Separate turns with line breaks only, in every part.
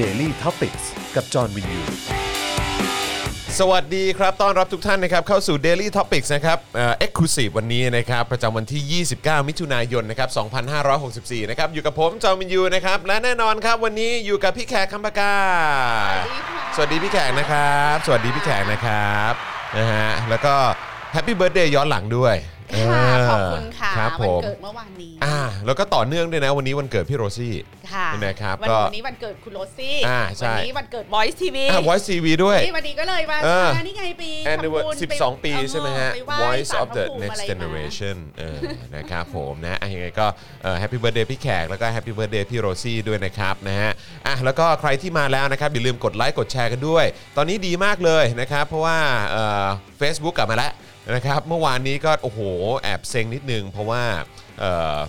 Daily t o p i c กกับจอห์นวินยู
สวัสดีครับ ต้อนรับทุกท่านนะครับ เข้าสู่ Daily Topics นะครับเอ่อ็กซ์คลูซีฟวันนี้นะครับ ประจำวันที่ 29 มิถุนายน นะครับ 2564 นะครับ อยู่กับผม จอมินยูนะครับ และแน่นอนครับ วันนี้อยู่กับพี่แขกคำปากา สวัสดีพี่แขกนะครับ สวัสดีพี่แขกนะครับนะฮะแล้วก็แฮปปี้เบิร์ดเดย์ย้อนหลังด้วย
ค่ะ
เ
ขอบคุณค่ะ
ครับผ
วัน
ม
เกิดเมื่อวานนี้
อ่าแล้วก็ต่อเนื่องด้วยนะ วันนี้วันเกิดพี่โรซี่
ค่ะ
นะครับ
วัน
ก็
วันนี้วันเกิดคุณโรซี่
อ่าใช่
วันี้วันเกิด Voice TV
อ่าวอยซีวีด้วย
นี่วันนี้ก็เลยมา
เออ
นี่ไงปี
แอนนิว
ทำบุญ
สิบ
ไป
สองปี
เออ
ใช่ไหมฮะ
ปหว้
Voice
ศาล
of the
พระภูมิ
Next
อะไรมา
Generation เออ นะครับผมนะอ่ะยังไงก็แฮปปี้เบิร์ดเดย์พี่แขก แล้วก็แฮปปี้เบิร์ดเดย์พี่โรซี่ด้วยนะครับนะฮะอ่ะแล้วก็ใครที่มาแล้วนะครับ อย่าลืมกดไลค์กดแชร์กันด้วย ตอนนี้ดีมากเลยนะครับ เพราะว่าเฟซบุ๊กกลับมาแล้วนะครับ เมื่อวานนี้ก็ โอ้โห แอบเซ็งนิดนึง เพราะว่า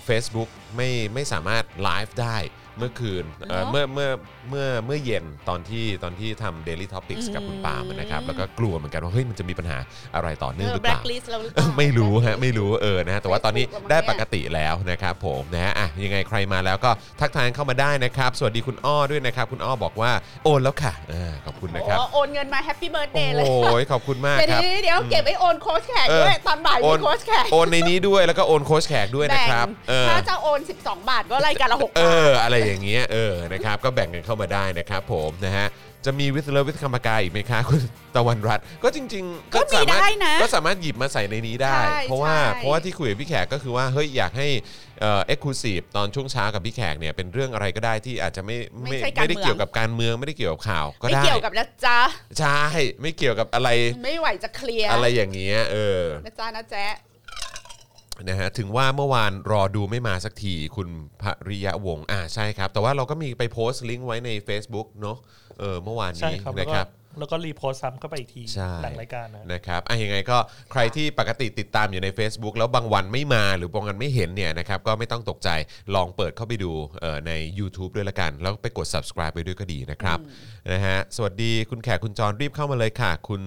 เฟซบุ๊กไม่ไม่สามารถไลฟ์ได้เมื่อคืนเอ่อ
เนอะ
เมื่อเมื่อเมื่อเมื่อเย็นตอนที่ตอนที่ทำ Daily Topics กับคุณปาล์มนะครับ แล้วก็กลัวเหมือนกันว่าเฮ้ยมันจะมีปัญหาอะไรต่อเนื่องหรือ
แบ
เป
ล็
ล่า
คลิสเราหอเป
เอ
ล่า
อไม่รู้ฮะไม่รู้เออนะฮะแต่ว่าตอนนี้
Facebook
ได้ปกติแล้วนะครับผมนะฮะอ่ะยังไงใครมาแล้วก็ทักทายเข้ามาได้นะครับ สวัสดีคุณอ้อด้วยนะครับ คุณอ้อบอกว่าโอนแล้วค่ะเออขอบคุณนะครับ
โอ้โอนเงินมาแฮปปี้เบิร์ดเดย์เลย
โอ้ยขอบคุณมาก
เดี๋ยว
ครับ
เดี๋ยวเดี๋ยวเก็บไว้โอนโค้ชแขก
เออ
ด้วยตอนบ่ายมีโค้ชแขก
โอนในนี้ด้วยแล้วก็โอนโค้ชแขกด้วย
แบ่
นะ
ง
ครับเออ
ถ้าจะโอน 12 บาทก็รายการละห
เอบ
กาท
ออะไรอย่างเงี้ยเออนะครับก็แบ่งกันเข้ามาได้นะครับผมนะฮะจะมีวิทเลอร์วิทคำปากาอีกไหมคะ คุณตะวันรัตน์ก็จริงๆ
ก็มี
สาารถ
ได้นะ
ก็สามารถหยิบมาใส่ในนี้ได้
ใช่
เพราะว่า
ใช่
เพราะว่าที่คุยกับพี่แขกก็คือว่าเฮ้ยอยากให้เอ่อ็กซ์คลูซีฟตอนช่วงเช้ากับพี่แขกเนี่ยเป็นเรื่องอะไรก็ได้ที่อาจจะไม่ไม่ได้เกี่ยวกับการเมืองไม่ได้เกี่ยวกับข่าวก็
ไม่
ได้
เกี่ยวกับนะจ๊ะ
ใช่ไม่เกี่ยวกับอะไร
ไม่ไหวจะเคลียร์
อะไรอย่างเงี้ยเออ
นะจ๊ะนะแจ๊ะ
นะฮะถึงว่าเมื่อวานรอดูไม่มาสักทีคุณภริยะวงศ์อ่าใช่ครับ แต่ว่าเราก็มีไปโพสต์ลิงก์ไว้ใน Facebook เนอะเออเมื่อวาน
ใช่
นี้
ครับแล้
นะ
ว
ค
ก็
รับ
แล้วก็รีโพสต์ซ้ำเข้าไปอีกที
ใช่
หลังรายการนะ
นะครับอ่ะยังไงก็ใครที่ปกติติดตามอยู่ใน Facebook แล้วบางวันไม่มาหรือบางวันไม่เห็นเนี่ยนะครับก็ไม่ต้องตกใจลองเปิดเข้าไปดูเอ่อใน YouTube ด้วยละกัน แล้วไปกด subscribe ไปด้วยก็ดีนะครับนะฮะสวัสดีคุณแขกคุณจรรีบเข้ามาเลยค่ะ คุณ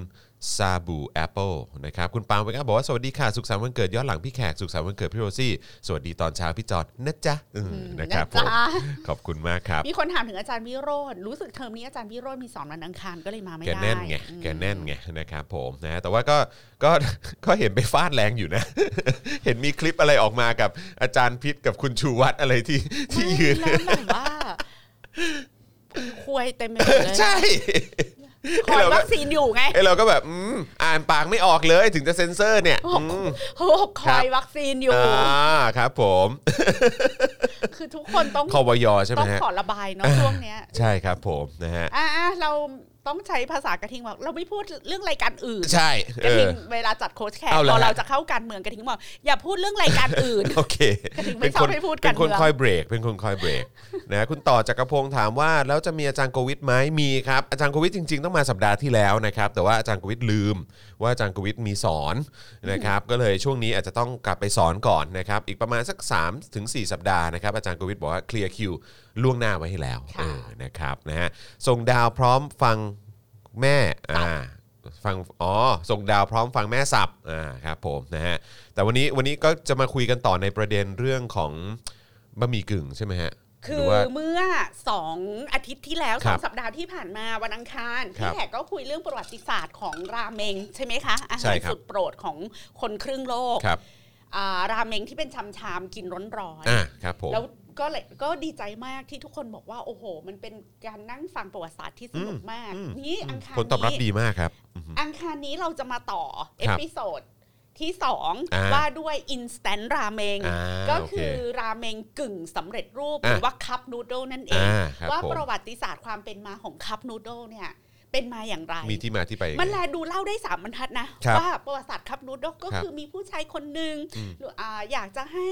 ซาบูแอปเปิลนะครับคุณปาล์มเวก้าบอกว่าสวัสดีค่ะ สุขสันต์วันเกิดย้อนหลังพี่แขก สุขสันต์วันเกิดพี่โรซี่ สวัสดีตอนเช้าพี่จอดนะจ๊ะอืมนะครับผม
นะจ๊ะ
ขอบคุณมากครับ
มีคนถามถึงอาจารย์วิโรธรู้สึกเทอมนี้อาจารย์วิโรธมีสอนวันอังคารก็เลยมาไม่
แก
ได้
แน่นไง
อืม
แกแน่นไงนะครับผมนะแต่ว่าก็ก็ ก็เห็นไปฟาดแรงอยู่นะ เห็นมีคลิปอะไรออกมากับอาจารย์พิษกับคุณชูวัตรอะไรที่ที่ยืน
แล้วแบบว่าคุยเต็มไปหมดเลย
ใช่
คอยวัคซีนอยู่ไง
ไอเราก็แบบอืมอ่านปากไม่ออกเลยถึงจะเซ็นเซอร์เนี่ยอืม
โอ้โหคอยวัคซีนอยู่
อ่าครับผม
คือทุกคนต้อง
คอวยใช่ไหม
ต้อง
ฮะ
ขอระบายเนาะช่วงเนี้ย
ใช่ครับผมนะฮะ
อ่าเราต้องใช้ภาษากระทิงบอกเราไม่พูดเรื่องรายการอื่น
ใช่เอ
กระทิ
อ
งเวลาจัดโค้ชแขก
เอาเหร
พ
อ
อ
ฮะ
เราจะเข้าการเมืองกระทิงบอกอย่าพูดเรื่องรายการอื่น
โอเค
กระทิงไม่
เป็นคน
ชอบให้พูดกัน
เป็นคน
เมือง
คอยเบรก เป็นคนคอยเบรก นะคุณต่อจักรพงศ์ถามว่าแล้วจะมีอาจารย์โควิดไหมมีครับอาจารย์โควิดจริงๆ ต้องมาสัปดาห์ที่แล้วนะครับ แต่ว่าอาจารย์โควิดลืม ว่าอาจารย์โควิดมีสอนนะครับ ก็เลยช่วงนี้อาจจะต้องกลับไปสอนก่อนนะครับ อีกประมาณสัก3ถึง4สัปดาห์นะครับอาจารย์โควิดบอกว่าเคลียร์คิวล่วงหน้าไว้ให้แล้ว
ค่ะ
เออนะครับนะฮะส่งดาวพร้อมฟังแม่อ่าฟังอ๋อส่งดาวพร้อมฟังแม่สับอ่าครับผมนะฮะแต่วันนี้วันนี้ก็จะมาคุยกันต่อในประเด็นเรื่องของบะหมี่กึ่งใช่ไหมฮะ
คื
หรือ ว่า
เมื่อสองอาทิตย์ที่แล้ว
ค
ส
รั
อบ งสัปดาห์ที่ผ่านมาวันอังคาร
ครั
พี่
บ
แขกก็คุยเรื่องประวัติศาสตร์ของราเมงใช่ไหมคะอา
ใช่
หาร
ครับ
สุดโปรดของคนครึ่งโลก
ครับ
อ่าราเมงที่เป็นชำชามๆกินร้อน
อ่าครับผม
ๆแล้วก็เลยก็ดีใจมากที่ทุกคนบอกว่า โอ้โห มันเป็นการนั่งฟังประวัติศาสตร์ที่สนุกมาก
อืม
นี่อังคาร
ผลตอบรับ
นี้
ดีมากครับอือฮึ
อังคารนี้เราจะมาต่อเอ
ครับ
พิโซดที่สอง
อ่า
ว่าด้วย instant ราเมง
อ่า
ก็
โอเค
คือราเมงกึ่งสำเร็จรูปหรือ
อ่ะ
ว่าคัพนูโดนั่นเอง
อ่าครับ
ว่า
ผม
ประวัติศาสตร์ความเป็นมาของคัพนูโดเนี่ย เป็นมาอย่างไร
มีที่มาที่ไปยังไง
มันแลดูเล่าได้สามบรรทัดนะ
ครับ
ว่าประวัติศาสตร์คัพนูโดก็
ครับ
คือมีผู้ชายคนหนึ่ง
อืม
หรืออ่าอยากจะให้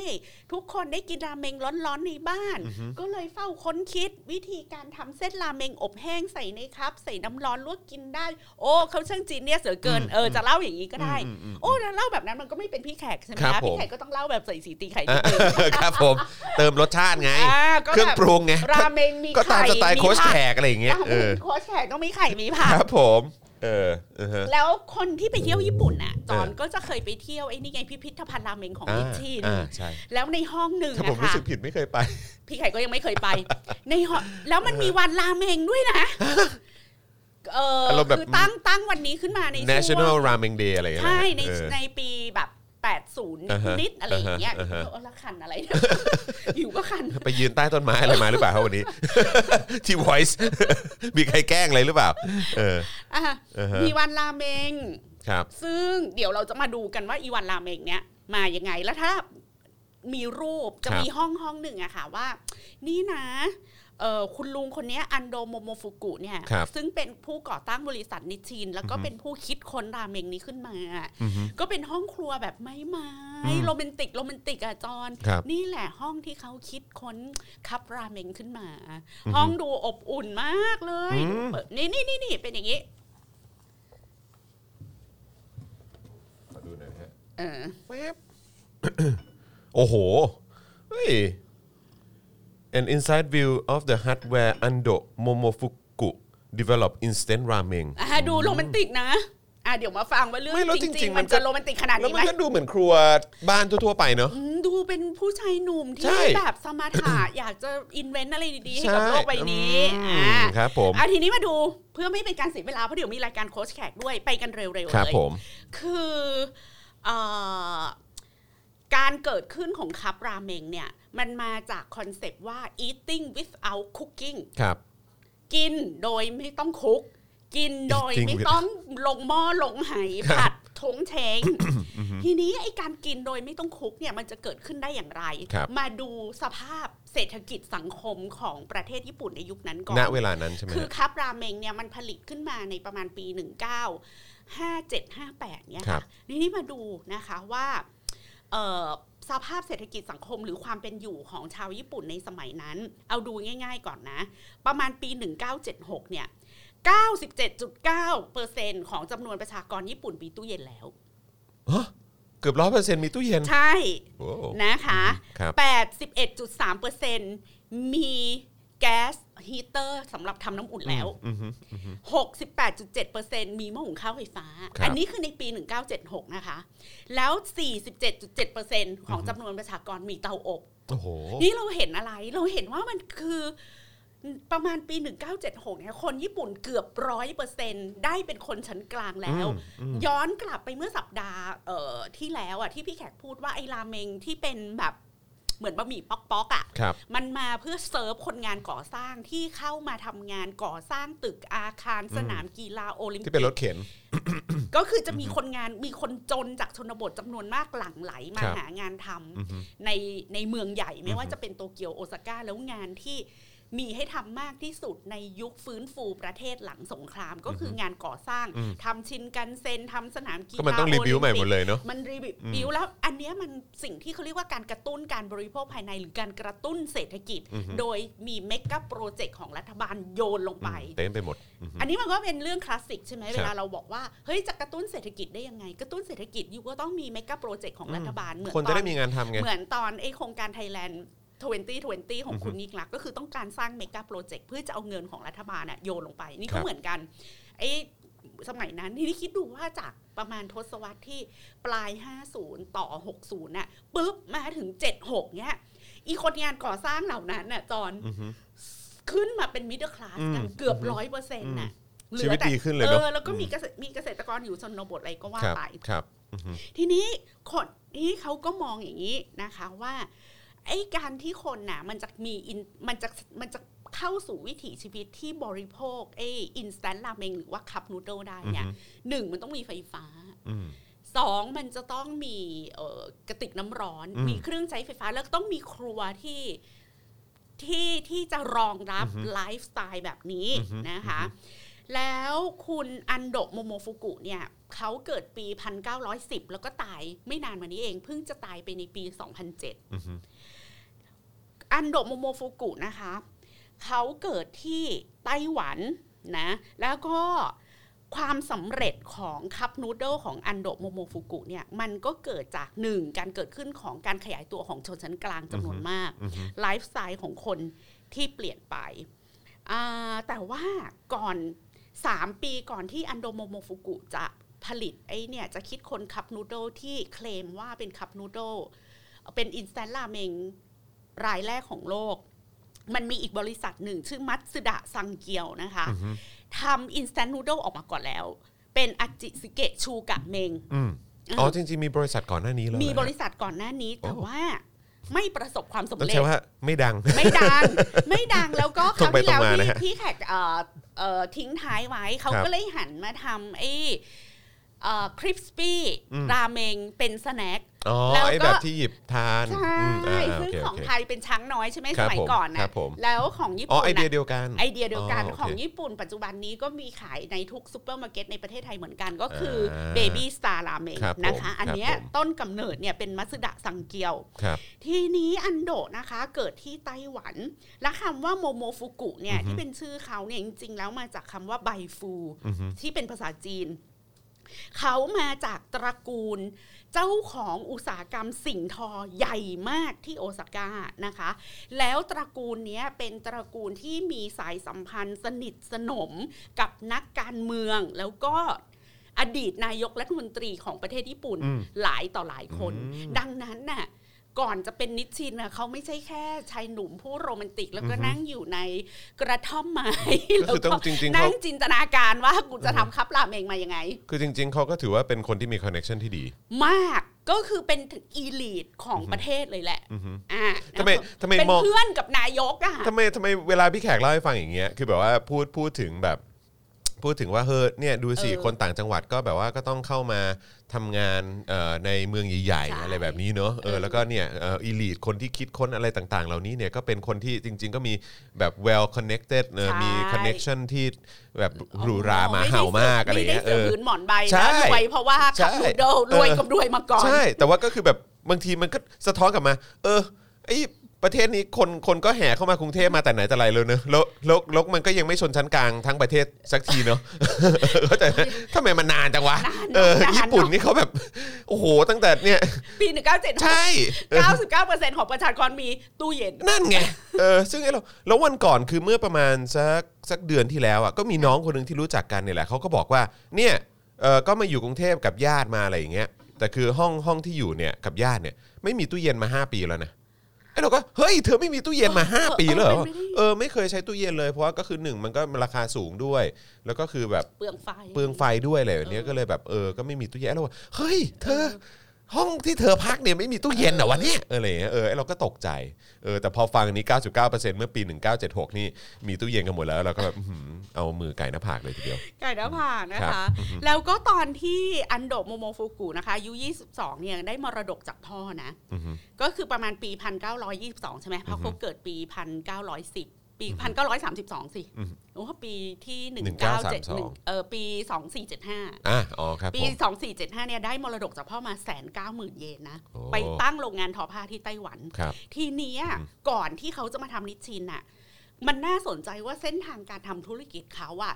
ทุกคนได้กินราเมงร้อนๆในบ้าน
อือฮึ
ก็เลยเฝ้าค้นคิดวิธีการทำเส้นราเมงอบแห้งใส่ในคัพใส่น้ำร้อนลวกกินได้ โอ้เขาช่างจีเนียสเหลือเกินเออจะเล่าอย่างนี้ก็ได้
อืมอืมอืม
โอ้แล้วเล่าแบบนั้นมันก็ไม่เป็นพี่แขกใช่ไหม
ครับ
คะ
ผม
พี่แขกก็ต้องเล่าแบบใส่สีตีไข่
อ่ะ
นิดนึง
ครับผมเติมรสชาติไง
อ่าก็
เครื่อง
แบบ
ปรุงไง
ราเมงมี
ก็ตาม
ไข่
สไตล์
มี
โค้ช
ผัก
แขกอะไรอย่างเงี้ย
อ้าว
เออ
โค้ชแขกต้องมีไข่มีผัก
ครับผม เอออือฮะ
แล้วคนที่ไปเที่ยวญี่ปุ่นน่ะจอน
เออ
ก็จะเคยไปเที่ยวไอ้นี่ไงพิพิธภัณฑ์ราเมงของ
อ่า
นิชิน
อ่าใช่
แล้วในห้องหนึ่ง
ถ้าผม
อะ
รู้
ค่ะ
สึกผิดไม่เคยไป
พี่ไข่ก็ยังไม่เคย ไป ในห้องแล้วมันมีวันราเมงด้วยนะเออ
ารมณ์แบบ
คือตั้งตั้งวันนี้ขึ้นมาในช่วง
National Ramen Day อะไรอย่างเงี้ย
ใช่ใน
เออ
ในปีแบบ 80
อ่าฮะ
นิดๆอะไรอย่างเงี้ย
อ่าฮะ
เออและคันอะไร เนี่ย หิวก็คัน
ไปยืนใต้ต้นไม้อะไรมาหรือเปล่าครับวันนี้ ที่ Voice มีใครแกล้งอะไรหรือเปล่า เออ
อ่ะ
อ่าฮะ
มีวันราเมง
ครับ
ซึ่งเดี๋ยวเราจะมาดูกันว่าอีวันราเมงเนี้ยมายังไง แล้วถ้ามีรูปจะ
ครับ
มีห้องห้องหนึ่งอะค่ะว่า นี่นะเออคุณลุงคนเนี้ยอันโดโมโมฟุกุเนี่ย
ครับ
ซึ่งเป็นผู้ก่อตั้งบริษัทนิชิน แล้วก็เป็นผู้คิดค้นราเมงนี้ขึ้นมา
อือฮึ
ก็เป็นห้องครัวแบบไม้ไม้
อืม
โรแมนติกโรแมนติกอะจอน
ครับ
นี่แหละห้องที่เขาคิดค้นคัพราเมงขึ้นมา ห้องดูอบอุ่นมากเลยเปิดนี่นี่นี่นี่เป็นอย่างนี้
ขอดูหน่อยนะฮะ
เออ
แวบ โอ้โห เฮ้ย an inside view of the hut where Ando Momofuku develop instant ramen
อ่ะดูโรแมนติกนะ อ่ะเดี๋ยวมาฟังว่าเรื่อง
ไม่แล้ว
จ
จริ
ริ
ง
ง
ๆ
ๆ
มั
มัน น
ก็
จะโรแมนติกขนาด
แล้ว
นี้
มั
ไหม
นก็ดูเหมือนครัวบ้านทั่ว ๆ ไปเนอะ
อืมดูเป็นผู้ชายหนุ่ม
ใช่
ที่แบบสมาถะ อยากจะอินเวนต์อะไรดีๆ ให้กับโลกใบนี้
อื
อ่ะ
มครับผม
อ่ะทีนี้มาดูเพื่อไม่เป็นการเสียเวลา เพราะเดี๋ยวมีรายการโค้ชแขกด้วยไปกันเร็วๆเลย
ครับผม
คือเอ่อการเกิดขึ้นของคัพราเมงเนี่ย มันมาจากคอนเซปต์ว่า eating without cooking
ครับ
กินโดยไม่ต้องคุก กินโดย
จริง
ไม่ต้องลงหม้อลงไห
ครับ
ผัดทงเชงทีนี้ไอการกินโดยไม่ต้องคุกเนี่ยมันจะเกิดขึ้นได้อย่างไร
ครับ
มาดูสภาพเศรษฐกิจสังคมของประเทศญี่ปุ่นในยุคนั้นก่อน
ณเวลานั้นใช่ไหม
คือ
ฮะ
คัพราเมงเนี่ยมันผลิตขึ้นมาในประมาณปี 19 57 58เนี่ย
ครั
ค่ะ
บ
ทีนี่มาดูนะคะว่าเอ่อสภาพเศรษฐกิจสังคมหรือความเป็นอยู่ของชาวญี่ปุ่นในสมัยนั้น เอาดูง่ายๆก่อนนะ ประมาณปี 1976 เนี่ย 97.9%ของจำนวนประชากรญี่ปุ่นมีตู้เย็นแล้ว
เกือบร้อยเปอร์เซ็นต์มีตู้เย็น
ใช่
โอ้โห
นะคะ
ครับ
81.3%มีแก๊สฮีเตอร์สำหรับทำน้ำอุ่นแล้ว
อือฮึอือฮึ
68.7%มีหม้อหุงข้าวไฟฟ้า
ครับ
อันี้คือในปี 1976 นะคะ แล้ว 47.7%ของจำนวนประชากรมีเตาอบ
โอ้โห
นี่เราเห็นอะไร เราเห็นว่ามันคือประมาณปี 1976 เนี่ย คนญี่ปุ่นเกือบร้อยเปอร์เซ็นได้เป็นคนชั้นกลางแล้ว
อืมอืม
ย้อนกลับไปเมื่อสัปดาห์เอ่อที่แล้วอ่ะที่พี่แขกพูดว่าไอ้ราเมงที่เป็นแบบเหมือนบะหมี่ป๊อกๆอ่ะ
ครับ
มันมาเพื่อเซิร์ฟคนงานก่อสร้างที่เข้ามาทำงานก่อสร้างตึกอาคารสนามกีฬาโอลิมปิ
ที่
ก
เป็นรถเข็น
ก็คือจะมีคนงานมีคนจนจากชนบทจำนวนมากหลั่งไหลมา
ครับ
หางานทำ
อือฮึ
ในในเมืองใหญ่ไม่ว่า
อือฮึ
จะเป็นโตเกียวโอซาก้าแล้วงานที่มีให้ทำมากที่สุดในยุคฟื้นฟูประเทศหลังสงคราม ก็คืองานก่อสร้างทำชินกันเซนทำสนามกีฬา
ก็มันต้องรีวิวใหม่หมดเลยเนาะ
มันรี
อืม
วิวแล้วอันเนี้ยมันสิ่งที่เขาเรียกว่าการกระตุ้นการบริโภคภายในหรือการกระตุ้นเศรษฐกิจ
อือฮึ
โดยมีเมกะโปรเจกต์ของรัฐบาลโยนลงไป
เต็มไปหมดอือฮึ
อันนี้มันก็เป็นเรื่องคลาสสิกใช่ไหม
ครับ
เวลาเราบอกว่า เฮ้ยจะกระตุ้นเศรษฐกิจได้ยังไง กระตุ้นเศรษฐกิจอยู่ก็ต้องมีเมกะโปรเจกต์ของ
อืม
รัฐบาลเหมือน
คน
ต
จะ
อน
ได้มีงานทำไง
เหมือนตอนไอโครงการไทยแลนด์2020 ของคุณยิ่งลักษณ์ก็คือต้องการสร้างเมกะโปรเจกต์เพื่อจะเอาเงินของรัฐบาลน่ะโยนลงไป นี่
ครั
ก็
บ
เหมือนกันไอสมัยนั้นที่นี่คิดดูว่าจากประมาณทศวรรษที่ปลาย 50 ต่อ 60น่ะปุ๊บมาถึง 76เนี่ยอีคนงานก่อสร้างเหล่านั้นน่ะจอน
อือฮึ
ขึ้นมาเป็นมิดเดิลคลาสกัน
อืม
เกือบร้อยเปอร์เซ็นต์น่ะ
อืม
ห
ชี
ลือ
วิต
แต่
ดีขึ้นเลยเนอะ
ออแล้วก็มีเกษตรมีเกษตรกรอยู่ชนบทอะไรก็ว่า
ครับ
ไป
ครับอือฮึ
ทีนี้คนนี่เขาก็มองอย่างนี้นะคะว่าไอ้การที่คนน่ะมันจะมี in- มันจะมันจะเข้าสู่วิถีชีวิตที่บริโภคไอ้อินสแตนต์ราเมงหรือว่าคัพนูโดได้เนี่ย
อือฮึ
หนึ่งมันต้องมีไฟฟ้า
อืม
สองมันจะต้องมีเอ่อกระติกน้ำร้อน
อืม
มีเครื่องใช้ไฟฟ้าแล้วก็ต้องมีครัวที่ที่ที่จะรองรับ
อือฮึ
ไลฟ์สไตล์แบบนี้
อือฮึ
นะคะ แล้วคุณอันโดะโมโมฟุกุเนี่ยเขาเกิดปี 1910 แล้วก็ตายไม่นานมานี้เอง เพิ่งจะตายไปในปี
อือฮึ
2007 อันโดะโมโมฟุกุนะคะเขาเกิดที่ไต้หวันนะแล้วก็ ความสำเร็จของคัพนูดเดิลของอันโดะโมโมฟุกุเนี่ยมันก็เกิดจากหนึ่งการเกิดขึ้นของการขยายตัวของชนชั้นกลางจำนวนมาก
อือฮึ
ไลฟ์สไตล์ของคนที่เปลี่ยนไปอ่าแต่ว่าก่อน สามปีก่อนที่อันโดโมโมฟุกุจะผลิตไอเนี่ยจะคิดคนคัพนูโดที่เคลมว่าเป็นคัพนูโดเป็นอินสแตนราเมงรายแรกของโลก มันมีอีกบริษัทหนึ่ง ชื่อมัตสึดะซังเกียวนะคะ
อือฮึ
ทำอินสแตนนูโดออกมาก่อนแล้ว เป็นอาจิสเกะชูกะเมง
อืมอ๋อจริงๆมีบริษัทก่อนหน้านี้เลย
มีบริ
นะ
ษัทก่อนหน้านี้แต่
โอ้
ว่าไม่ประสบความสำ
ต้อง
เร็จ
ใช้ว่าไม่ดัง
ไม่ดัง ไม่ดังแล้วก็ค
ตร
รา
ง
ว
ไป
ที่แล้ว
ตรงมา
ที่
นะฮะ
พี่แขกเอ่อเอ่อทิ้งท้ายไว้เขา
ครับ
ก็เลยหันมาทำไอ้คริสปี้
อืม
ราเมงเป็นสแน็ค
อ๋อ
แล้วก็
ไอ้แบบที่หยิบทาน
ใช่
อืมอ่าโอ
ซึ่ง
เค
ข
โอ
อง
เค
ไทยเป็นช้างน้อยใช่ไหม
ค
ส
รับ
มัย
ผม
ก่อนนะครับ
ผม
แล้วของญี่
อ๋อ
ปุ่น
ไอเดีย
น่ะ
เดียวกัน
ไอเดียเดียวกัน
อ๋อโอเค
ของญี่ปุ่นปัจจุบันนี้ก็มีขายในทุกซูเปอร์มาร์เก็ตในประเทศไทยเหมือนกันก็คืออา เบบี้สตาร์ราเมง
ครับผม
นะคะ อัน
ครับ
เนี้ย
ผม
ต้นกำเนิดเนี่ยเป็นมัสดะสังเกียว
ครับ
ทีนี้อันโดะนะคะเกิดที่ไต้หวัน และคำว่าโมโมฟุกุเนี่ย
อือฮึ
ที่เป็นชื่อเขาเนี่ยจริงๆ แล้วมาจากคำว่าใบฟู
อือฮึ
ที่เป็นภาษาจีน เขามาจากตระกูลเจ้าของอุตสาหกรรมสิ่งทอใหญ่มากที่โอซาก้านะคะ แล้วตระกูลเนี้ยเป็นตระกูลที่มีสายสัมพันธ์สนิทสนมกับนักการเมือง แล้วก็อดีตนายกรัฐมนตรีของประเทศญี่ปุ่น
อืม
หลายต่อหลายคน
อืม
ดังนั้นน่ะก่อนจะเป็นนิชชินน่ะเขาไม่ใช่แค่ชายหนุ่มผู้โรแมนติก แล้วก็
อือฮึ
นั่งอยู่ในกระท่อมไม้
ก็
แล้ว
คือต้อง
ก็
จริงๆ
นั่
เขา
งจินตนาการว่ากูจะทำคับลาเมงมายังไง
คือจริง ๆเขาก็ถือว่าเป็นคนที่มีคอนเน็ชันที่ดี
มากก็คือเป็นอีลีทของประเทศเลยแหละ
อือฮึ
อ่า
ทำไมทำไม
เป็น
มอง
เพื่อนกับนายกอ่ะ
ทำไมทำไมเวลาพี่แขกเล่าให้ฟังอย่างเงี้ยคือแบบว่าพูดพูดถึงแบบ พูดถึงว่าเฮ้ยเนี่ยดูสิ
เออ
คนต่างจังหวัดก็แบบว่าก็ต้องเข้ามาทำงานเอ่อในเมืองใหญ่
ใช่
ๆอะไรแบบนี้เนอะเอ
เอ
อ
อ
แล้วก็เนี่ยเอ่อลีทคนที่คิดค้นอะไรต่างๆ เหล่านี้เนี่ยก็เป็นคนที่จริง ๆ ก็มีแบบ well connected เนอะมี connection ที่แบบหรูหราหมาเห่ามากอะไรเงี้ย
ไม่ได้
เอ
เสือ
อ
พื้นหมอนใบ
ใช่
นะรวยเพราะว่า
ใช่
ขับนูโดลรวย
เออ
กับรวยมาก่อน
ใช่ แต่ว่าก็คือแบบบางทีมันก็สะท้อนกลับมา เออไอประเทศนี้คนคนก็แห่เข้ามากรุงเทพมาแต่ไหนแต่ไรเลยเนอะแล้วแล้วแล้วมันก็ยังไม่ชนชั้นกลางทั้งประเทศสักทีเนอะ เข้าใจไหมทำไมมันนานจังวะ
นาน
เออ
เนอะนานเนอะ
ญี่ปุ่นนี่เขาแบบ โอ้โห ตั้งแต่เนี่ย
ปีหนึ่งเก้าเจ็ด
ใช่เออ
เก้าสิบเก้าเปอร์เซ็นต์ของประชากรมีตู้เย็น
นั่นไงเออซึ่งไอ้เราแล้ววันก่อนคือเมื่อประมาณสักสักเดือนที่แล้วอ่ะก็มีน้องคนหนึ่งที่รู้จักกันเนี่ยแหละเขาก็บอกว่าเนี่ยเออก็มาอยู่กรุงเทพกับญาติมาอะไรอย่างเงี้ยแต่คือห้องห้องที่อยู่เนี่ยกับญาติเนี่ยไม่มีตู้เย็นมาห้าปีแล้วนะ ไอ้เราก็เฮ้ยเธอไม่มีตู้เย็นมา
เออ
5 ปี
เออ
เลยเหรอ
เป็นไปได้
เออไม่เคยใช้ตู้เย็นเลยเพราะว่าก็คือหนึ่งมันก็ราคาสูงด้วย แล้วก็คือแบบ
เปลืองไฟ
เปลืองไฟด้วยอะไรแบบเนี้ย
เออ
ก็เลยแบบเออก็ไม่มีตู้เย็นแล้วว่าเฮ้ยเธอ ห้องที่เธอพักเนี่ยไม่มีตู้เย็นเหรอวะเนี่ยเอออะไรอย่างเงี้ยเออไอ้เราก็ตกใจเออแต่พอฟังอันนี้ 99%เมื่อปี 1976 นี่มีตู้เย็นกันหมดแล้วเราก็แบบอื้อหือเอามือไก่หน้าผากเลยทีเดียว
ไก่หน้าผากนะ
ครั
คะ
บอือฮึ
แล้วก็ตอนที่อันโดะโมโมฟูกุนะคะอายุ22 เนี่ยได้มรดกจากพ่อนะ
อือหือ
ก็คือประมาณปี 1922 ใช่ไหมเพราะเขาเกิดปี 1910 ปี 1932 สิ
อืม
โอ้ปีที่
1932
1971เออปี 2475
อ่ะอ๋อครับ
ปี
ผม
2475 เนี่ยได้มรดกจากพ่อมาแสนเก้าหมื่นเยนนะ
โอ้
ไปตั้งโรงงานทอผ้าที่ไต้หวัน
ครับ
ทีเนี้ย
อืม
ก่อนที่เขาจะมาทำนิชชินอะมันน่าสนใจว่าเส้นทางการทำธุรกิจเขาอะ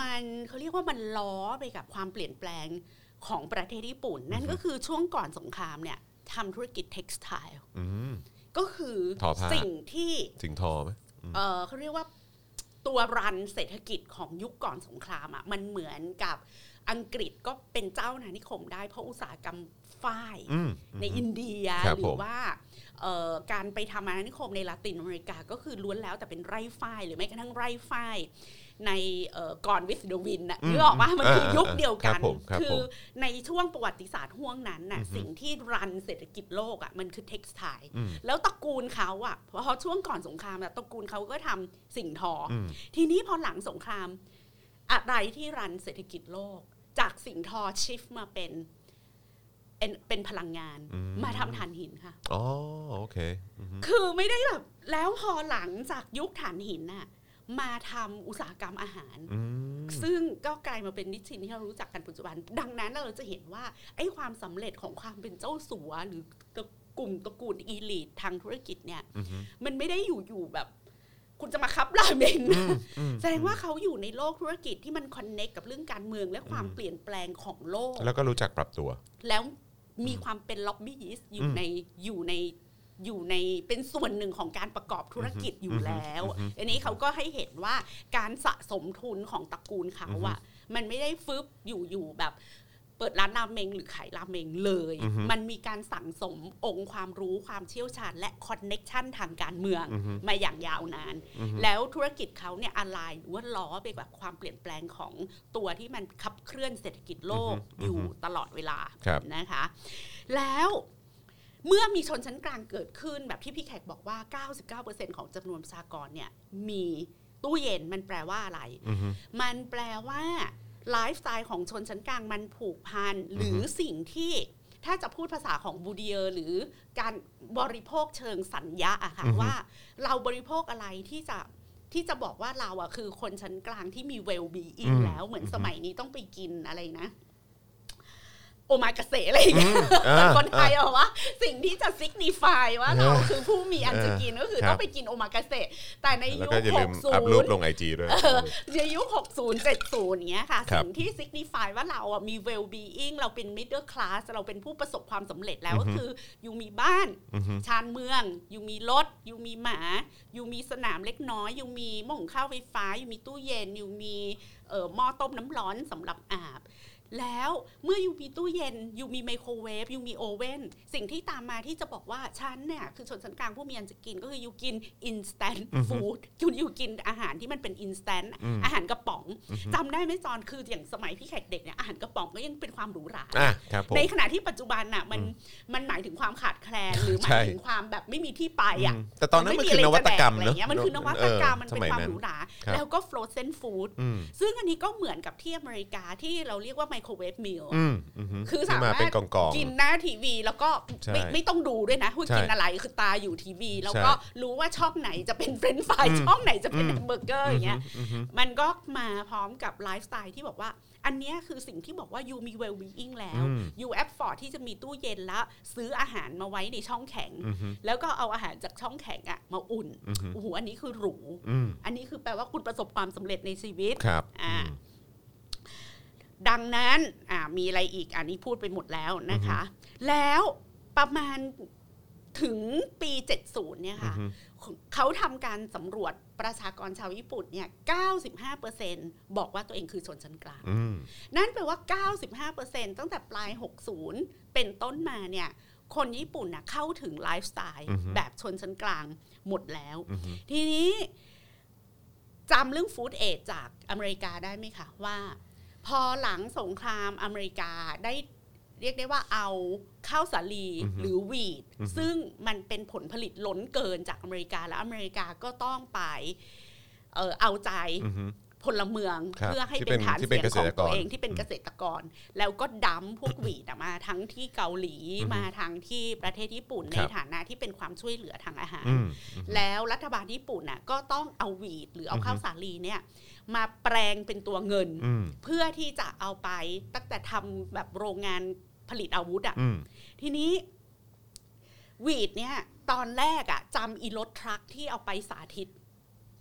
มันเขาเรียกว่ามันล้อไปกับความเปลี่ยนแปลงของประเทศญี่ปุ่น นั่นก็คือช่วงก่อนสงครามเนี่ยทำธุรกิจเท็กซ์ไทล์
อืม
ก็คือ
ทอผ้า
สิ่งที่
สิงทอไหม
เออเขาเรียกว่าตัวรันเศรษฐกิจของยุคก่อนสงครามอะมันเหมือนกับอังกฤษก็เป็นเจ้านานิคมได้เพราะอุตสาหกรรมฝ้าย
อืม
ในอินเดีย
ครับ
หรื
ผ
อ
ม
ว่าเอ่อการไปทำอาณานิคมในลาตินอเมริกาก็คือล้วนแล้วแต่เป็นไร่ฝ้ายหรือแม้กระทั่งไร่ฝ้ายในก่อนวิสเดวินนะนึกออกว่ามันคือยุคเดียว
ค
กั
รั
น
บผมครับ
คื
ผ
อ
ม
ในช่วงประวัติศาสตร์ห่วงนั้นน่ะ
อือฮึ
สิ่งที่รันเศรษฐกิจโลกอ่ะมันคือเท็กซ์ไทล์
อืม
แล้วตระกูลเขาอ่ะเพราะช่วงก่อนสงครามอะตระกูลเขาก็ทำสิ่งทออ
อืม
ทีนี้พอหลังสงคราม อะไรที่รันเศรษฐกิจโลก จากสิ่งทอชิฟมาเป็นเป็นเป็นพลังงาน
อืม
มาทำถ่านหินค่ะ
อ๋อโอเคอือหือ
คือไม่ได้แบบ แล้วพอหลังจากยุคถ่านหินน่ะมาทำอุตสาหกรรมอาหาร
อืม
ซึ่งก็กลายมาเป็นนิชชินที่เรารู้จักกันปัจจุบัน ดังนั้นเราจะเห็นว่าไอ้ความสำเร็จของความเป็นเจ้าสัวหรือกลุ่มตระกูลอีลีททางธุรกิจเนี่ย
อือฮึ
มันไม่ได้อยู่อยู่แบบ คุณจะมาคับราเมงนะแสดงว่าเขาอยู่ในโลกธุรกิจที่มันคอนเน c t กับเรื่องการเมืองและความเปลี่ยนแปลงของโลก
แล้วก็รู้จักปรับตัว
แล้วมีความเป็นล็อบบี้ยิสต์อยู่ในอยู่ใน อยู่ในเป็นส่วนหนึ่งของการประกอบธุรกิจอยู่แล้ว
อือฮึ
อันนี้เขาก็ให้เห็นว่าการสะสมทุนของตระกูลเขาอะมันไม่ได้ฟึบอยู่ๆแบบเปิดร้านราเมงหรือขายราเมงเลย
อือฮึ
มันมีการสั่งสมองค์ความรู้ความเชี่ยวชาญ และคอนเน็กชันทางการเมือง
อือฮึ
มาอย่างยาวนาน
อือฮึ
แล้วธุรกิจเขาเนี่ยอะไรหรือว่าล้อไปกับความเปลี่ยนแปลงของตัวที่มันขับเคลื่อนเศรษฐกิจโลก
อือฮึ
อยู่
อือฮึ
ตลอดเวลา
ครับ
นะคะ แล้วเมื่อมีชนชั้นกลางเกิดขึ้นแบบที่พี่แขกบอกว่า 99%ของจำนวนประชากรเนี่ยมีตู้เย็นมันแปลว่าอะไร
อือฮึ
มันแปลว่าไลฟ์สไตล์ของชนชั้นกลางมันผูกพันหรือสิ่งที่ถ้าจะพูดภาษาของบูเดียร์หรือการบริโภคเชิงสัญญาอะค่ะ
อือฮึ
ว่าเราบริโภคอะไรที่จะที่จะบอกว่าเราอะคือคนชั้นกลางที่มีเวลบีอิงแล้วเหมือนสมัยนี้ต้องไปกินอะไรนะ โอมากาเสะอะไรอย่างเงี้ย
อ่า
แต่คนไทยบอกว่าสิ่งที่จะซิกนิฟายว่าเราคือผู้มีอันจะกินก็คือ
ครับ
ต้องไปกินโอมากาเสะแต่ใน
แล้ว
ยุค
ก็อย่า
ห
ลืม
กศู
อัพรู
น
ป
ย์
ลงไอจีด้วย
ในยุค60 70เนี้ยค่ะ
ครับ
สิ่งที่ signify ว่าเราอ่ะมี well being เราเป็น middle class เราเป็นผู้ประสบความสำเร็จแล้ว
อือ
ก็
ฮึ
คือ อยู่มีบ้าน
อือฮึ
ชานเมือง อยู่มีรถ อยู่มีหมา อยู่มีสนามเล็กน้อย อยู่มีหม้อหุงข้าวไฟฟ้า อยู่มีตู้เย็น อยู่มีเอ่อหม้อต้มน้ำร้อนสำหรับอาบ แล้วเมื่ออยู่มีตู้เย็น อยู่มีไมโครเวฟ อยู่มีโอเว่น สิ่งที่ตามมาที่จะบอกว่าฉันเนี่ยคือชนชั้นกลางผู้มีอันจะกินก็คืออยู่กิน instant
อือฮึ
food คุณอยู่กินอาหารที่มันเป็น instant
อืม
อาหารกระป๋องจำได้ไหมจอนคืออย่างสมัยพี่แขกเด็กเนี่ยอาหารกระป๋องก็ยังเป็นความหรูหรา
อ่ะครับผม
ในขณะที่ปัจจุบันน่ะมันมันหมายถึงความขาดแคลน หรือหมา
ใช่
ยถึงความแบบไม่มีที่ไปอ่ะ
อืมแต่ตอนนั้นมันคือนวัตกรรม
ไอะไร
เนอะ
เงี้ยมันคือนวัตกรรมมัน
ส
เป็น
ย
ความ
นั้น
หรูหรา
ครับ
แล้วก็ฟลอเซนฟู้ด
อืม
ซึ่งอันนี้ก็เหมือนกับที่อเมริกาที่เราเรียกว่าไมโครเวฟมิล
อืมอือฮึ
คือ
ที่
สามารถ
เป็นกล่องๆ
กินหน้าทีวีแล้วก็
ใช่
ไม่ไม่ต้องดูด้วยนะว่า
ใช่
กินอะไรคือตาอยู่ทีวี แล้วก็รู้ว่าช่องไหนจะเป็นเฟรนช์ฟราย
อืม
ช่องไหนจะเป็น
อืม
แฮมเบอร์เกอร์อย่างเงี้ย
อือฮึ
มันก็มาพร้อมกับไลฟ์สไตล์ที่บอกว่า อันเนี้ยคือสิ่งที่บอกว่ายูมีเวล b ีอิ n งแล้ว
อืม
ยูแอปฟอร์ที่จะมีตู้เย็นแล้ว ซื้ออาหารมาไว้ในช่องแข็ง
อือฮึ
แล้วก็เอาอาหารจากช่องแข็งอะมาอุ่น
อือฮึ
โอ้โหอันนี้คือหรู
อืม
อันนี้คือแปลว่าคุณประสบความสำเร็จในชีวิต
ครับ
อ่า
อืม
ดังนั้นอ่ามีอะไรอีกอันนี้พูดไปหมดแล้วนะคะ แล้วประมาณถึงปี 70 เนี่ยค่ะ
อือฮึ
เขาทำการสำรวจประชากรชาวญี่ปุ่นเนี่ย 95%บอกว่าตัวเองคือชนชั้นกลาง
อืม
นั่นแปลว่า 95%ตั้งแต่ปลาย 60 เป็นต้นมาเนี่ย คนญี่ปุ่นนะเข้าถึงไลฟ์สไตล์
อือฮึ
แบบชนชั้นกลางหมดแล้ว
อือฮึ
ทีนี้จำเรื่องฟู้ดเอดจากอเมริกาได้ไหมคะ ว่า พอหลังสงครามอเมริกาได้เรียกได้ว่าเอาข้าวสาลี
อือฮึ
หรือวีด
อือฮึ
ซึ่งมันเป็นผลผลิตล้นเกินจากอเมริกา แล้วอเมริกาก็ต้องไปเออเอาใจ
อือฮึ
พลเมือง
ครับ
เพื่อให้
ที่เป็
เป็น นฐาน
ที่
เสี
เป็น
ยงของ
เกษตรกร
ตัวเองที่เป็นเกษตรกร แล้วก็ดัมพวกวีดมาทั้งที่เกาหลี
อือฮึ
มาทั้งที่ประเทศญี่ปุ่น
ครับ
ในฐานะที่เป็นความช่วยเหลือทางอาหาร
อืม
แล้วรัฐบาลญี่ปุ่นน่ะก็ต้องเอาหวีดหรือเอา
อือฮึ
ข้าวสาลีเนี่ยมาแปลงเป็นตัวเงิน
อืม
เพื่อที่จะเอาไปตั้งแต่ทำแบบโรงงานผลิตอาวุธอ่ะ
อืม
ทีนี้หวีดเนี่ยตอนแรกอ่ะจำอีรถทรัคที่เอาไปสาธิต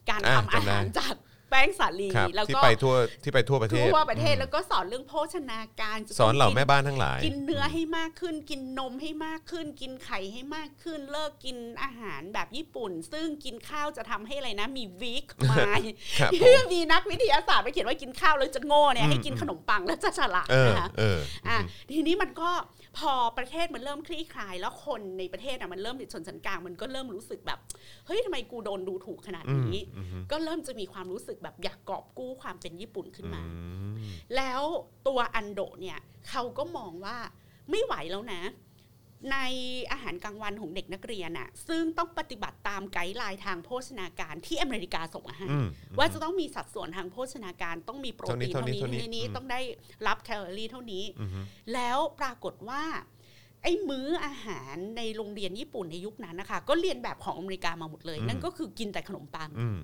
การ
อ่ะ
ทำอา
จำได้
หารจากแป้งสาลี
ครับ
แล้ว
ที่
ก็
ไปทั่วที่ไปทั่วประเทศ
ทั่วประเทศ
อืม
แล้วก็สอนเรื่องโภชนาการจะ
สอนเหล่าแม่
กิ
บ้านทั้งหลาย
กินเนื้อให้มากขึ้น กินนมให้มากขึ้น กินไข่ให้มากขึ้น เลิกกินอาหารแบบญี่ปุ่น ซึ่งกินข้าวจะทำให้อะไรนะ มีวิกมาย
ครับผม
ที่มีนักวิทยาศาสตร์ไปเขียนว่ากินข้าวแล้วจะโง่เนี่
อื
ย
ม
ให้กินขนมปังแล้วจะฉลาด
เออ
นะคะ
เอออ่ะ
อ่ะทีนี้มันก็พอประเทศมันเริ่มคลี่คลาย แล้วคนในประเทศอ่ะมันเริ่มเป็นชนชั้นกลางมันก็เริ่มรู้สึกแบบเฮ้ยทำไมกูโดนดูถูกขนาดนี้
อืมอืม
ก็เริ่มจะมีความรู้สึกแบบอยากกอบกู้ความเป็นญี่ปุ่นขึ้นมา
อืม
แล้วตัวอันโดะเนี่ยเขาก็มองว่าไม่ไหวแล้วนะ ในอาหารกลางวันของเด็กนักเรียนอะซึ่งต้องปฏิบัติตามไกด์ไลน์ทางโภชนาการที่อเมริกาส่งมาให้
อืม
ว่าจะต้องมีสัดส่วนทางโภชนาการต้องมีโปรตีน
เท่า
เท่า
นี้
นี้
เท่า
เท่า
นี้
นี้
อืม
ต้องได้รับแคลอรี่เท่านี้
อืม
แล้วปรากฏว่า ไอ้มื้ออาหารในโรงเรียนญี่ปุ่นในยุคนั้นนะคะ ก็เรียนแบบของอเมริกามาหมดเลย
อืม
นั่นก็คือกินแต่ขนมปัง
อืม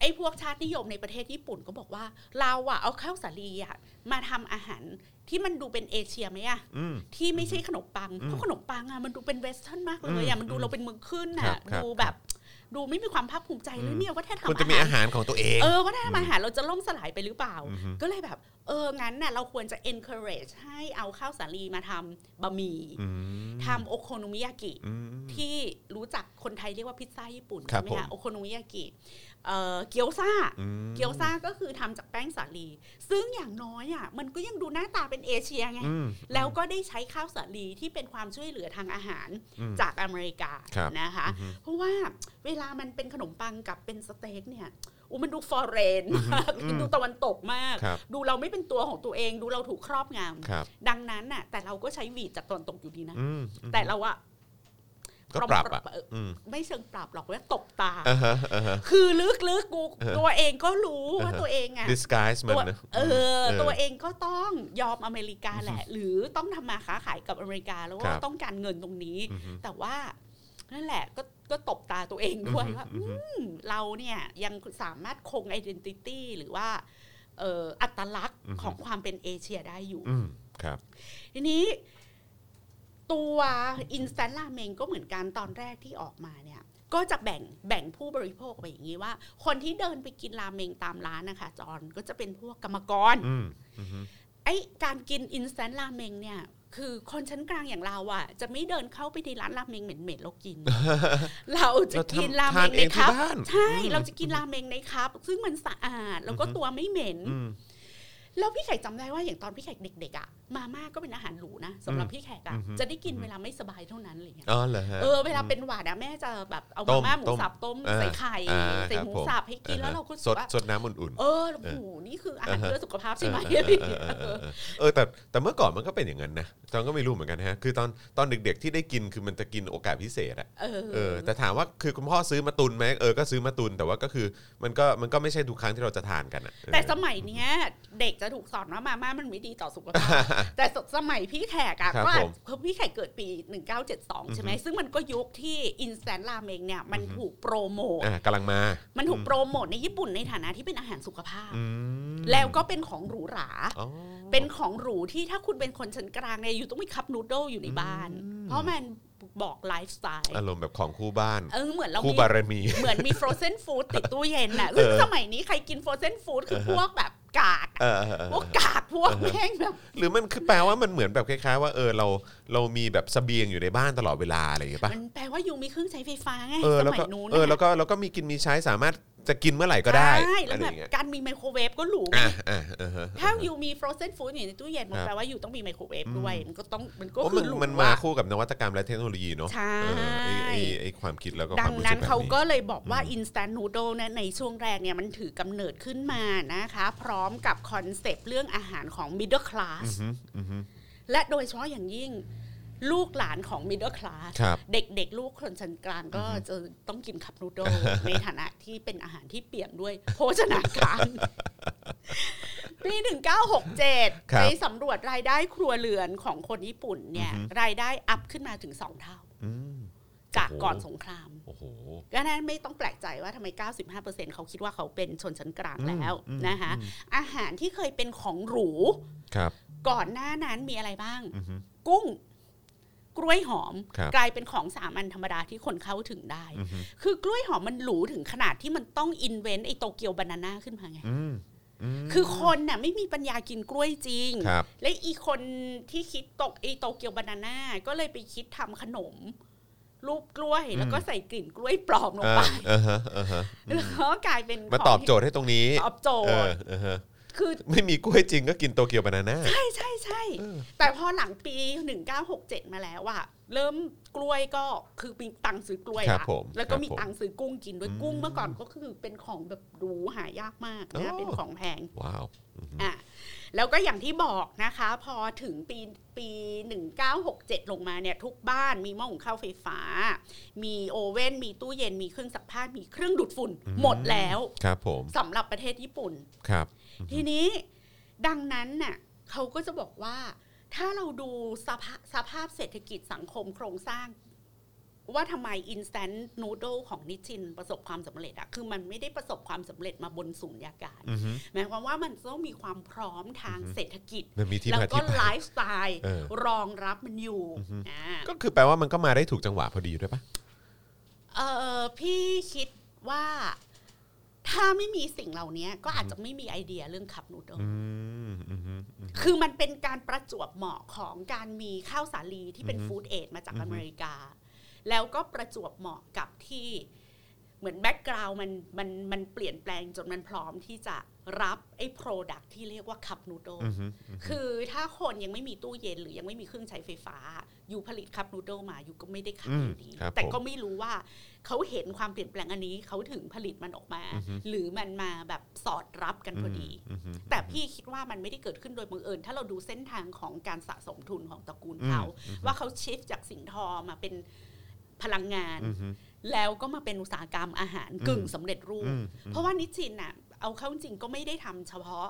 ไอ้พวกชาตินิยมในประเทศญี่ปุ่นก็บอกว่า เราอะเอาข้าวสาลีอะมาทำอาหารที่มันดูเป็นเอเชียไหมอะ
อืม
ที่ไม่ใช่ขนมปัง
อืม
เพราะขนมปังอะมันดูเป็นเวสเทิร์นมากเลยอะมันดูเราเป็นเมืองขึ้น
ครั
อะ
บครับ
ดูแบบ ดูไม่มีความภาคภูมิใจเล
อื
ย
ม
เนี่ยว่าถ้า
คุณ
ทำ
จะมีอา
อาหาร
หารของตัวเอง
เออว่าถ้าทำอาหารเราจะล่มสลายไปหรือเปล่า
อือฮึ
ก็เลยแบบ เออ งั้นน่ะเราควรจะ encourage ให้เอาข้าวสาลีมาทำบะหมี่
อืม
ทำโอโคโนมิยากิ
อืม
ที่รู้จักคนไทยเรียกว่าพิซซ่าญี่ปุ่น
ครั
ใช่
บ
ไหม
ผม
คะโอโคโนมิยากิเอ่อเกี๊ยวซ่า
อืม
เกี๊ยวซ่าก็คือทำจากแป้งสาลี ซึ่งอย่างน้อยอ่ะมันก็ยังดูหน้าตาเป็นเอเชียไง
อืม
แล้วก็ได้ใช้ข้าวสาลีที่เป็นความช่วยเหลือทางอาหาร
อืม
จากอเมริกา
ครับ
นะคะ
อือฮึ
เพราะว่าเวลามันเป็นขนมปังกับเป็นสเต็กเนี่ยอูมันดูฟอร์เรนมากมันดูตะวันตกมาก
ครับ
ดูเราไม่เป็นตัวของตัวเอง ดูเราถูกครอบง
ครับ
ำดังนั้นน่ะ แต่เราก็ใช้หวีดจากตะวันตกอยู่ดีนะ
อืม
แต่เราอะ
ก็ปรับอ่ะ
เอ่อ
อืม
ไม่เชิงปรับหรอกว่าตกตา
อ่าฮะอ่าฮะ
คือลึกๆกู
เออ
ตัวเองก็รู้ว่า
เออ
ตัวเองอะ
disguise มัน
ตัว
นะ
เออ
เออ
ตัวเองก็ต้องยอมอเมริกาแหละ หรือต้องทำมาค้าขายกับอเมริกาแล้ว
ครั
ว่า
บ
ต้องการเงินตรงนี้
อืมอืม
แต่ว่านั่นแหละก็ก็ตบตาตัวเองด้วยว่า
อืม
อืมเราเนี่ยยังสามารถคง identity หรือว่าเอ่ออัตลักษณ์
อือฮึ
ของความเป็นเอเชียได้อยู่
อืมครับ
ทีนี้ตัว instant ramen ก็เหมือนกันตอนแรกที่ออกมาเนี่ย ก็จะแบ่งแบ่งผู้บริโภคไปอย่างนี้ว่า คนที่เดินไปกินราเมงตามร้านนะคะจอนก็จะเป็นพวกกรรมกร
อืมอืม
ไอการกิน instant ramen เนี่ยคือคนชั้นกลางอย่างเราอะจะไม่เดินเข้าไปในร้านราเมงเหม็นๆแล้วกิน เราจะกินราเม
ทาน
ง
เอ
ใน
ง
ค
ที่
รับ
บ้าน
ใช่
อืม
เราจะกินราเมงในครับ ซึ่งมันสะอาดแล้วก็
อือฮึ
ตัวไม่เหม็น
อืม
แล้วพี่แขกจำได้ว่าอย่างตอนพี่แขกเด็กๆอะมาม่าก็เป็นอาหารหรูนะสำหรับ
อืม
พี่แขกอะ
อือฮึ
จะได้กินเวลาไม่สบายเท่านั้นอะไรเงี้ย
อ๋อเหรอฮะ
เออเวลาเป็นหวัดอะแม่จะแบบเอา
ต้
มาม ม่าหมู
ต้ม
สับต้ม
อ่า
ใส่ไข่
อ่า
ใส่
ครับ
หมู
ผม
สับให้กินแล้วเราก็รู้
ส
สึ
ด
กว่า
สดน้ำอุ่น
เออโอ้โหนี่คืออาหาร
อ่าฮะ
เพื่อสุขภาพ
ๆ
ใช่ไหม
เออเออเออเออเออเออแต่แต่เมื่อก่อนมันก็เป็นอย่างนั้นนะจอนก็ไม่รู้เหมือนกันฮะคือตอนตอนเด็กๆที่ได้กินคือมันจะกินโอกาสพิเศษอะ
เออ
เออแต่ถามว่าคือคุณพ่อซื้อมาตุนไหมเออก็ซื้อมาตุนแต่ว่าก็คือมันก็มันก็ไม่ใช่ทุกครั้งที่เราจะทานกันอะเออ
แต่สมัยเนี้ยเด็กจะถูกสอนว่ามาม่ามันไม่ดีต่อสุข ภาพ แต่สสมัยพี่แขกอะ
ครับ
ก็อาจ
ผม
เพราะพี่แขกเกิดปี 1972 ใช่ไหมซึ่งมันก็ยุคที่ instant ramen เนี่ยมัน
อือฮึ
ถูกโปรโมท
อ่ะกำลังมา
มันถูกโปรโมทในญี่ปุ่นในฐานะที่เป็นอาหารสุขภาพ
อืม
แล้วก็เป็นของหรูหรา
อ๋อ
เป็นของหรูที่ถ้าคุณเป็นคนชั้นกลางเนี่ยอยู่ต้องมีคัพนูดเดิลอยู่ในบ้าน
อืม
เพราะมันบอกไลฟ์สไตล์
อารมณ์แบบของคู่บ้าน
เออเหมือนเรา
คู่
มี
บารมี
เหมือนมี frozen food ติดตู้เย็นน่ะซึ่ง
เออ
สมัยนี้ใครกิน frozen food คือ
เออ
พ
ฮะ
วกแบบกาก
เออเออเออ
พวกกากพวก
เออฮะ
แม่งแบบ
หรือมันคือแปลว่ามันเหมือนแบบคล้ายๆ ว่าเออเราเรามีแบบเสบียงอยู่ในบ้านตลอดเวลาอะไรอย่างเงี้ยป่ะ
มันแปลว่าอยู่มีเครื่องใช้ไฟฟ้าไง
เออ
ส
แล้ว
มัย
ก็
นู้น
เออ
น่ะ
แล้วก็แล้วก็มีกินมีใช้สามารถจะกินเมื่อไหร่ก็ได้
ใช่แล้
อะ
ว
ไรอ
แบบ
ย่างเงี้ย
การมีไมโครเวฟก็หรู
อ่ะอ่ะเออฮะ
ถ้าอยู่มี frozen food อยู่ในตู้เย็นมัน
ครับ
แปลว่าอยู่ต้องมีไมโครเวฟด้วยมันก็ต้องมันก็
เพราะ
คื
มั
อน หรู
มันมา
อะ
คู่กับนวัตกรรมและเทคโนโลยีเนาะ
ใช่
เออไอไอไอความคิดแล้วก็ค
ดั
วาม
ง
รู้สึกแบบ
นั้น
นี้
เขาก็เลยบอกว่า instant noodle นะในช่วงแรกเนี่ยมันถือกำเนิดขึ้นมานะคะ พร้อมกับคอนเซปต์เรื่องอาหารของ middle class
อืมอืมอืม
และโดยเฉพาะอย่างยิ่งลูกหลานของ middle class
ครับ
เด็กๆ ลูกคนชั้นกลางก็จะต้องกินคับนูโด ในฐานะที่เป็นอาหารที่เปี่ยมด้วยโภชนาการ ปี 1967
ครับ
ไปสำรวจรายได้ครัวเรือนของคนญี่ปุ่นเนี่ย
อือฮึ
รายได้อัพขึ้นมาถึง 2 เท่า
อืม
จาก
โอ้โห
ก่อนสงคราม
โอ้โห
ก็นั้นไม่ต้องแปลกใจว่าทำไม 95%เขาคิดว่าเขาเป็นชนชั้นกลางแล้ว
อืมอืม
นะคะ
อืม
อาหารที่เคยเป็นของหรู
ครับ
ก่อนหน้านั้นมีอะไรบ้าง
อือฮึ
กุ้งกล้วยหอม
ครับ
กลายเป็นของสามัญธรรมดาที่คนเข้าถึงได้
อือฮึ
คือกล้วยหอมมันหรูถึงขนาดที่มันต้องอินเวนต์ไอโตเกียวบานาน่าขึ้นมาไง
อืมอืม
คือคนน่ะไม่มีปัญญากินกล้วยจริง
ครับ
และอีคนที่คิดตกไอโตเกียวบานาน่าก็เลยไปคิดทำขนม รูปกล้วย แล้วก็ใส่กลิ่นกล้วยปลอมลง
อ่า
ไป
เออฮะเออฮะอื
แล้
ม
วก็กลายเป็น
มา
ของ
ตอบโจทย์ให้ตรงนี้
ตอบโจ
เอ
ท
อ
ย์
เออฮะ
คือ
ไม่มีกล้วยจริงก็กินโตเกียวบานาน่า
ใช่ใช่ใช่
เออ
แต่พอหลังปี 1967 มาแล้วอะเริ่มกล้วยก็คือมีตังค์ซื้อกล้วย
ครับ
ละ
ผม
แล้วก็มี
ครับผม
ตังค์ซื้อกุ้งกินด้วย
อืม
กุ้งเมื่อก่อนก็คือเป็นของแบบหรูหายากมาก
โอ้
นะเป็นของแพง
ว้าว
อ่ะแล้วก็อย่างที่บอกนะคะ พอถึงปีปี 1967 ลงมาเนี่ย ทุกบ้านมีหม้อหุงข้าวไฟฟ้า มีโอเว่นมีตู้เย็นมีเครื่องซักผ้ามีเครื่องดูดฝุ่น
อืม
หมดแล้ว
ครับผม
สำหรับประเทศญี่ปุ่น
ครับ
ทีนี้ดังนั้นน่ะเขาก็จะบอกว่า ถ้าเราดูสภาสภาพเศรษฐกิจสังคมโครงสร้าง ว่าทำไม instant noodle ของนิชชินประสบความสำเร็จอะคือมันไม่ได้ประสบความสำเร็จมาบนสูญญากาศ
อือฮึ
หมายความว่ามันต้องมีความพร้อมทางเศรษฐกิจ
มันมีที่
แล้ว
มา
ก็
ที่ไป
ไลฟ์สไตล์
เออ
รองรับมันอยู่อ่า
ก็คือแปลว่ามันก็มาได้ถูกจังหวะพอดีด้วยปะ
เออพี่คิดว่า ถ้า ถ้าไม่มีสิ่งเหล่านี้ก็อาจจะไม่มีไอเดียเรื่องคับนูโด
อืมอืมอืม
คือมันเป็นการประจวบเหมาะของการมีข้าวสาลีที่เป็น
อือฮึ
ฟู้ดเอดมาจาก
อือฮึ
อเมริกา แล้วก็ประจวบเหมาะกับที่เหมือนแบ็กกราวมันมันมันเปลี่ยนแปลงจนมันพร้อมที่จะรับไอ้โปรดักที่เรียกว่าคับนูโด
อืมอืมอืม
คือถ้าคนยังไม่มีตู้เย็นหรือยังไม่มีเครื่องใช้ไฟฟ้า อยู่ผลิตคัพนูโดมาอยู่ก็ไม่ได้ขายอยู่ดี
อืมครับ
แต่ก็ไม่รู้ว่าเขาเห็นความเปลี่ยนแปลงอันนี้เขาถึงผลิตมันออกมา
อือฮึ
หรือมันมาแบบสอดรับกันพอดี
มอืม
แต่พี่คิดว่ามันไม่ได้เกิดขึ้นโดยบังเอิญ ถ้าเราดูเส้นทางของการสะสมทุนของตระกูลเขา
อืมอืม
ว่าเขาชิฟจากสิ่งทอมาเป็นพลังงาน
อืมอืม
แล้วก็มาเป็นอุตสาหกรรมอาหารกึ่งสำเร็จรูป
อืม
เพราะว่านิชชินน่ะเอาเข้าจริงก็ไม่ได้ทำเฉพาะ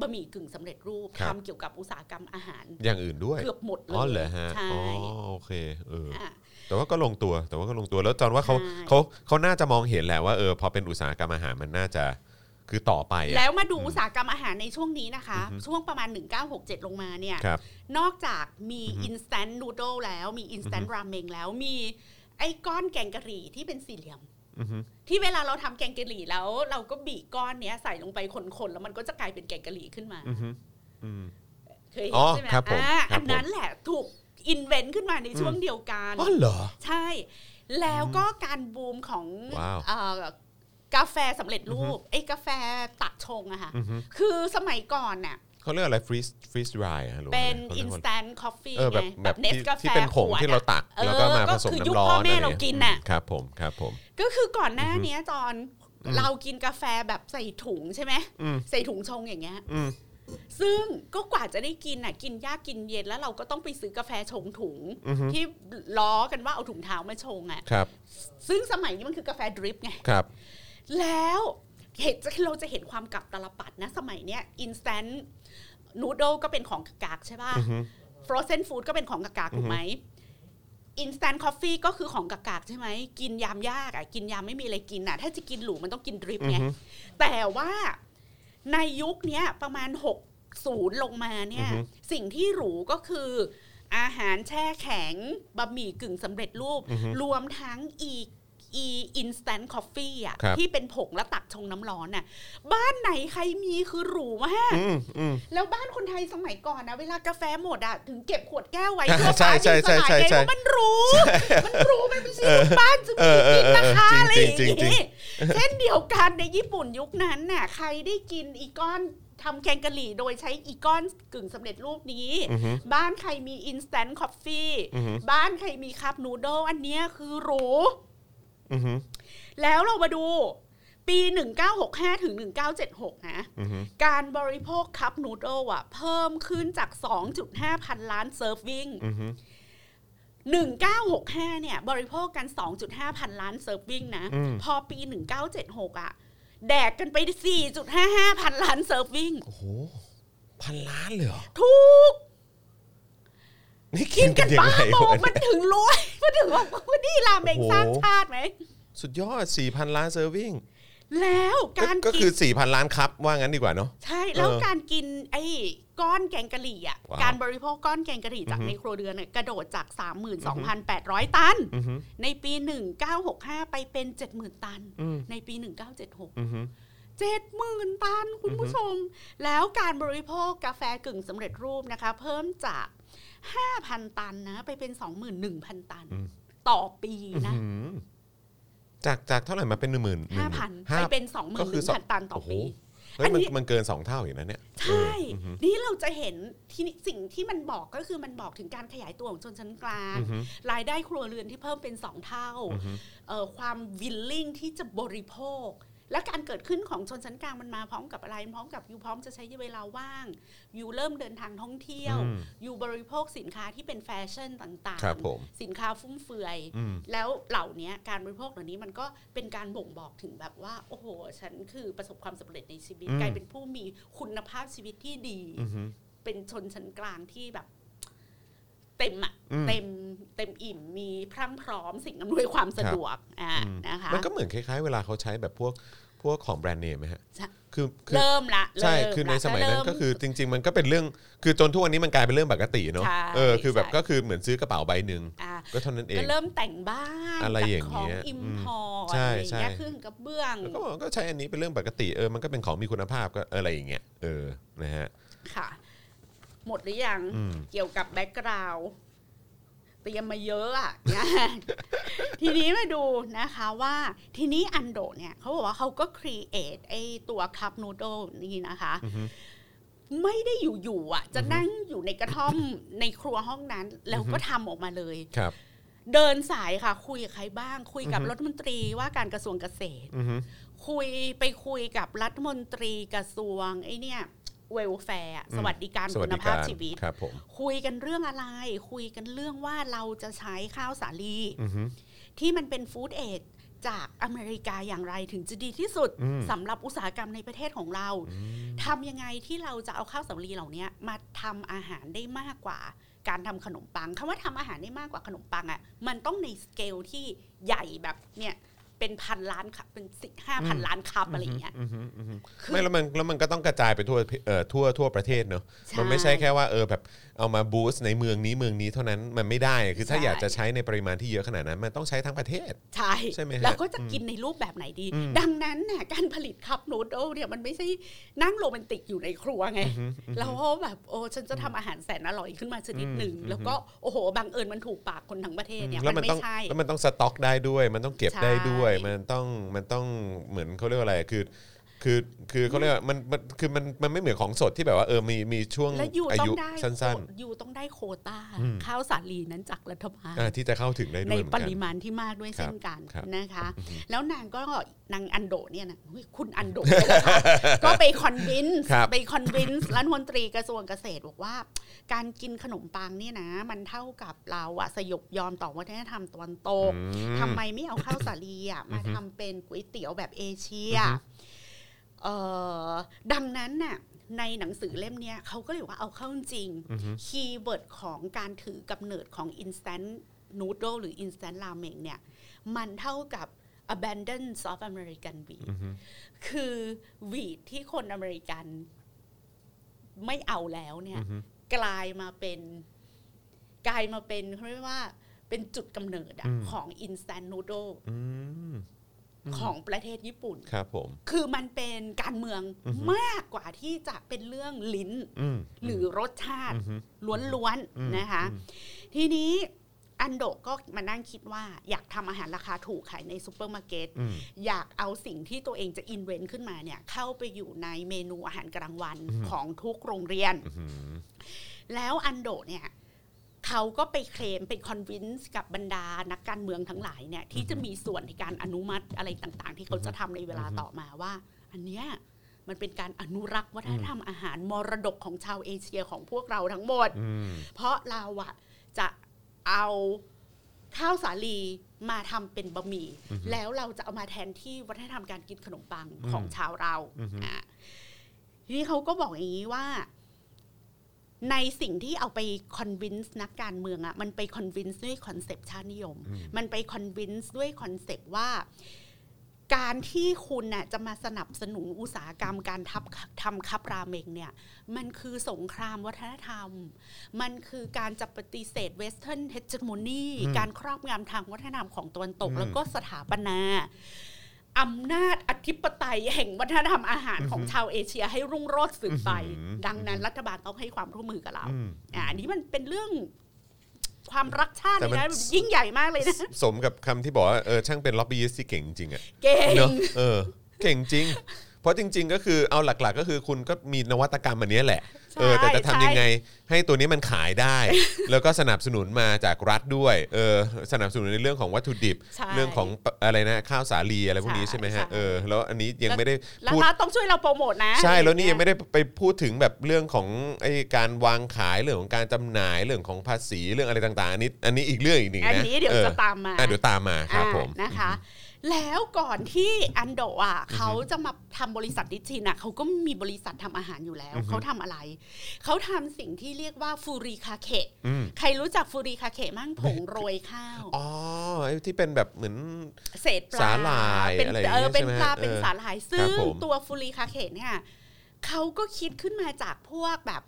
บะหมี่กึ่งสำเร็จรูป
ครั
ทำ
บ
เกี่ยวกับอุตสาหกรรมอาหาร
อย่างอื่นด้วย
เกือบหมดเลย
อ๋อเหรอฮะ
ใช่
อ๋อโอเคเออ
อ่ะ
แต่ว่าก็ลงตัวแต่ว่าก็ลงตัวแล้วจอนว่าเขา
ใช่
เขาเขาน่าจะมองเห็นแหละว่าเออพอเป็นอุตสาหกรรมอาหารมันน่าจะคือต่อไปอะ
แล้วมาดูอุตสาหกรรมอาหารในช่วงนี้นะคะ
อือฮึ
ช่วงประมาณ 1967 ลงมาเนี่ย
ครับ
นอกจากมี
อือฮึ
instant noodle แล้วมี instant ramen แล้วมีไอ้ก้อนแกงกะหรี่ที่เป็นสี่เหลี่ยม
อือฮึ
ที่เวลาเราทำแกงกะหรี่แล้ว เราก็บีบก้อนเนี้ยใส่ลงไปคนๆแล้วมันก็จะกลายเป็นแกงกะหรี่ขึ้นมา
อือฮึอืม
เคยเห็
อ๋
น
อ
ใช่ไหม
ครับผม
อ่า
ครั
อั
บ
น
ผม
นั้นแหละถูกอินเวนต์ขึ้นมาในช่วงเดียวกัน
อ๋อเหรอ
ใช่ แล้วก็การบูมของ
ว้าว
เอ่อกาแฟสำเร็จรูปไอ้กาแฟตักชงอะค่ะ
อือฮึ
คือสมัยก่อนน่ะ
เขาเรียกอะไรฟรีสฟรีสดรายฮะหรือว่า
เป็น
อะไรขารียกว่า
instant coffee
เออแบบ
ไง
แบบ
เนส
ที่
กาแฟ
ที่เป็นผงที่เราตัก
ขวดอะ
แล้วก็มาผสม
เออคือยุค
น้ำร้อ
พ่อน แม่
อะไร
เรากิน
น่
น่ะ
ครับผมครับผม
ก็คือก่อนหน้า
อือฮึ
เนี้ยจอน
อืม
เรากินกาแฟแบบใส่ถุงใช่ไหม
อืม
ใส่ถุงชงอย่างเงี้ย
อืม
ซึ่งก็กว่าจะได้กินน่ะกินยากกินเย็นแล้วเราก็ต้องไปซื้อกาแฟชงถุง
อือฮึ
ที่ล้อกันว่าเอาถุงเท้ามาชงอ่ะ
ครับ
ซึ่งสมัยนี้มันคือกาแฟดริปไง
ครับ
แล้วเห็นจะเราจะเห็นความกลับตาลปัดนะสมัยเนี้ย instant noodle ก็เป็นของกากๆใช่ป่ะ
อือฮึ
frozen food ก็เป็นของกากๆถูกไหม instant coffee ก็คือของกากๆใช่ไหม กินยามยากอ่ะ กินยามไม่มีอะไรกินอ่ะ ถ้าจะกินหรูมันต้องกินดริปไง
อือฮึ
แต่ว่าในยุคเนี้ยประมาณ 60 ลงมาเนี่ย
อือฮึ
สิ่งที่หรูก็คือ อาหารแช่แข็งบะหมี่กึ่งสำเร็จรูป รวมทั้งอีอีอินสแตนต์คอฟฟี่อ่ะ
ครับ
ที่เป็นผงและตักชงน้ำร้อนน่ะ บ้านไหนใครมีคือหรูมาก
อืมอืม
แล้วบ้านคนไทยสมัยก่อนนะ เวลากาแฟหมดอ่ะ ถึงเก็บขวดแก้วไว้
ใช่
เพื่อฟ้าดิน
ใช่ใช่
สลาย
ใช่ใช่
ไงว่ามันหรู้ มันหรู้มันไม่ใช่ลูกบ้านจะ
เอ
มี
อเอ
กิ
อนเออ
นะคะอะไร
จริ
อง ย่าง
จริงจริง
นี้เช่นเดียวกันในญี่ปุ่นยุคนั้นน่ะ ใครได้กินอีก้อนทำแกงกะหรี่โดยใช้อีก้อนกึ่งสำเร็จรูปนี้
อือฮึ
บ้านใครมีอินสแตนต์คอฟฟี่
อือฮึ
บ้านใครมีคัพนูโดอันเนี้ยคือหรู
อือฮึ
แล้วเรามาดูปี 1965 ถึง 1976 นะ
อือฮึ
การบริโภคคัพนูโดอ่ะ เพิ่มขึ้นจาก 2.5 พันล้านเซิร์ฟวิ่ง
อือฮึ
1965 เนี่ย บริโภคกัน 2.5 พันล้านเซิร์ฟวิ่งนะ
อืม
พอปี 1976 อ่ะ แดกกันไป 4.55 พันล้านเซิร์ฟวิ่ง
โอ้โหพันล้านเลยเหรอ
ทุก
นี่กิ
กิ
น
น
กั
กัน น
ยัง
บ้า
ไง
บอ
วะ
มันถึงรวย มันถึงบอกว่านี่ราเมง
โอ้โห
สร้างชาติไหม
สุดยอด4,000ล้านเซอร์วิ่ง
แล้วการ
ก็
กิ
คื
น
อ 4,000 ล้านครับ ว่างั้นดีกว่าเนาะ
ใช่ แล้ว
เออ
การกินไอ้ก้อนแกงกะหรี่อ่ะ
ว้าว
การบริโภคก้อนแกงกะหรี่จาก
อือฮึ
ในครัวเรือนเนี่ยกระโดดจาก 32,800 ตัน
อือฮึ
ในปี 1965 ไปเป็น 70,000 ตัน
อืม
ในปี 1976
อือฮึ
70,000 ตันคุณผู้ชม แล้วการบริโภคกาแฟกึ่งสำเร็จรูปนะคะ เพิ่มจาก 5,000 ตันนะ ไปเป็น 21,000 ตัน
อืม
ต่อปีนะ
อื้อหือจากจากเท่าไหร่มาเป็นหนึ่งหมื่น
ห้าพันไปเป็นสองหมื่
ก็
นห
คือ
นึ่ง
สอง
พันตันต่อ
โโห
ปี
เฮ้ย
อัน
มัน
นี้
มันเกินสองเท่าอยู่นะเนี่ย
ใช่ นี่เราจะเห็นที่นี่สิ่งที่มันบอกก็คือมันบอกถึงการขยายตัวของชนชั้นกลาง
อือหือ
รายได้ครัวเรือนที่เพิ่มเป็น 2 เท่า
อือฮึ
เอ่อความวิลลิ่งที่จะบริโภค และการเกิดขึ้นของชนชั้นกลางมันมาพร้อมกับอะไรพร้อมกับอยู่พร้อมจะใช้เวลาว่าง อยู่เริ่มเดินทางท่องเที่ยว
อืม
อยู่บริโภคสินค้าที่เป็นแฟชั่นต่าง
ครับผม
สินค้าฟุ่มเฟือย
อืม
แล้วเหล่านี้การบริโภคเหล่านี้มันก็เป็นการบ่งบอกถึงแบบว่า โอ้โห ฉันคือประสบความสำเร็จในชีวิต
อืม
กลายเป็นผู้มีคุณภาพชีวิตที่ดี
อือหือ
เป็นชนชั้นกลางที่แบบ เต็มอะ
อืม
เต็มเต็มอิ่มมีพรั่งพร้อมสิ่งอำนวยความสะดวกอ่า
อืม
นะคะ
มันก็เหมือนคล้ายๆ เวลาเขาใช้แบบพวกพวกของแบรนด์เนมไหมฮะ
ใช่
คือคือ
เริ่มละ
ใช่
เริ่ม
คือใน
ละ
สมัยนั้น
เริ่
ก็คือจริง ๆ มันก็เป็นเรื่อง คือจนทุกวันนี้มันกลายเป็นเรื่องปกติเนาะ
ใช่
เออ คือแบบ
ใช่
ก็คือเหมือนซื้อกระเป๋าใบหนึ่ง
อ่ะ
ก็เท่านั้นเอ
ก็
ง
เริ่มแต่งบ้าน
อะไรอย่าง
ข
เงี้
อง
ย
อิม
อืม
พอร์ต
ใช่
อะไรอย่าง
ใช่
เงี้ยเครื่องกระเบื้อง
แล้วก็ก็ใช้อันนี้เป็นเรื่องปกติ เออ มันก็เป็นของมีคุณภาพก็อะไรอย่างเงี้ย เออ นะฮะ
ค่ะ หมดหรือยัง
อืม
เกี่ยวกับแบ็กกราวด์เตรียมมาเย อะอ่ะ นะทีนี้มาดูนะคะว่าทีนี้อันโดเนี่ยเขาบอกว่าเขาก็ครีเอทไอตัวคัพนูโดนี่นะคะ
อือฮึ
ไม่ได้อยู่ๆอ่ะ จะนั่งอยู่ในกระท่อม ในครัวห้องนั้น แล้วก็ทำออกมาเลย
ครับ
เดินสายค่ะ คุยกับใครบ้าง คุยกับ
อือฮึ
รัฐมนตรีว่าการกระทรวงเกษตร
อือฮึ
คุยไปคุยกับรัฐมนตรีกระทรวงไอ้เนี่ยเวลแฟร์
อืม
สวัสดิการ
สวั
คุ
ส
ณ
ดี
ภา
การ
พชีวิต
ครับผม
คุยกันเรื่องอะไร คุยกันเรื่องว่าเราจะใช้ข้าวสาลี
อือฮึ
ที่มันเป็นฟู้ดเอดจากอเมริกาอย่างไรถึงจะดีที่สุด
อืม
สำหรับอุตสาหกรรมในประเทศของเราทำยังไงที่เราจะเอาข้าวสาลีเหล่านี้มาทำอาหารได้มากกว่า การทำขนมปังคำว่าทำอาหารได้มากกว่าขนมปังอะ่ะมันต้องในสเกลที่ใหญ่แบบเนี่ยเป็นพันล้านคัพเป็นสิห้าพันล้านคัพอะไรอย่างเงี้ย
อือฮึอือฮึ
คือ
ไม่แล้วมันแล้วมันก็ต้องกระจายไปทั่วเอ่อทั่วทั่วประเทศเนอะ
ใช่
มันไม่ใช่แค่ว่าเออแบบเอามาบูสต์ในเมืองนี้เมืองนี้เท่านั้นมันไม่ได้คือถ้า
ใช่
อยากจะใช้ในปริมาณที่เยอะขนาดนั้นมันต้องใช้ทั้งประเทศ
ใช่
ใช่ไหมฮะ
แล้วก็จะกินในรูปแบบไหนดี
อืม
ดังนั้นน่ะการผลิตคัพนูดโดเนี่ยมันไม่ใช่นั่งโรแมนติกอยู่ในครัวไง
อือฮึ
แล้วแบบโอ้ฉันจะทำอาหารแสนอร่อยขึ้นมาชนิดหนึ่ง
อืม
แล้วก็โอ้โหบังเอิญมันถูกปากคนทั้งประเทศเนี่ย
แล้ว
มั
มัน น
ไม่
ต้อง
ใช่
แล้วมันต้องสต็อกได้ด้วย มันต้องเก็บได้ด้วย
ใช่
มันต้องมันต้องเหมือนเขาเรียกว่าอะไรคือ คือคือเขาเรียกว่ามันมันคือมันมันไม่เหมือนของสดที่แบบว่าเออมีมีช่วง
และอยู่
อา
ต้อ
ยุ
งได้
สั้น
โควอยู่ต้องได้โควตา
อืม
ข้าวสาลีนั้นจากรัฐบาล
ๆอ่าที่จะเข้าถึงได้ด้
ใน
วยเหมือน
ป
กัน
ริมาณที่มากด้วย
ครับ
เช่นกัน
ครับ
นะคะ แล้วนางก็นางอันโดเนี่ยนะอุ๊ยคุณอัน โดเนี่ยนะคะ ก็ไปคอนวินส์
ครับ
ไปคอนวินส์รัฐมนตรีกระทรวงเกษตรบอกว่า การกินขนมปังเนี่ยนะ มันเท่ากับเราอะสยบยอมต่อวัฒนธรรมตะวันตก
อื
ทำไมไม่เอาข้าวสาลีอ่ะมาทำเป็นก๋วยเตี๋ยวแบบเอเชียเอ่อดังนั้นน่ะในหนังสือเล่มเนี้ยเขาก็เลยบอกว่าเอาเข้าจริง
อือฮึ
คีย์เวิร์ดของการถือกำเนิดของ instant noodle หรือ instant ramen เนี่ยมันเท่ากับ abandon of American wheat
อือฮึ
คือวีดที่คนอเมริกันไม่เอาแล้วเนี่ย
อือฮึ
กลายมาเป็นกลายมาเป็นเขาเรียกว่าเป็นจุดกำเนิดอะ
อืม
ของ instant noodle
อืม
ของประเทศญี่ปุ่น
ครับผม
คือมันเป็นการเมือง
อือฮึ
มากกว่าที่จะเป็นเรื่องลิ้น
อืม
หรือรสชาติ
อฮึ
ล้วน
อืม
ๆนะคะ
อืม
ทีนี้อันโดะก็มานั่งคิดว่าอยากทำอาหารราคาถูกขายในซูเปอร์มาร์เก็ต
อืม
อยากเอาสิ่งที่ตัวเองจะอินเวนต์ขึ้นมาเนี่ยเข้าไปอยู่ในเมนูอาหารกลางวัน
อือฮึ
ของทุกโรงเรียน
อืม
แล้วอันโดะเนี่ยเขาก็ไปเคลมไปคอนวินส์กับบรรดานักการเมืองทั้งหลายเนี่ยที่จะมีส่วนในการอนุมัติอะไรต่างๆ ที่เขาจะทำในเวลาต่อมาว่า อันเนี้ยมันเป็นการอนุรักษ์วัฒนธรรมอาหารมรดกของชาวเอเชียของพวกเราทั้งหมด
อืม
เพราะเราอะจะเอาข้าวสาลีมาทำเป็นบะหมี่แล้วเราจะเอามาแทนที่วัฒนธรรมการกินขนมปังของชาวเรา
อือฮึ
อ่ะทีนี้เขาก็บอกอย่างนี้ว่า ในสิ่งที่เอาไปคอนวินส์นักการเมืองอะมันไปคอนวินส์ด้วยคอนเซปต์ชาตินิยม มันไปคอนวินส์ด้วยคอนเซปต์ว่า การที่คุณน่ะจะมาสนับสนุนอุตสาหกรรมการทับทำคับราเมงเนี่ย มันคือสงครามวัฒนธรรม มันคือการจะปฏิเสธเวสเทิร์นเฮจิโมนี
อืม
การครอบงำทางวัฒนธรรมของตะวันตก
อืม
แล้วก็สถาปนาอำนาจอธิปไตยแห่งวัฒนธรรมอาหารของชาวเอเชียให้รุ่งโรจน์สืบไป
อืม
ดังนั้นรัฐบาลต้องให้ความร่วมมือกับเรา
อืม
อ่าอันนี้มันเป็นเรื่องความรักชาติ
แต่
เลย
มัน
นะมันยิ่งใหญ่มากเลยนะ
สมกับคำที่บอกว่าเออช่างเป็นล็อบบี้ที่เก่งจริงอะ
เก่ง
เนอะเออเก่งจริง เพราะจริง ๆ ก็คือเอาหลัก ๆ ก็คือคุณก็มีนวัตกรรมอันเนี้ยแหละ
ใช่
เออแต่จะ
ใช่
ทำยังไง ให้ตัวนี้มันขายได้ แล้วก็สนับสนุนมาจากรัฐด้วยเออสนับสนุนในเรื่องของวัตถุดิบ
ใช่
เรื่องของปะอะไรนะข้าวสาลีอะไรพวกนี้
ใช่
ใช่ไหม
ใช่
ฮะเออแล้วอันนี้ยังไม่ได้
แล้ว
พูด
รัฐต้องช่วยเราโปรโมทนะ
ใช่แล้วนี่ยัง
อะรอางเงี้
ไม่ได้ไปพูดถึงแบบเรื่องของไอ้การวางขายเรื่องของการจำหน่ายเรื่องของภาษีเรื่องอะไรต่างๆอันนี้อันนี้อีกเรื่องอีกหนึ่ง
อัน
นะ
นี้เดี๋ยว
ออ
จะตามมา
อ่ะเดี๋ยวตามมาครับผม
อ่านะคะ แล้วก่อนที่อันโดะอ่ะเขาจะมาทำบริษัทดิจินอ่ะเขาก็มีบริษัททำอาหารอยู่แล้ว
อือฮึ
เขาทำอะไร เขาทำสิ่งที่เรียกว่าฟูริคาเคะ
อืม
ใครรู้จักฟูริคาเคะมั่งผงโรยข้าว
อ๋อไอ้ที่เป็นแบบเหมือน
เศษปลา
สาหร่าย
เป็น
อะไรอย่าง
เอ
เงี้ย
อเป็น
ใช่ไหม
ปลา
เออ
เป็นสาหร่าย
ครั
ซึ่
บ
ง
ผม
ตัวฟูรีคาเขตเนี่ยเขาก็คิดขึ้นมาจากพวกแบบ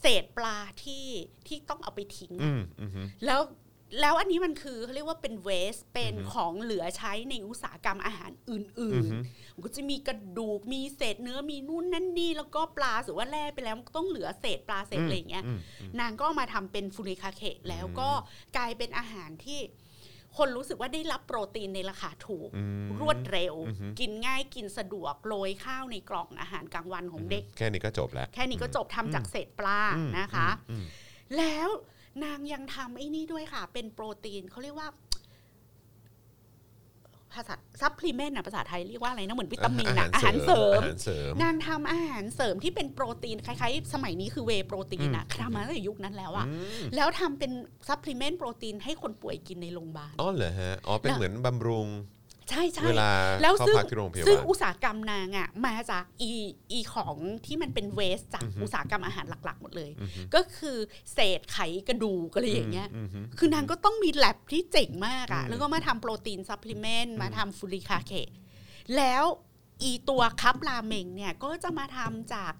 เศษปลาที่ที่ต้องเอาไปทิ้ง
อืมอืมฮึ
แล้วแล้วอันนี้มันคือเขาเรียกว่าเป็นเวสเป็น
อือฮึ
ของเหลือใช้ในอุตสาหกรรมอาหารอื่
อื
น
อฮึ
ๆมันก็จะมีกระดูกมีเศษเนื้อมีนู่นนั่นนี่แล้วก็ปลาหรือว่าแร่ไปแล้วมันก็ต้องเหลือเศษปลาเศษอะไรอย่างเงี้ย
มอืม
นางก็เอามาทำเป็นฟูริคาเคะแล้วก็กลายเป็นอาหารที่คนรู้สึกว่าได้รับโปรตีนในราคาถูก
อืม
รวดเร็ว
อือฮึ
กินง่ายกินสะดวกโรยข้าวในกล่องอาหารกลางวันของเด็ก
แค่นี้ก็จบแล้ว
แค่นี้ก็จบทำจากเศษปลา
อืม
นะคะ
อืม
แล้วนางยังทำไอ้นี่ด้วยค่ะ เป็นโปรตีนเขาเรียกว่า ภาษาซัพพลีเมนต์นะภาษาไทยเรียกว่าอะไรนะเหมือนวิตามินนะอาหารเสริม
อาหารเสริม
นางทำอาหารเสริมที่เป็นโปรตีนคล้ายๆ สมัยนี้คือเวย์โปรตีนอะทำมาตั้งแต่ยุคนั้นแล้วอะ
อืม
แล้วทำเป็นซัพพลีเมนต์โปรตีนให้คนป่วยกินในโรงพยาบาล
อ๋อเหรอฮะ อ๋อ เป็น
น่ะ
เหมือนบำรุง
ใช่ใช่
เวลา
แล้ว
เข้า
ซึ่ง
พักที่โรงพยา
ซึ่ง
บาล
อุตสาหกรรมนางอะมาจากอีอีของที่มันเป็นเวสจากอุตสาหกรรมอาหารหลัก ๆ หมดเลย
อือฮึ
ก็คือเศษไขกระดูกอะไรอย่างเงี้ย
มฮึ
คือนางก็ต้องมีแลบที่เจ๋งมากอะ
อืม
แล้วก็มาทำโปรตีนซัพพลีเมนต์ มาทำฟูริคาเคะแล้วอีตัวคัพราเมงเนี่ยก็จะมาทำจาก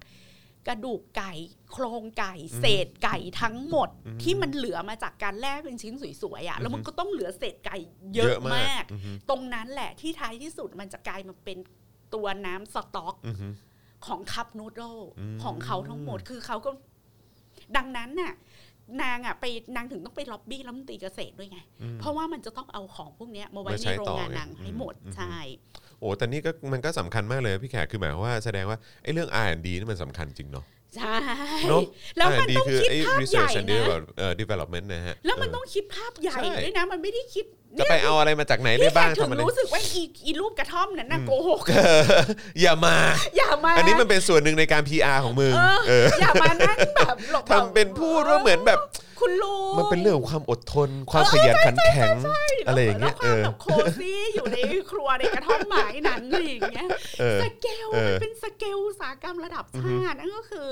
กระดูกไก่ โครงไก่ เศษไก่ทั้งหมด ที่มันเหลือมาจากการแล่เป็นชิ้นสวยๆอะแล้วมันก็ต้องเหลือเศษไก่เยอะมาก
อือฮึ
ตรงนั้นแหละที่ท้ายที่สุดมันจะกลายมาเป็นตัวน้ำสต๊อก
อือฮึ
ของคัพนูโดล
อืม
ของเขาทั้งหมดคือเขาก็ ดังนั้นน่ะ นางอ่ะไปนางถึงต้องไปล็อบบี้รัฐมนตรีเกษตรด้วยไง
อืม
เพราะว่ามันจะต้องเอาของพวกเนี้ยมาไว้
มา
ใน
ใช้
โรงงาน
ต่อไง
นางให้หมด
อืม
ใช่
โอ้แต่นี่ก็มันก็สำคัญมากเลยพี่แขกคือหมายความว่าแสดงว่าไอ้เรื่อง R&D นี่มันสำคัญจริงเนาะ
ใช่
เนาะ
แล้วมัน
R&D
ต้อง
คือ
คิด
ไอ้
ภาพใหญ่
research and
นะ
develop- เอ่อ development นะฮะ
แล้วมันต้องคิดภาพใหญ่
ใช่
ด้วยนะ มันไม่ได้คิด
จะไปเอาอะไรมาจากไหนได้
นี่แค่
บ้าง
ถึ
ทำ
ง
อะไร
รู้สึกว่าอีอีรูปกระท่อมนั้นน่ะ
อืม
โกหก
เอออย่ามา
อย่ามา
อันนี้มันเป็นส่วนหนึ่งในการ PR ของมึง
เออ
เออ
อย่ามานั่งแบบหลบ
ทำเป็นพูดว่าเหมือนแบบ
คุณลุง
มันเป็นเรื่องของความอดทน ความขยันขันแข็ง อะไรอย่างเงี้ยเอ
แล้วความ
อ
แบบโคซี่อยู่ในครัวในกระท่อมไม้นั้นอะไรอย่างเงี้ย
เออ
สเกล
เออ
มันเป็นสเกลอุตสาหกรรมระดับชาตินั่นก็คือ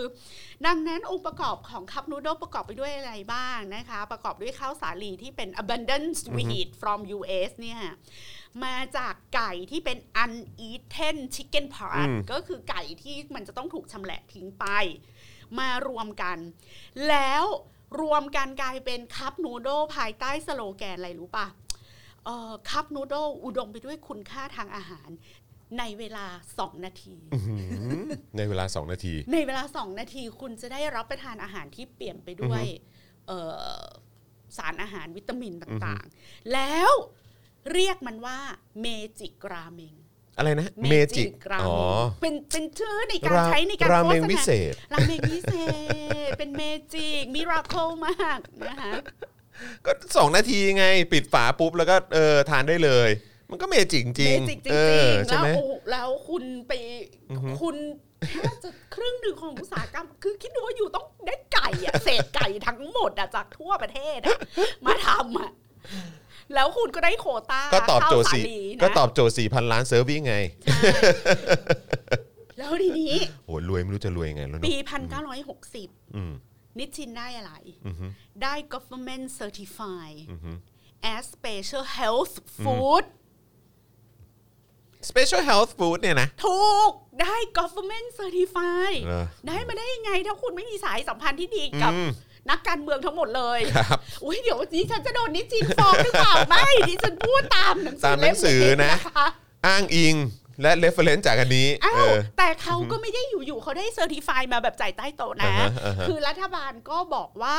ดังนั้นองค์ประกอบของคัพนูโดประกอบไปด้วยอะไรบ้างนะคะ ประกอบด้วยข้าวสาลีที่เป็น abundance wheat from US เนี่ยมาจากไก่ที่เป็น uneaten chicken part
อืม
ก็คือไก่ที่มันจะต้องถูกชำแหละทิ้งไป มารวมกัน แล้วรวมกันกลายเป็นคัพนูโดภายใต้สโลแกนอะไรรู้ปะเอ่อคัพนูโดอุดมไปด้วยคุณค่าทางอาหาร ในเวลา 2 นาที
หืมในเวลา 2 นาที
ในเวลา 2 นาทีคุณจะได้รับประทานอาหารที่เปลี่ยนไปด้วยเอ่อสารอาหารวิตามินต่างๆ แล้วเรียกมันว่าเมจิกราเมง
อะไรนะ เมจิก
รา
อ๋
เม
อง
เป็นเป็นชื่อในการใช้ในการ
รา
โฆ
เมง
ษ
วิ
ณา
เศษ
ราเมงพิเศษ เป็นเมจิก มิราเคิลมากนะคะ
ก็ 2 นาทีไง ปิดฝาปุ๊บ แล้วก็เออทานได้เลย มันก็เมจิกจริ
เม
ง
จิกจ
เอ
ริ
อง
ๆ
ใช่
แล้ว
ไหม
โอ้แล้วคุณไปคุณแทบจะครึ่งหนึ่งของอุตสาหกรรม คือคิดดูว่าอยู่ต้องได้ไก่อะเศษไก่ทั้งหมดอะจากทั่วประเทศอะมาทำอะแล้วคุณก็ได้โควต้า
ก็ตอบโจทย์
ข้าว
สี่
สาลีนะ
ก็ตอบโจทย์สี่พันล้านเซิร์ฟวิ่งไง
ใช่แล้วทีนี้
โหรวยไม่รู้จะรวยยังไงแล้ว
ปี
เนาะ
1960
อืม
นิชชินได้อะไร
อืมฮึ
ได้ government certified
อืมฮึ
as special health food
special health food เนี่ยนะ
ถูกได้ government certify
เออ
ได้มาได้ยังไง ถ้าคุณไม่มีสายสัมพันธ์ที่ดีกับ
อืม
นักการเมืองทั้งหมดเลย
ครับ
อุ้ยเดี๋ยวนี้ฉันจะโดนนิจินฟ้องหรือเปล่า ไม่ดิฉันพูดตามหนังสือ
ตามหนังสือ
เล่ม
นะ
ค
อ้างอิงและ reference จากอันนี้
อ้า
เอ
ว
อ
แต่เขาก็ไม่ได้อยู่ๆเขาได้เซอร์ติฟายมาแบบจ่ายใต้โต๊ะ
อ่า
นะ
ฮะอ่าฮะ
คือรัฐบาลก็บอกว่า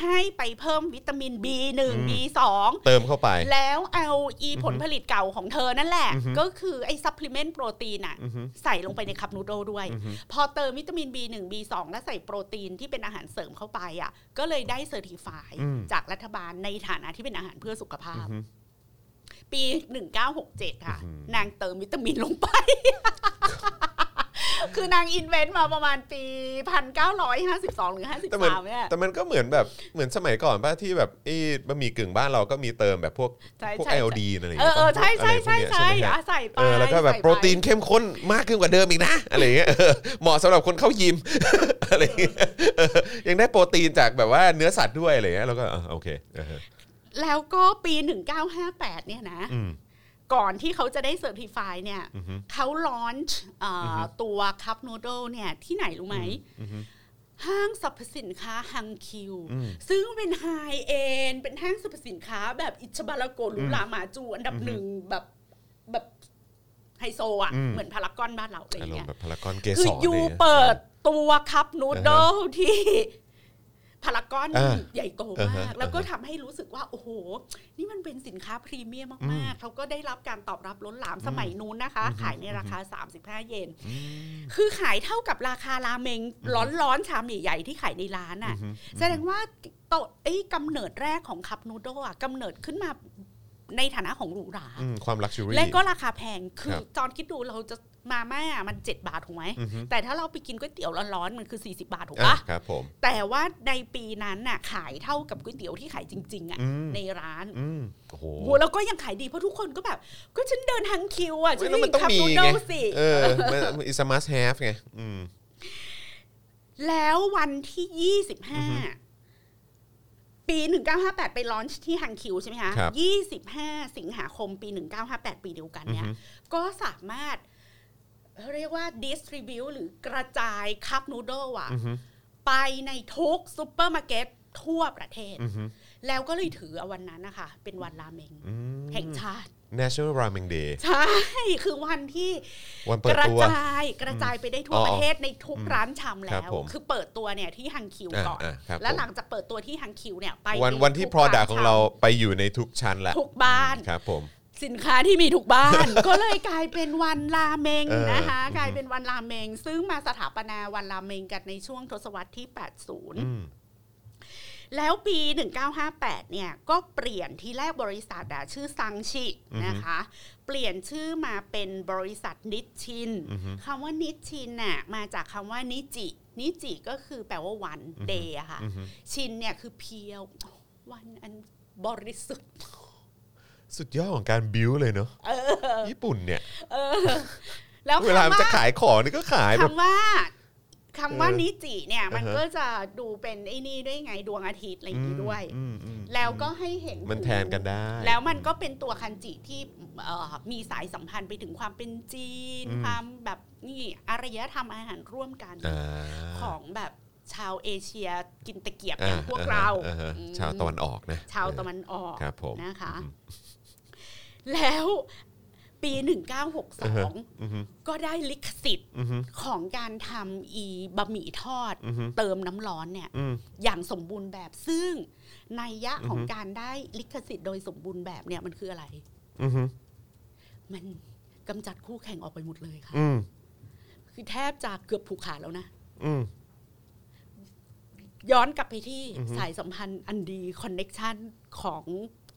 ให้ไปเพิ่มวิตามิน B1
อืม
B2
เติมเข้าไป
แล้วเอาอีผลผลิตเก่าของเธอนั่นแหละ
อือฮึ
ก็คือไอ้ซัพพลีเมนต์โปรตีนอะ
อือฮึ
ใส่ลงไปในคัพนูโดด้วย
อือฮึ
พอเติมวิตามิน B1 B2 และใส่โปรตีนที่เป็นอาหารเสริมเข้าไปอ่ะ ก็เลยได้เซอร์ติฟาย
อืม
จากรัฐบาลในฐานะที่เป็นอาหารเพื่อสุขภา
อือ
พ
ฮึ
ปี 1967 ค่ะ
อือหือ
นางเติมวิตามินลงไป คือนางอินเวนต์มาประมาณปี 1952 หรือ
แต่มัน
53 เนี่ย
แต่มันก็เหมือนแบบเหมือนสมัยก่อนป่ะที่แบบไอ้บะหมี่กึ่งบ้านเราก็มีเติมแบบพวก
ใช่
พวก
ใช่
ไอโอดีนอะไรอย่าง
เอ
เงี้
อยเออใช่ใช่
พว
ใช่
กเนี่ยไหม
ใช่
ฮะ
อ่ะใส่ไป
เออแล้วก็แบบ
ใส่ไ
โปรตีนเข้มข้นมากขึ้นกว่าเดิมอีกนะ อะไรอย่างเงี้ ยเออเหมาะสำหรับคนเข้ายิม อะไรอย่างเงี้ย เออยังได้โปรตีนจากแบบว่าเนื้อสัตว์ด้วยอะไรอย่างเงี้ยเราก็เออโอเคเออ
แล้วก็ปี 1958 เนี่ยนะ
อืม
ก่อนที่เขาจะได้เซอร์ติฟายเนี่ย
อือฮึ
เขาลอนช์
อือฮึ
ตัวคัพนูโดเนี่ย ที่ไหนรู้ไหม
อืม
ห้างสรรพสินค้าฮังคิว
อืม
ซึ่งเป็นไฮเอ็นเป็นห้างสรรพสินค้าแบบอิชบาราโกะหรู
อืม
หรามาจูอันดับ
อือฮึ
หนึ่งแบบแบบไฮโซอ่ะ
อืม
เหมือนพารากอนบ้านเราอะไรอ
อาร
ย่าง
ม
เงี้
ณ์
ย
แบบพารากอนเก
คื
ส
อ
ร
ยู
นี่ย
เปิดตัวคัพนูโดลที่พารากอน
อ่า
ใหญ่โต
อ่าฮะ
มาก แล้วก็
อ่าฮะ
ทำให้รู้สึกว่า โอ้โห นี่มันเป็นสินค้าพรีเมียมมากๆเขาก็ได้รับการตอบรับล้นหลามสมัยนู้นนะคะ ขายในราคา 35 เยน คือขายเท่ากับราคาราเมงร้อนๆชามใหญ่ๆที่ขายในร้านอ่ะ
อือฮึ
แสดงว่าโตะไอ้กำเนิดแรกของคัพนูโดลอ่ะกำเนิดขึ้นมาในฐานะของหรูหรา
อืมความลักชัวรี่
และก็ราคาแพง คื
ค
อ
รับ
จอนคิดดูเราจะมาม่ามัน 7 บาทถูกไหม
อือฮึ
แต่ถ้าเราไปกินก๋วยเตี๋ยวร้อนๆมันคือ 40 บาทถูก
อ่ะ
ปะ
ครับผม
แต่ว่าในปีนั้นน่ะขายเท่ากับก๋วยเตี๋ยวที่ขายจริงๆอ่ะ
อืม
ในร้าน
อืมโอ้โห
โหแล้วก็ยังขายดีเพราะทุกคนก็แบบ ก็ฉันเดินทางคิวอ่ะฉัน
แล้วมันต้อง
คัพ
มี
นู
ไง
โดลสิ
เออมันอิสมัสแฮฟไงอืม
แล้ววันที่
อือฮึ
25 ปี 1958 ไปลอนช์ที่ฮังคิวใช่ไหมคะ
ครับ
25 สิงหาคมปี 1958 ปีเดียวกัน
อือ
เนี่ย
ฮึ
ก็สามารถเรียกว่า distribute หรือกระจายคัพนูโดอะ
อือฮึ
ไปในทุกซูเปอร์มาร์เก็ตทั่วประเทศ
อือฮึ
แล้วก็เลยถือเอาวันนั้นนะคะ เป็นวันราเมง
อืม
แห่งชาติ
National Ramen Day
ใช่ คือวันที่
วันเปิ
ก
ด
ระ
ตัว
จายกระจายไปได้ทั่ว
อ๋อ
ประเทศในทุกร้าน
ค
ชำ
รั
แล้
บ
ว
ผม
คือเปิดตัวเนี่ยที่ฮังคิว
อ่า
ก่อน
อ่าครับ
แล้ว
ผม
หลังจากเปิดตัวที่ฮังคิวเนี่ยไป
วันวันที่
ก
Product
นชำ
ของเราไปอยู่ในทุกชั้นละ
ทุกบ้าน
ครับผม
สินค้าที่มีทุกบ้าน ก็เลยกลายเป็นวันราเมง
เออ
นะคะ
อือฮึ
กลายเป็นวันราเมง ซึ่งมาสถาปนาวันราเมงกันในช่วงทศวรรษที่
อืม
80 แล้วปี 1958 เนี่ย ก็เปลี่ยนที่แรกบริษัทอะชื่อซังชิ
อือฮึ
นะคะ เปลี่ยนชื่อมาเป็นบริษัทนิชชิน
อือฮึ
คำว่านิชชินน่ะมาจากคำว่านิจิ นิจิก็คือแปลว่าวัน
อือฮึ
เดย์อะค่ะ
อือฮึ
ชินเนี่ยคือเพียววันอันบริสุทธิ์
สุดยอดของการบิวเลยเนอะญี่ปุ่นเนี่ย
แล้ว
เวลา
คำ
มัน
ว่า
จะขายของนี่ก็ขายแบบ
คำว่าคำว่า
เออ
นิจิเนี่ย มัน
อ่าฮะ
ก็จะดูเป็นไอ้นี่ด้วยไงดวงอาทิตย์อะไรอย่างนี้ด้วย
อืมอืมอืม
แล้วก็ให้เห็น
มันแทนกันได้
แล้วมันก็เป็นตัวคันจิที่เอ่อมีสายสัมพันธ์ไปถึงความเป็นจีน
อืม
ความแบบนี่อารยธรรมอาหารร่วมกัน
อ่า
ของแบบชาวเอเชียกินตะเกียบอ
อ่
ย่างพวกเรา
อ่ฮะ
อืม
ชาวตะวันออกนะ
ชาวตะวันออก
ครับผม
นะคะ
อืม
แล้วปี
อ่าฮะ
1962
อือฮึ
ก็ได้ลิขสิทธิ์
อือฮึ
ของการทำอีบะหมี่ทอด
อือฮึ
เติมน้ำร้อนเนี่ย
อืม
อย่างสมบูรณ์แบบซึ่งนัยยะของ
อือฮึ
การได้ลิขสิทธิ์โดยสมบูรณ์แบบเนี่ยมันคืออะไร
อือฮึ
มันกำจัดคู่แข่งออกไปหมดเลยค่ะ
อืม
คือแทบจะเกือบผูกขาดแล้วนะ
อืม
ย้อนกลับไปที่
อือฮึ
สายสัมพันธ์อันดีคอนเน็ชันของ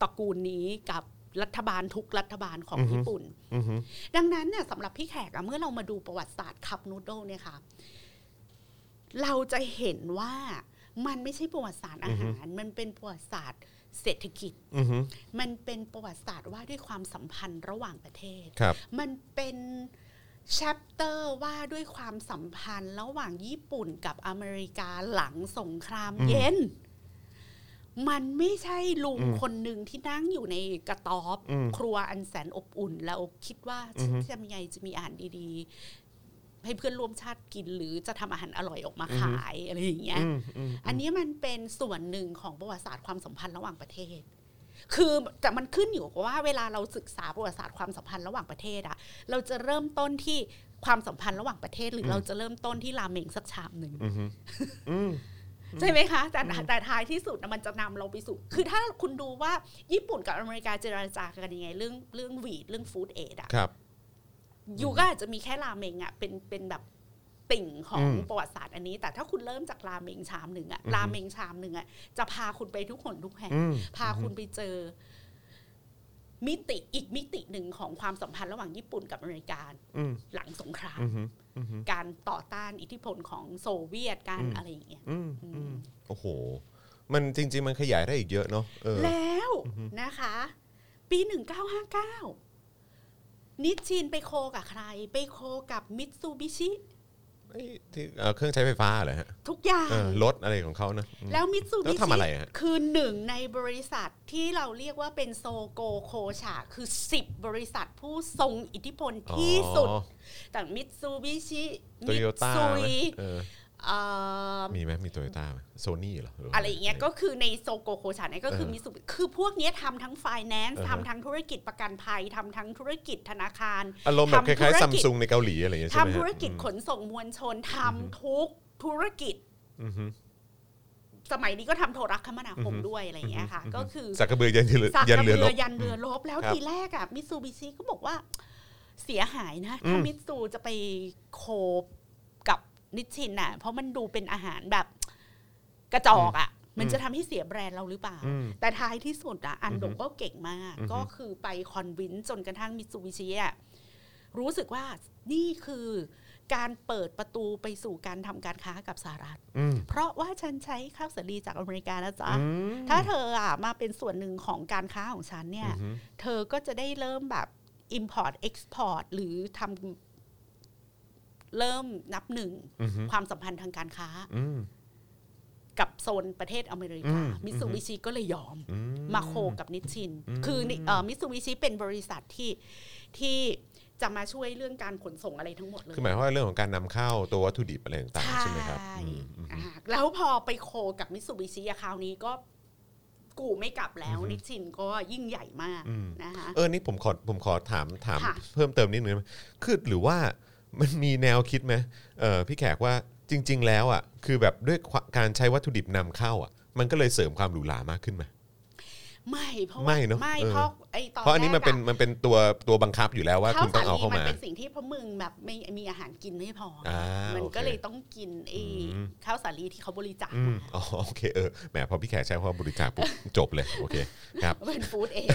ตระกูลนี้กับรัฐบาลทุกรัฐบาลของญี่ปุ่น
อือฮึ
ดังนั้นเนี่ยสำหรับพี่แขกอะเมื่อเรามาดูประวัติศาสตร์คัพนูโดลเนี่ยค่ะ เราจะเห็นว่ามันไม่ใช่ประวัติศาสตร์อาหาร มันเป็นประวัติศาสตร์เศรษฐกิจ
อือฮึ
มันเป็นประวัติศาสตร์ว่าด้วยความสัมพันธ์ระหว่างประเทศ
ครับ
มันเป็นแชปเตอร์ว่าด้วยความสัมพันธ์ระหว่างญี่ปุ่นกับอเมริกาหลังสงคราม
อืม
เย็น มันไม่ใช่ลุง
อืม
คนหนึ่งที่นั่งอยู่ในกระต๊อบ
อืม
ครัวอันแสนอบอุ่น แล้วคิดว่า
อือฮึ
จะทำยังไงจะมีอาหารดีๆ ให้เพื่อนร่วมชาติกินหรือจะทำอาหารอร่อยออกมาขายอะไรอย่างเงี้ย
อืมอืม
อันนี้มันเป็นส่วนหนึ่งของประวัติศาสตร์ความสัมพันธ์ระหว่างประเทศ คือแต่มันขึ้นอยู่กับว่าเวลาเราศึกษาประวัติศาสตร์ความสัมพันธ์ระหว่างประเทศอะเราจะเริ่มต้นที่ความสัมพันธ์ระหว่างประเทศ หรือ
ม
เราจะเริ่มต้นที่ราเมงสักชามหนึ่ง
อือฮึอืม
ใช่ไหมคะแต่แต่ท้ายที่สุดน่ะมันจะนำเราไปสู่ คือถ้าคุณดูว่าญี่ปุ่นกับอเมริกาเจรจากันยังไงเรื่องเรื่องวีดเรื่องฟู้ดเอดอะ
ครับ
ยูก็อาจจะมีแค่ราเมงอะเป็นเป็นแบบติ่งขอ
อื
ง
ม
ประวัติศาสตร์อันนี้ แต่ถ้าคุณเริ่มจากราเมงชามหนึ่งอะราเมงชามหนึ่งอะจะพาคุณไปทุกหนทุกแห่ง
อืม
พาคุณไปเจอ มิติอีกมิติหนึ่งของความสัมพันธ์ระหว่างญี่ปุ่นกับอเมริกา
อืม
หลังสงคราม
อืมอืม ฮึ
การต่อต้านอิทธิพลของโซเวียตการ
อืม
อะไรอย่างเงี้ย
อืมอืมโอ้โห มันจริง ๆ มันขยายได้อีกเยอะเนาะเออ
แล้ว
อือฮึ
นะคะ ปี 1959 นิชชินไปโคกับใคร ไปโคกับมิตซูบิชิ
ไอ้ที่เอ่อเครื่องใช้ไฟฟ้าเหรอฮะ
ทุกอย่าง
เออรถอะไรของเขานะอืม
แล้วมิตซู
แล้
บิ
ว
ชิ
ทำอะไรฮะ
คือหนึ่งในบริษัทที่เราเรียกว่าเป็นโซโกโคชา คือ 10 บริษัทผู้ทรงอิทธิพลที่สุด
อ๋อ
ต่างมิตซูบิชิ
โต
มิ
โย
ต
ต้า
ซุยเอ่อ
มีไหมมีโตโยต้าไหมโซนี่เหรอหว่
อะไรอย่างเงี้ยก็คือในโซโกโคชาเนี่ยก็คือ
เออ
มีสุคือพวกเนี้ยทำทั้ง finance
เออฮะ
ทำทั้งธุรกิจประกันภัยทำทั้งธุรกิจธนาคาร
อารมณ์แบบค
ทำธุ
ล้าย
รกิจ
ๆซัมซุงในเกาหลีอะไรอย่างเงี้ยใช่ไหม
ทำ
ฮะ
ธุรกิจข
อืม
นส่งมวลชนทำทุกธุรกิจ
อือฮึ
สมัยนี้ก็ทำโทรคมนาคมด้วยอะไรอย่างเงี้ยค่ะ ก็คือ
สักกระเบือยันเรือ
สัก
ยั
ก
น
ระ
เรือ
เบื
ร
อบ ยันเรือรบแล้ว
ครับ
ทีแรกอะมิตซูบิชิก็บอกว่าเสียหายนะ
อืม
ถ้ามิตซูจะไปโคบกับนิชชินน่ะเพราะมันดูเป็นอาหารแบบกระจอกอะมันจะทำให้เสียแบรนด์เราหรือเปล่า
อืม
แต่ท้ายที่สุดอ่ะอันโด
อือฮึ
ก็เก่งมาก
อือฮึ
ก็คือไปคอนวินจนกระทั่งมิตซูบิชิอ่ะรู้สึกว่านี่คือการเปิดประตูไปสู่การทำการค้ากับสหรัฐ
อืม
เพราะว่าฉันใช้ข้าวสาลีจากอเมริกานะจ๊ะ
อืม
ถ้าเธออ่ะมาเป็นส่วนหนึ่งของการค้าของฉันเนี่ย
อือฮึ
เธอก็จะได้เริ่มแบบ Import Export หรือทำเริ่มนับหนึ่ง
อือฮึ
ความสัมพันธ์ทางการค้า
อืม
กับโซนประเทศอเมริกา
อืม
มิตซูบิชิก็เลยยอม
อื
มาโคกับนิชชิน
อืม
คือมิตซูบิชิเป็นบริษัทที่ที่จะมาช่วยเรื่องการขนส่งอะไรทั้งหมดเลย
คือหมายความว่าเรื่องของการนำเข้าตัววัตถุดิบอะไรต่างๆใช่ไหมครับ
ใช่
อืมอืม
อ่าแล้วพอไปโคกับมิตซูบิชิอะคราวนี้ก็กูไม่กลับแล้ว
อือฮึ
นิชชินก็ยิ่งใหญ่มาก
อืม
นะคะ
เออนี่ผมขอผมขอถามถาม
ค่ะ
เพิ่มเติมนิดนึงได้ไหมคือหรือว่ามันมีแนวคิดไหมเออพี่แขกว่าจริง ๆ แล้วอ่ะคือแบบด้วยความการใช้วัตถุดิบนำเข้าอ่ะ มันก็เลยเสริมความหรูหรามากขึ้นไหม
ไม่เพราะ
ไม่
ว่า
เนอะ
ไม่
เออ
เพราะไอตอน
เพราะอันนี้
แก
มันเป็น
อะ
มันเป็นตัวตัวบังคับอยู่แล้วว่า คุณต้องเอา
ข้า
เข้าว
สาลีมัน
มา
เป็นสิ่งที่พวกมึงแบบไม่มีอาหารกินไม่พออา
มั
มัน
โอเค
ก็เลยต้องกินไอ
อืม
ข้าวสาลีที่เขาบริจาค
อืม
มา
อ๋อโอเคเออแหมพอพี่แขกใช้คำว่าบริจาคปุ๊บ จบเลยโอเคครับ
เป็นฟู้ดเอง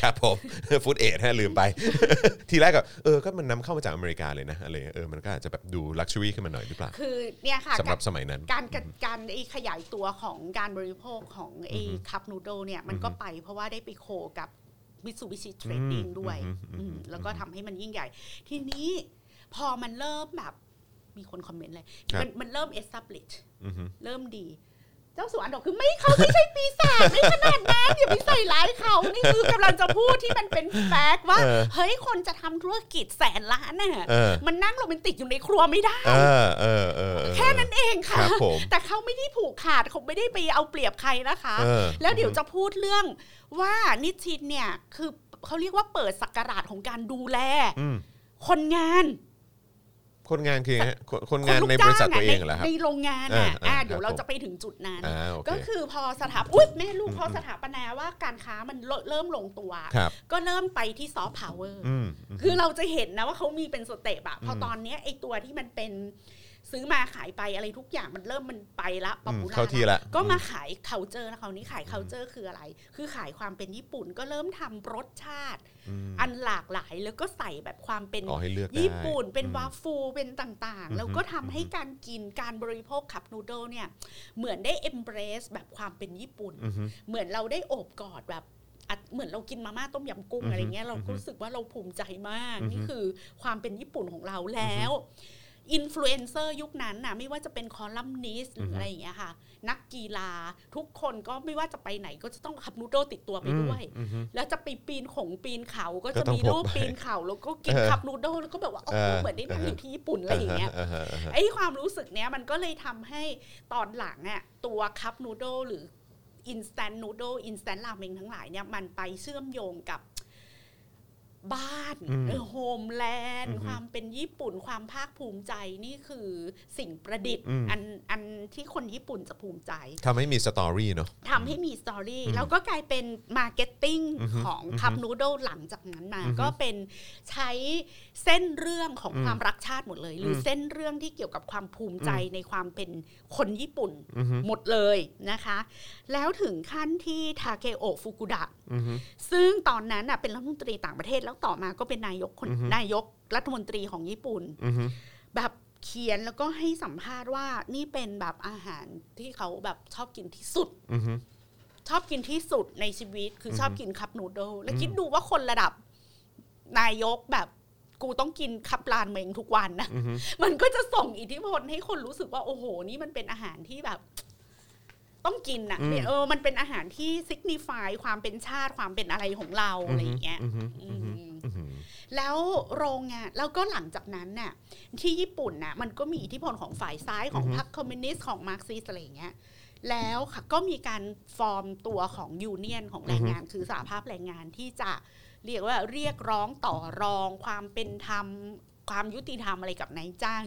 ครับผม ฟูดเอทฮะลืมไป ทีแรกก็เออก็มันนำเข้ามาจากอเมริกาเลยนะอะไรเออมันก็อาจจะแบบดูลักชัวรี่ขึ้นมาหน่อยหรือเปล่า
คือเนี่ยค่ะ
สำหรับสมัยนั้น
การกระการไอ้ขยายตัวของการบริโภคของไอ้
อือฮึ
คัพนูโดเนี่ยมันก็ไปเพราะว่าได้ไปโคกับมิตซูบิชิเทรดดิ้ง
อืม
ด้วย
อืมอืม
อืมแล้วก็ทำให้มันยิ่งใหญ่ ทีนี้พอมันเริ่มแบบมีคนคอมเมนต์เลย
ครับ
มันมันเริ่ม establish
อือฮึ
เริ่มดี เจ้าสัวอันดอกคือไม่เขาไม่ใช่ปีศาจไม่ขนาดนั้นอย่าไปใส่ร้ายเขานี่คือกำลังจะพูดที่มันเป็นแฟกต์ว่า เฮ้ยคนจะทำธุรกิจแสนล้านน่ะ
เออ
มันนั่งโรแมนติกอยู่ในครัวไม่ได้
เออเออเออเออ
แค่นั้นเอง
ค
ค่ะ
รับผม
แต่เขาไม่ได้ผูกขาดเขาไม่ได้ไปเอาเปรียบใครนะคะ
เออ
แล้วเดี๋ยวจะพูดเรื่องว่านิชินเนี่ย คือเขาเรียกว่าเปิดสักราชของการดูแล
อืม
คนงาน
คนงานคือไงฮะคนคน
ค
งาน
ลูก
ในบ
จ้า
ริษัท
อะ
ตัวเองเหรอครับ
ในโรงงานอ่ะ
อ่าอ่า
อ่าเดี๋ย
ค
ว
รับ
เราจะไปถึงจุดนั้น
อ่าโอเค
ก็คือพอสถาอุ๊ยแม่ลูก
อืม
พอสถาปนาว่าการค้ามันเริ่มเริ่มลงตัว
ครับ
ก็เริ่มไปที่ซอฟต์พาวเวอร์
อืม
คือเราจะเห็นนะว่าเขามีเป็นสเต็ปอะพออ
ม
ตอนเนี้ยไอตัวที่มันเป็นซื้อมาขายไปอะไรทุกอย่างมันเริ่มมันไปละป๊อป
ม
ปูล่า
เข้าที่ละ
ก็มาขาย c u เจอร์นะคราวนี้ขาย c u เจอร์คืออะไร คือขายความเป็นญี่ปุ่นก็เริ่มทำรสชาติ
อืม
อันหลากหลายแล้วก็ใส่แบบความเป็น
อ๋อให้เลือกได้
ญี่ปุ่นเป็นวาฟูเป็นต่าง
อืม
ๆ แล้วก็ทำ
อืม
ให้การกินการบริโภคคับนูโดเนี่ยเหมือนได้ embrace แบบความเป็นญี่ปุ่น
อือฮึ
เหมือนเราได้โอบกอดแบบอ่ะเหมือนเรากินมาม่าต้มยำกุ้ง
อือฮึ
อะไรเงี้ยเรา
อือฮึ
รู้สึกว่าเราภูมิใจมาก
อือฮึ
นี่คือความเป็นญี่ปุ่นของเราแล้วอินฟลูเอนเซอร์ยุคนั้นน่ะไม่ว่าจะเป็นคอลัมนิสต์หรือ
อฮึ
อะไรอย่างเงี้ยค่ะ นักกีฬาทุกคนก็ไม่ว่าจะไปไหนก็จะต้องขับนูโดติดตัวไปด้วย
อือฮึ
แล้วจะไปปีนของปีนเขาก็
ก็
จะ
ต้อง
มีรูป
พกไป
ปีนเขาแล้วก็กิน
เออ
ขับนูโดแล้วก็แบบว่าโอ้โห
เออ
เหมือนได้นั่ง
เอออ
อยู่ที่ญี่ปุ่นอะไรอย่างเงี้ย
ฮะอ่าฮะ
ไอ้ความรู้สึกเนี้ยมันก็เลยทำให้ตอนหลังอ่ะตัวคัพนูโดหรือ instant noodle instant ramen ทั้งหลายเนี่ยมันไปเชื่อมโยงกับบ้าน
อืม
โฮมแลน
อื
ด์
อฮึ
ความเป็นญี่ปุ่น ความภาคภูมิใจนี่คือสิ่งประดิษฐ์
อืม
อันอันที่คนญี่ปุ่นจะภูมิใจ
ทำให้มีสตอรี่เนาะ
ทำให้มีสตอรี่
อืม
แล้วก็กลายเป็นมาร์เก็ตติ้ง
อือฮึ
ของ
อือฮึ
คัพนูโดหลังจากนั้นมา
อือฮึ
ก็เป็นใช้เส้นเรื่องของ
อืม
ความรักชาติหมดเลย หรืออ
ม
เส้นเรื่องที่เกี่ยวกับความภูมิใจในความเป็นคนญี่ปุ่น
อือฮึ
หมดเลยนะคะ แล้วถึงขั้นที่ทาเกโอะฟุกุดะ
อือฮึ
ซึ่งตอนนั้นน่ะเป็นรัฐมนตรีต่างประเทศแล้วต่อมาก็เป็นนายกคน
อือฮึ
นายกรัฐมนตรีของญี่ปุ่น
อือฮึ
แบบ เขียนแล้วก็ให้สัมภาษณ์ว่านี่เป็นแบบอาหารที่เขาแบบชอบกินที่สุด
อือฮึ
ชอบกินที่สุดในชีวิต คืออ
อฮึ
ชอบกินคัพนูโดลแล้วคิดดูว่าคนระดับนายกแบบกูต้องกินคัพลานเมงทุกวันนะ
อือฮึ
มันก็จะส่งอิทธิพลให้คนรู้สึกว่าโอ้โห นี่มันเป็นอาหารที่แบบ ต้องกินนะ
อืม
เออมันเป็นอาหารที่ซิกนิฟายความเป็นชาติความเป็นอะไรของเราอะไรอย่างเงี้ย
ฮึ
อื
อือฮึ
ม
อือฮึ
แล้วโรงงานแล้วก็หลังจากนั้นน่ะที่ญี่ปุ่นน่ะมันก็มีอิทธิพลของฝ่ายซ้ายของพรรคคอมมิวนิสต์ของมาร์กซิสอะไรอย่างเงี้ยแล้วค่ะก็มีการฟอร์มตัวของยูเนียนของแรงงาน คือสหภาพแรงงานที่จะเรียกว่าเรียกร้องต่อรอง ความเป็นธรรม ความยุติธรรมอะไรกับนายจ้าง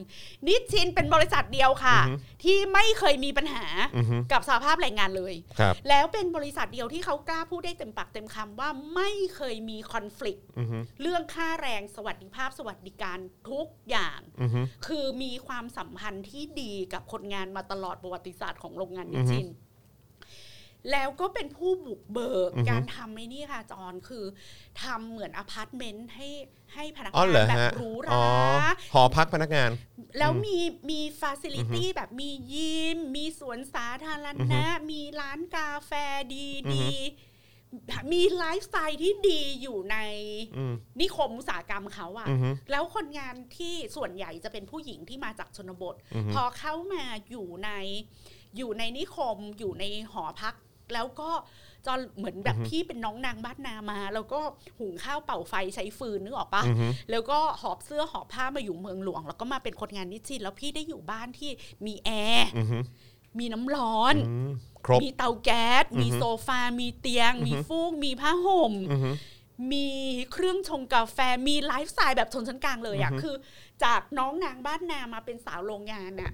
นิชชินเป็นบริษัทเดียวค่ะ ที่ไม่เคยมีปัญหา
อือฮึ
กับสหภาพแรงงานเลย
ครับ
แล้วเป็นบริษัทเดียวที่เขากล้าพูดได้เต็มปากเต็มคำว่าไม่เคยมีคอน FLICT
อือฮึ
เรื่องค่าแรงสวัสดิภาพสวัสดิการทุกอย่าง
อือฮึ
คือมีความสัมพันธ์ที่ดีกับคนงานมาตลอดประวัติศาสตร์ของโรงงาน
อื
นิ
อฮึ
ชิน แล้วก็เป็นผู้บุกเบิก
อือฮึ
การทำไอ้นี่ค่ะจอนคือทำเหมือนอพาร์ตเมนต์ให้ให้พนั
อ๋อง
กาน
เหรอ
แบ
ฮะ
บหรูห
อ๋
รา
อ หอพักพนักงาน
แล้วมีมีฟาซิลิตี้แบบมียิม มีสวนสาธารณะ มีร้านกาแฟดี
อือฮึ
ดีมีไลฟ์สไตล์ที่ดีอยู่ใน
อืม
นิคมอุตสาหกรรมเขาอะ
อือฮึ
แล้วคนงานที่ส่วนใหญ่จะเป็นผู้หญิงที่มาจากชนบท
อือฮึ
พอเข้ามาอยู่ในอยู่ในนิคมอยู่ในหอพัก แล้วก็จอนเหมือนแบบพี่เป็นน้องนางบ้านนามา แล้วก็หุงข้าวเป่าไฟใช้ฟืนนึกออกปะ
อือฮึ
แล้วก็หอบเสื้อหอบผ้ามาอยู่เมืองหลวง แล้วก็มาเป็นคนงานนิชินแล้วพี่ได้อยู่บ้านที่มีแอร์
อือฮึ
มีน้ำร้อน
อืมครบ
มีเตาแก๊สมี
อือฮึ
โซฟา มีเตียง มี
อือฮึ
ฟูกมีผ้าห่ม
อือฮึ
มีเครื่องชงกาแฟมีไลฟ์สไตล์แบบชนชั้นกลางเลยอะ
อือฮึ
คือ จากน้องนางบ้านนามาเป็นสาวโรงงานน่ะ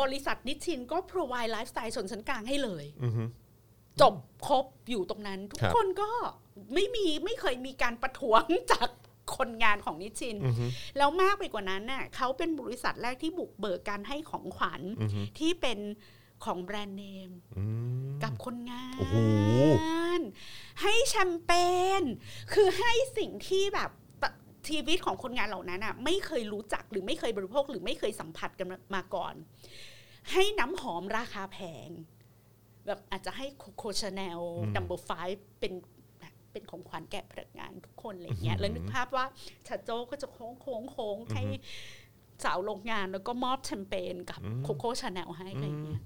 บริษัทนิชชินก็ provide ไลฟ์สไตล์ชนชั้นกลางให้เลย
อือฮึ
จบครบอยู่ตรงนั้น ทุก
ครับ
คนก็ไม่มีไม่เคยมีการประท้วง จากคนงานของนิชชิน
อือฮึ
แล้วมากไปกว่านั้นน่ะเขาเป็นบริษัทแรกที่บุกเบิกการให้ของขวัญ
อือฮึ
ที่เป็นของแบรนด์เนม
อืม
กับคนงาน
โอ้โห
ให้แชมเปญคือให้สิ่งที่แบบตะชีวิตของคนงานเหล่านั้นอ่ะ ไม่เคยรู้จักหรือไม่เคยบริโภคหรือไม่เคยสัมผัสกันมาก่อน ให้น้ำหอมราคาแพง แบบอาจจะให้โคชาแนลดัมเบิลไฟเป็นเป็นของขวัญแก่พนักงานทุกคนอะไรเงี้ย แล้วนึกภาพว่าชาโจก็จะโค้งโค้งโค้งให้สาวโรงงานแล้วก็มอบแชมเปญกับโคโค่ชาแนลให้อะไรเงี้ย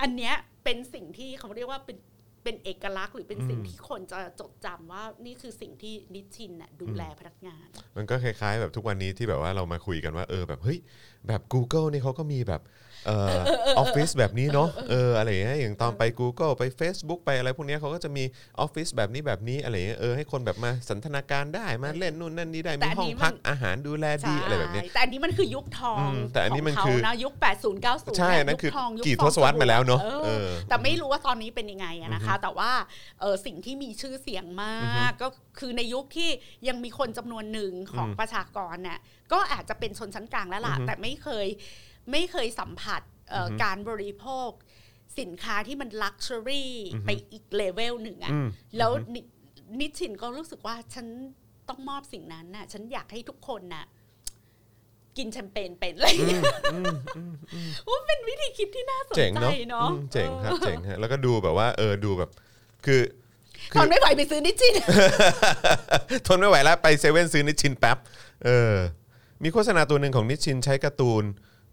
อันเนี้ยเป็นสิ่งที่เขาเรียกว่าเป็นเป็นเอกลักษณ์หรือเป็นสิ่งที่คนจะจดจำว่านี่คือสิ่งที่นิชชินน่ะดูแลพนักงาน
มันก็คล้ายๆ แบบทุกวันนี้ที่แบบว่าเรามาคุยกันว่าเออแบบเฮ้ยแบบ Google เนี่ยเขาก็มีแบบเออออฟฟิศแบบนี้เนาะเอออะไรอย่างเงี้ยอย่างตอนไป Google ไป Facebook ไปอะไรพวกเนี้ยเขาก็จะมีออฟฟิศแบบนี้แบบนี้อะไรอย่างเงี้ยเออให้คนแบบมาสันทนาการได้มาเล่นนู่นนั่นนี่ได้
แต่
มี
อัน
ห้อ
นี้
ง
มั
พัก
น
อาหารดูแลดีอะไรแบบเนี้ย
ใช่แต่อันนี้มันคือยุคทอง
อืมแต่อันนี้มัน
ขง
คือ
เขานะยุค 80 90
ใช่นั่น
ยุ
คือ
ทองยุค
กี่
ฟ
ท
อง
ศวรรษมาแล้วเนาะ
ออ
เออ
แต่ไม่รู้ว่าตอนนี้เป็นยังไงอะนะคะ แต่ว่าเออสิ่งที่มีชื่อเสียงมากก็คือในยุคที่ยังมีคนจำนวนหนึ่งของ
อืม
ประชากรน่ะก็อาจจะเป็นชนชั้นกลางแล้วล่ะ
อือฮึ
แต่ไม่เคยไม่เคยสัมผัสเอ่ออ
อฮึ
การบริโภค สินค้าที่มันลักชัวรี่
อือฮึ
ไปอีกเลเวลหนึ่งอะ
อืม
แล้วนินิชชินก็รู้สึกว่าฉันต้องมอบสิ่งนั้นน่ะ ฉันอยากให้ทุกคนน่ะ กินแชมเปญเป็นอะไรอย่างเงี้ยว่าเป็นวิธีคิดที่น่าสน
เจ๋ง
ใจ
เนาะ
เนาะ
อืมเจ๋งครับเจ๋งฮะแล้วก็ดูแบบว่าเออดูแบบคือ คื
ต
อ
อนไม่ไหวไปซื้อนิชชิน
ทนไม่ไหวแล้วไปเซเว่นซื้อนิชชินแป๊บ เออ มีโฆษณาตัวหนึ่งของนิชชินใช้การ์ตูน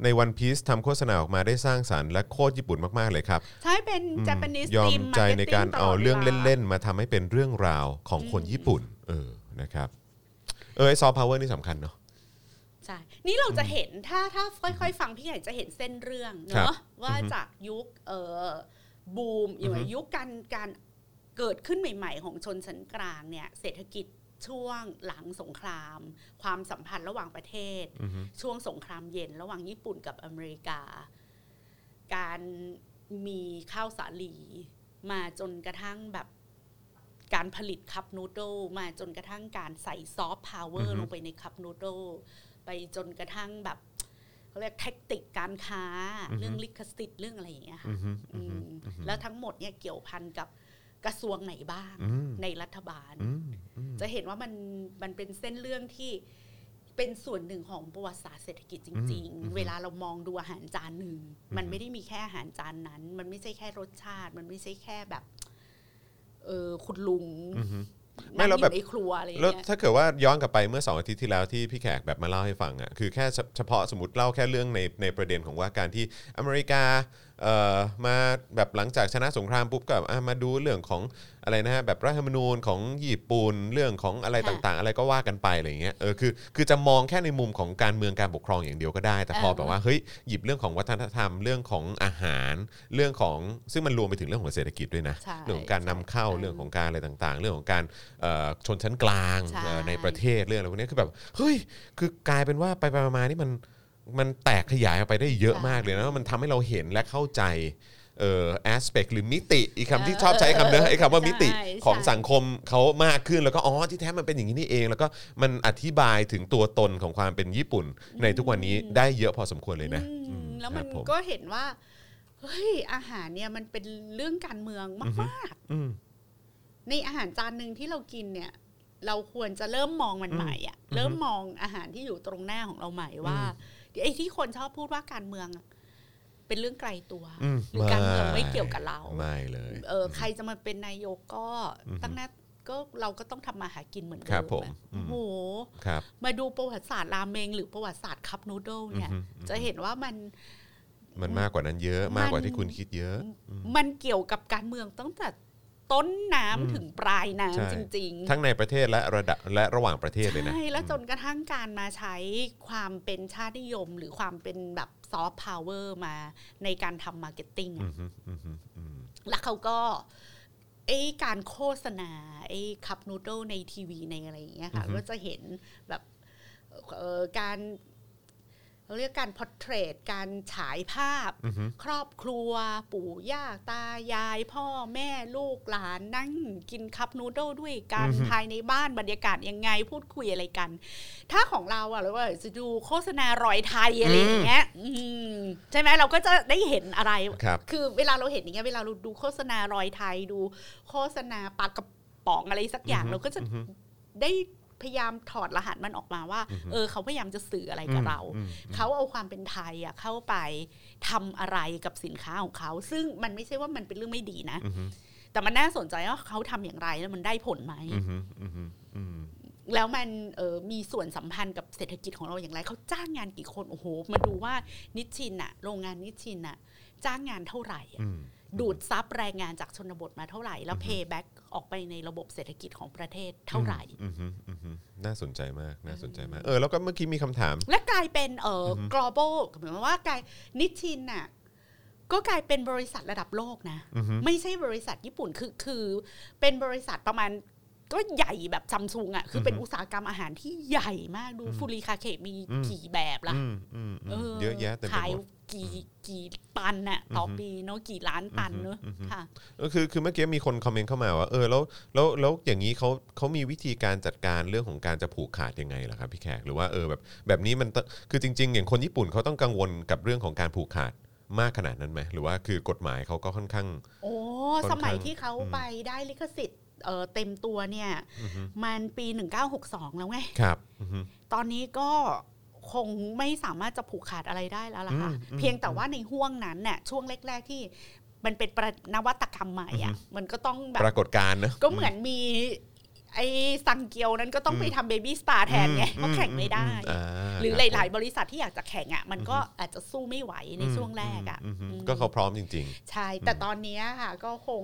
ในวันพี e ทำโฆษณาออกมาได้สร้างสารรค์และโคตรญี่ปุ่นมาก ๆ เลยครับ
ใช่เป็น Japanese
ยอม
Team
ใจ
Marketing
ในการเอาเรื่อง
ตดวา
เล่น ๆ มาทำให้เป็นเรื่องราวของคนญี่ปุ่น เออนะครับ เออซอฟต์พาวเวอร์นี่สำคัญเนาะ
ใช่ นี่เราจะเห็นถ้าถ้าค่อย ๆ ฟังพี่ใหญ่จะเห็นเส้นเรื่อง
ครับ
เนาะว่าจากยุคเอ่อบูมอยู่ในยุคการการเกิดขึ้นใหม่ ๆ ของชนชั้นกลางเนี่ย เศรษฐกิจช่วงหลังสงคราม ความสัมพันธ์ระหว่างประเทศ ช่วงสงครามเย็นระหว่างญี่ปุ่นกับอเมริกา การมีข้าวสาลีมาจนกระทั่งแบบการผลิตคัพนูโดมาจนกระทั่งการใส่ซอฟต์พาวเวอ
อือ
ร์
ฮึ
ลงไปในคัพนูโดไปจนกระทั่งแบบเขาเรียกแท็กติกการค้า เรื่องลิขสิทธิ์เรื่องอะไรอย่างเงี้ยค่ะ
อือฮึ
อืมแล้วทั้งหมดเนี่ยเกี่ยวพันกับกระทรวงไหนบ้าง
อืม
ในรัฐบาล
อืมอืม
จะเห็นว่ามันมันเป็นเส้นเรื่องที่ เป็นส่วนหนึ่งของประวัติศาสตร์เศรษฐกิจจริง
อืม
ๆ เวลาเรามองดูอาหารจานหนึ่งมันไม่ได้มีแค่อาหารจานนั้น มันไม่ใช่แค่รสชาติ มันไม่ใช่แค่แบบ เออคุณลุง
อือฮึ ไม่
นั่ง
แล้ว
อ
แบบ
ยู่ในครัวอะไรอย่าง
แล้ว
เงี้ย
ถ้าเกิดว่าย้อนกลับไปเมื่อสองอาทิตย์ที่แล้วที่พี่แขกแบบมาเล่าให้ฟังอ่ะคือแค่เฉเฉพาะสมมติเล่าแค่เรื่องในในประเด็นของว่าการที่อเมริกาเอ่อมาแบบหลังจากชนะสงครามปุ๊บก็แบบอ่ะมาดูเรื่องของอะไรนะฮะแบบรัฐธรรมนูญของญี่ปุ่นเรื่องของอะไรต่างๆ อะไรก็ว่ากันไปอะไรอย่างเงี้ยเออคือคือจะมองแค่ในมุมของการเมืองการปกครองอย่างเดียวก็ได้ แต่พอแบบว่าเฮ้ยหยิบเรื่องของวัฒนธรรมเรื่องของอาหารเรื่องของซึ่งมันรวมไปถึงเรื่องของเศรษฐกิจด้วยนะ
ใช่
เรื่องของการนำเข้า
ใช่
เรื่องของการอะไรต่างๆ เรื่องของการเอ่อชนชั้นกลาง
ใช่
เอ่อในประเทศเรื่องอะไรพวกนี้คือแบบเฮ้ยคือกลายเป็นว่าไปๆมาๆนี่มันมันแตกขยายออกไปได้เยอะมากเลยนะมันทำให้เราเห็นและเข้าใจเอ่อ aspect หรือมิติอีกคำที่ชอบใช้คำเนอะไอ้คำว่ามิติของสังคมเขามากขึ้นแล้วก็อ๋อที่แท้มันเป็นอย่างนี้นี่เอง แล้วก็มันอธิบายถึงตัวตนของความเป็นญี่ปุ่น ในทุกวันนี้ได้เยอะพอสมควรเลยนะ
อืม
อื
แล้ว
ค
มั
รั
น
บผ
ก็เห็นว่าเฮ้ยอาหารเนี่ยมันเป็นเรื่องการเมืองมาก
อืม
ๆในอาหารจานหนึ่งที่เรากินเนี่ย เราควรจะเริ่มมองมันใหม่อะเริ่มมองอาหารที่อยู่ตรงหน้าของเราใหม่ว่าไอ้ที่คนชอบพูดว่าการเมืองอะเป็นเรื่องไกลตัว
อืม
หรือการเมือง
ไม่
ไม่เกี่ยวกับเรา
ไม่เลย
เออใครจะมาเป็นนายกก็ตั้งหน้าก็เราก็ต้องทำมาหากินเหมือนเดิ
ครับ
ม
ผม
อะ
อืม
โอ้โห
ครับ
มาดูประวัติศาสตร์ราเมงหรือประวัติศาสตร์คัพนูโดลเนี่ย
อือฮึอือฮึ
จะเห็นว่ามัน
มันมากกว่านั้นเยอะมากกว่าที่คุณคิดเยอะ
มันเกี่ยวกับการเมืองตั้งแต่ต้นน้ำถึงปลายน้ำ
ใช่
จริงๆ
ทั้งในประเทศและระดับและระหว่างประเทศเลยนะ
ใช่แล้วจนกระทั่งการมาใช้ความเป็นชาตินิยม หรือความเป็นแบบซอฟต์พาวเวอร์มาในการทำมาร์เก็ตติ้ง
อืมฮึอืมฮึอืม
แล้วเขาก็ไอ้การโฆษณาไอ้คัพนูโดในทีวีในอะไรอย่างเงี้ยค่ะ
อือฮึ
ก็จะเห็นแบบเอ่อการเขาเรียกการพอร์เทรตการฉายภาพ
อืมฮึ
ครอบครัว ปู่ย่าตายาย พ่อแม่ลูกหลานนั่งกินคัพนูโดลด้วยกันภายในบ้านบรรยากาศยังไงพูดคุยอะไรกัน ถ้าของเราอะเราก็จะดูโฆษณารอยไทยอะไรอย่างเงี้ยอืมใช่ไหมเราก็จะได้เห็นอะไร
ครับ
คือเวลาเราเห็นอย่างเงี้ยเวลาเราดูโฆษณารอยไทยดูโฆษณาปลากระป๋องอะไรสักอย่างเราก็จะ
อืมฮึ
ได้พยายามถอดรหัสมันออกมาว่า เออเขาพยายามจะสื่ออะไรกับเรา
อืมอืม
เขาเอาความเป็นไทยอะเข้าไปทำอะไรกับสินค้าของเขา ซึ่งมันไม่ใช่ว่ามันเป็นเรื่องไม่ดีนะ
อือฮึ
แต่มันน่าสนใจว่าเขาทำอย่างไรแล้วมันได้ผลไหม
อืมฮึอืมฮึอืม
แล้วมันเออมีส่วนสัมพันธ์กับเศรษฐกิจของเราอย่างไร เขาจ้างงานกี่คนโอ้โห มาดูว่านิชชินอะโรงงานนิชชินอะจ้างงานเท่าไหร่อะ
อืม
ดูดซับแรงงานจากชนบทมาเท่าไหร่ แล้วเพย์แบ็กออกไปในระบบเศรษฐกิจของประเทศเท่าไหร่
อืมฮึอืมฮึน่าสนใจมากน่าสนใจมาก เออแล้วก็เมื่อกี้มีคำถาม
และกลายเป็นเอ่ออ global หมายความว่ากลายนิชชินน่ะก็กลายเป็นบริษัทระดับโลกนะ
อือฮึ
ไม่ใช่บริษัทญี่ปุ่นคือคือ เป็นบริษัทประมาณก็ใหญ่แบบซัมซุงอ่ะคือเป็นอุตสาหกรรมอาหารที่ใหญ่มากดูฟูริคาเคมีกี่แบบละ
อืมอืมอืม
เออ
เยอะแยะเต็มไป
ขาย
หมด
กี่กี่ตันน่ะต่ออปีเนาะกี่ล้านตันเนาะ
อือฮึ
ค่ะ
เออคือคือเมื่อกี้มีคนคอมเมนต์เข้ามาว่าเออแล้วแล้วแล้วอย่างนี้เขาเขามีวิธีการจัดการเรื่องของการจะผูกขาดยังไงเหรอครับพี่แขกหรือว่าเออแบบแบบนี้มันตคือจริง ๆ อย่างคนญี่ปุ่นเขาต้องกังวลกับเรื่องของการผูกขาดมากขนาดนั้นไหมหรือว่าคือกฎหมายเขาก็ค่อนข้าง
โอ้
ค่อนข้าง
สมัยที่เขา
อืม
ไปได้ลิขสิทธิ์เอ่อเต็มตัวเนี่ยมันปี 1962 แล้วไง
ครับอือฮึ
ตอนนี้ก็คงไม่สามารถจะผูกขาดอะไรได้แล้วล่ะค่ะ
อืมอืม
เพียงแต่ว่าในห่วงนั้นเนี่ยช่วงแรก ๆ ที่มันเป็นประนวัตกรรมใหม่อ่ะมันก็ต้องแบ
ป
บ
รากฏการณ์นะ
ก็เหมือนมีไอ้สังเกียวนั้นก็ต้องไปทำเบบี้สปาแทนไงเพราะแข่งไม่ได้
อืมม
หรือหลาย ๆ บริษัทที่อยากจะแข่งอ่ะมันก็
อื
อาจจะสู้ไม่ไหว
ๆ
ในช่วงแรกอ่ะ
ม
อืม
ก็เขาพร้อมจริง
ใช่แต่ตอนเนี้ยค่ะ ก็คง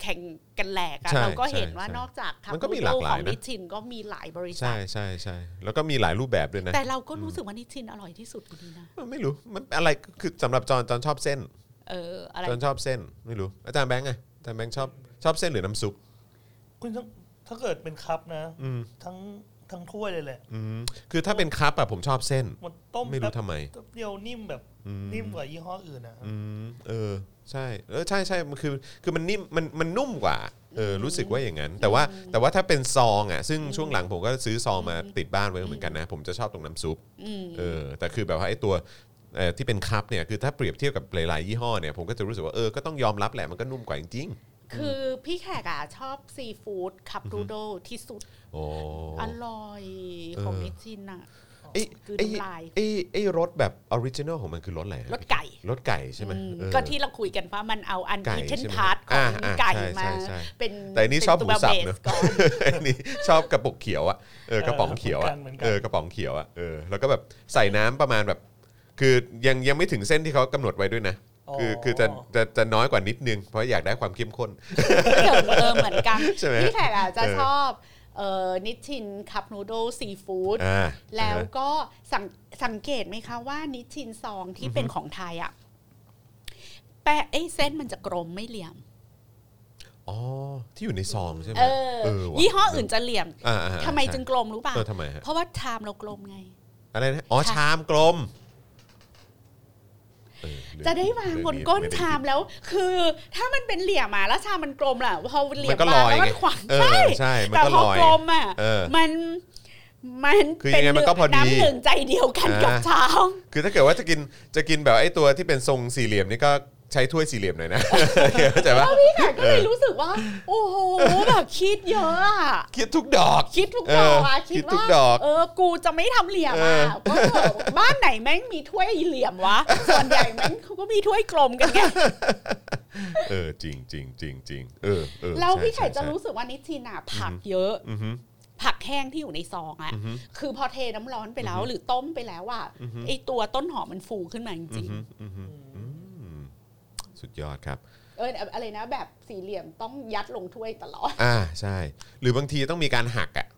แข่งกันแหลกอะ
ใช่
เราก็
ใช่
เห็นว่า
ใช่
นอกจากทำ
มันก็มีหลากหลาย
ของ
นะ
นิชชินก็มีหลายบริ
ๆ
ษั
ใช่
ท
ใช่ใช่แล้วก็มีหลายรูปแบบด้วยนะ
แต่เราก็รู้สึกว่านิชชินอร่อยที่สุดอยู่ดีนะ
ไม่รู้มันอะไรคือสำหรับจอนจอนชอบเส้น
เออ อะไร
จอนชอบเส้นไม่รู้อาจารย์แบงค์ไงอาจารย์แบงค์ชอบชอบเส้นหรือน้ำซุป
คุณต้องถ้าเกิดเป็นคัพนะ
อืม
ทั้งทั้งถ้วยเลยแหละ
อืมคือถ้าเป็นคัพอะผมชอบเส้น
มันต้ม
ไม่รู้ทำ
แป๊บ
ไม
แป๊บเดียวนิ่มแบบ
อืม
นิ่มกว่ายี่ห้ออื่นนะ
อืมเออใช่เออใช่ใช่มันคือคือมันนิ่มมันมันนุ่มกว่าเออรู้สึกว่าอย่างนั้น แต่ว่าแต่ว่าถ้าเป็นซองอ่ะซึ่งช่วงหลังผมก็ซื้อซองมาติดบ้านไว้เหมือนกันนะ ผมจะชอบตรงน้ำซุป
อืม
เออแต่คือแบบว่าไอ้ตัวเอ่อที่เป็นคัพเนี่ยคือถ้าเปรียบเทียบกับหลายๆยี่ห้อเนี่ยผมก็จะรู้สึกว่าเออก็ต้องยอมรับแหละมันก็นุ่มกว่าจริง
คือพี่แขกอ่ะชอบซีฟู้ดคับนูโดที่สุด
โอ้
อร่อยของ
เออ
นิจินอ่ะ
ไอ้
คือ
ไอ้
น้ำลาย
ไอ้ไอ้รสแบบออริจินอลของมันคือรสอะไรฮะ
รสไก่
รสไก่ใช่ไหม
อืม
เออ
ก็ที่เราคุยกันว่ามันเอาอัน
ไก่
อีเทน
ใช่ไหม
พาร์ทของ
อ่าอ่า
ไก่
ใช่
มา
ใช่ใช่
เป็น
แต่อันนี้ชอบหมู
เป็ตัว
สับ
เส
เนอะ
ก่อน
อันนี้ชอบกระปุกเขียวอะเออกระป๋องเขียวอะ
เหมือนกัน
เออกระป๋องเขียวอะเออแล้วก็แบบใส่น้ำประมาณแบบ คือยังยังไม่ถึงเส้นที่เขากำหนดไว้ด้วยนะ คือคือจะจะจะน้อยกว่านิดนึง เพราะอยากได้ความเข้มข้น
เดี๋ยวเออเหมือนกัน
ใช่ไหม
พี่แขกอ่ะจะ
เออ
ชอบเอ่อนิชชินคัพนูโดซีฟู้ด
อ่า
แล้ว
นะฮะ
ก็สังสังเกตไหมคะว่านิชชินซองที่เป็นของไทยอ่ะแปะไอ้ยเส้นมันจะกลมไม่เหลี่ยม
อ๋อ ที่อยู่ในซองใช่ไหม
เออ
ว่ะ
ยี่ห้ออื่นจะเหลี่ยม
อ่าอ่าอ่า
ทำไม
ใช่
จึงกลมรู้ป่ะ
เออทำไมฮะ
เพราะว่าชามเรากลมไง
อะไรนะอ๋อ
ชา
ชามกลมเออเรื่อง
จะได้วางบน
เรื่อง
ก้น
ไได้
ชามแล้ว คือ ถ้ามันเป็นเหลี่ยมอ่ะแล้วชามมันกลมล่ะพอเหลี่ย
มั
ม
นก็ล
มา
อย
แล้ว
ไง
มันขวาง
เออ
ใช่
ใช่มัน
แต่
ก็
พอ
ลอย
กลมอ่ะ
เออ
มันมัน
คือยังไงมันก็พอดี
น้ำหนึ่งใจเดียวกัน
อ่ากั
กับเช้า
คือถ้าเกิดว่าจะกินจะกินแบบไอ้ตัวที่เป็นทรงสี่เหลี่ยมนี่ก็ใช้ถ้วยสี่เหลี่ยม หน่อยนะ เข้าใจปะ
พี่ค่ะก็เลย
เออ
รู้สึกว่า โอ้โหแบบคิดเยอะอ่ะ
คิดทุกดอก
คิดทุกดอก
เอ
อ่ะ
อ
คิ
คิ
ด
ดทุ
ว่าก
ดอก
เออกูจะไม่ทำเหลี่ยมอ่ะ
เออ
เพราะเออบ้านไหนแม่งมีถ้วยเหลี่ยม วะส่วนใหญ่แม่งเขาก็มีถ้วยกลมกันไง
เออจริงจริงจริงจริงเออเออ
แล้ว
ใช่
พี่ไข่
ใช่
จะ
ใช่
รู้สึกว่านิชินอ่ะผักเยอะ
อือฮึ
ผักแห้งที่อยู่ในซองอ่ะ
อือฮึ
คือพอเทน้ำร้อนไปแล้ว
อือฮึ
หรือต้มไปแล้วอ่ะ
อือฮึ
ไอตัวต้นหอมมันฟูขึ้นมาจ
อื
ริ
อง ฮึอือฮึอืมสุดยอดครับ
ๆเอออะไรนะแบบสี่เหลี่ยมต้องยัดลงถ้วยตลอด
อ่าใช่ หรือบางทีต้องมีการหักอ่ะ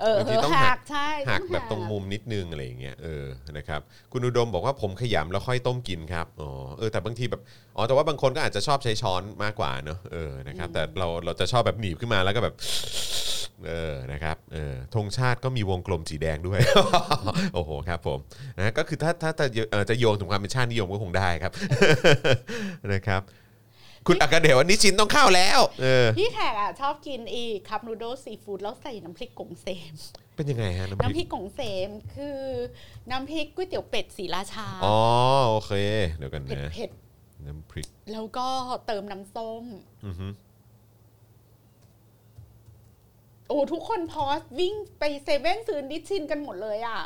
เออบ
างทีต้องหั
หั
ก
กใช่
หัก
อ
แบบตรงมุมนิดนึงอะไรอย่างเงี้ยเออนะครับคุณอุดมบอกว่าผมขยำแล้วค่อยต้มกินครับอ๋อเออแต่บางทีแบบอ๋อแต่ว่าบางคนก็อาจจะชอบใช้ช้อนมากกว่าเนอะเออนะครับแต่เราเราจะชอบแบบหนีบขึ้นมาแล้วก็แบบ เออนะครับเออธงชาติก็มีวงกลมสีแดงด้วย โอ้โหครับผมนะก็คือถ้าถ้าจะเอ่อจะโยงถึงความเป็นชาตินิยมก็คงได้ครับ นะครับ คุณอักเดววันนี้ชินต้องเข้าแล้ว เออ
พี่แขกอ่ะชอบกินอีคัพนูโดซีฟู้ดแล้วใส่น้ำพริกกงเซม
เป็นยังไงฮะน้ำ
น้ำ
พ
พ
ริ
ริ
ก
กกงเซมคือน้ำพริกก๋วยเตี๋ยวเป็ดสีราชา
อ๋อโอเค เดี๋ยวกัน
เผ็ด
นะ
เผ็ด
น้ำพริก
ๆแล้วก็เติมน้ำส้ม
อือฮึ
โอ้ทุกคนพอสวิ่งไปเซเว่นซื้อดิชชินกันหมดเลยอ่ะ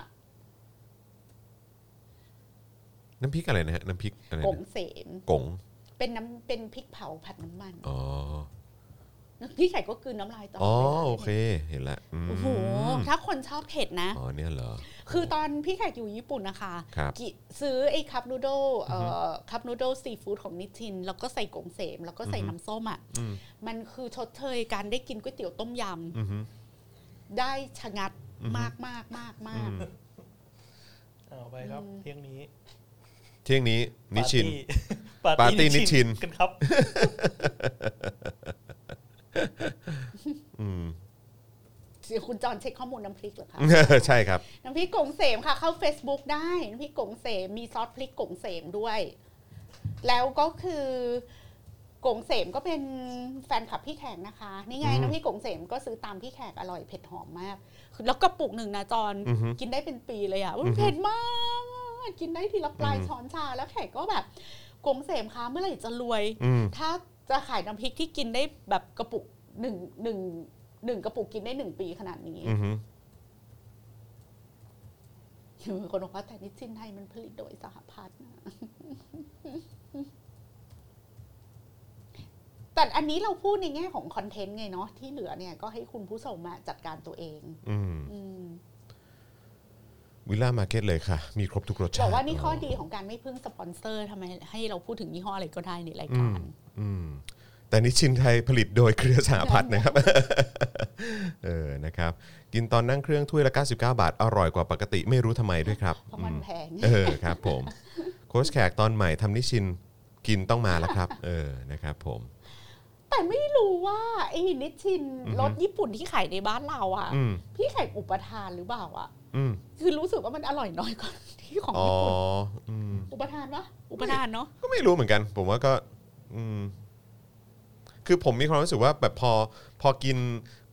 น้ำพริกอะไรนะฮะ น้ำพริกอะไรนะ
กงเซม
กง
เป็นน้ำเป็นพริกเผาผัดน้ำมัน
อ๋อ
พี่ไข่ก็กลืนน้ำลายตลอด
อ๋อ
วลา
โอเค เห็นละม
โอ้โห ถ้าคนชอบเผ็ดนะ
อ๋อเนี่ยเหรอ
คือตอนพี่ไข่อยู่ญี่ปุ่นนะคะ
ครับ
กิซื้อไอ้คัพนูโดเอ่อคัพนูโดซีฟู้ดของนิชชิน แล้วก็ใส่กงเสม แล้วก็ใส่
อือฮึ
น้ำส้มอ่ะ
อืม
มันคือชดเชยการได้กินก๋วยเตี๋ยวต้มย
อือฮึ
ำ ได้ชะงัด
อือฮึ
มากมากมากมา
อื
ก
ม
เอาไปครับเที่ยงนี้
เที่ยงนี้ นิชิน
ปาร์
ปาร์ตี้
ตี้
นิชชิน
กันครับ
อืม
เดี๋ยวคุณจอนเช็คข้อมูลน้ำพริกเหรอคะ
ใช่ครับ
น้ำพริกกงเสมค่ะ เข้า Facebook ได้น้ำพริกกงเสมมีซอสพริกกงเสมด้วย แล้วก็คือกงเสมก็เป็นแฟนคลับพี่แขกนะคะ นี่ไง
อืม
น้ำพริกกงเสมก็ซื้อตามพี่แขกอร่อยเผ็ดหอมมากคือแล้วกระปุกหนึ่งนะจอน
อือฮึ
กินได้เป็นปีเลยอะ่ะอุ๊ย
อือฮึ
เผ็ดมากกินได้ทีละปลาย
อือฮึ
ช้อนชาแล้วแขกก็แบบกงเสมคะเมื่อไหร่จะรวย
อืม
ถ้าจะขายน้ำพริกที่กินได้แบบกระปุกหนึ่งหนึ่งหนึ่งกระปุกกินได้หนึ่งปีขนาดนี้
อือฮึ
คนบอกว่าแต่นิชชินไทยมันผลิตโดยสหพัฒน์นะ แต่อันนี้เราพูดในแง่ของคอนเทนต์ไงเนาะที่เหลือเนี่ยก็ให้คุณผู้ชมมาจัดการตัวเอง
อืม
อืม
วิลล่ามาร์เก็ตเลยค่ะ มีครบทุกรสชา
บ
ติ
อกว่านี่ข้อดีของการไม่พึ่งสปอนเซอร์ทำไมให้เราพูดถึงยี่ห้ออะไรก็ได้ในรายการ
อืม แต่นิชินไทยผลิตโดยเครือสหพัฒน์นะครับ เออ นะครับ กินตอนนั่งเครื่องถ้วยละ 99 บาท อร่อยกว่าปกติ ไม่รู้ทำไมด้วยครับ
เพราะมัน
อืม
แพง
เออครับผมโค้ชแขกตอนใหม่ทำนิชินกินต้องมาแล้วครับ เออนะครับผม
แต่ไม่รู้ว่าไอ้นิชชิน
อือฮึ
รสญี่ปุ่นที่ขายในบ้านเราอ่ะ
อืม
พี่ไข่อุปทานหรือเปล่าอ่ะ
อืม
คือรู้สึกว่ามันอร่อยน้อยกว่าที่ของ
อ๋อ
ญี่ปุ่น
อืม
อุปทานปะอุปทานเนาะ
ก็ไม่รู้เหมือนกัน ผมว่าก็ อืม คือผมมีความรู้สึกว่าแบบพอพอกิน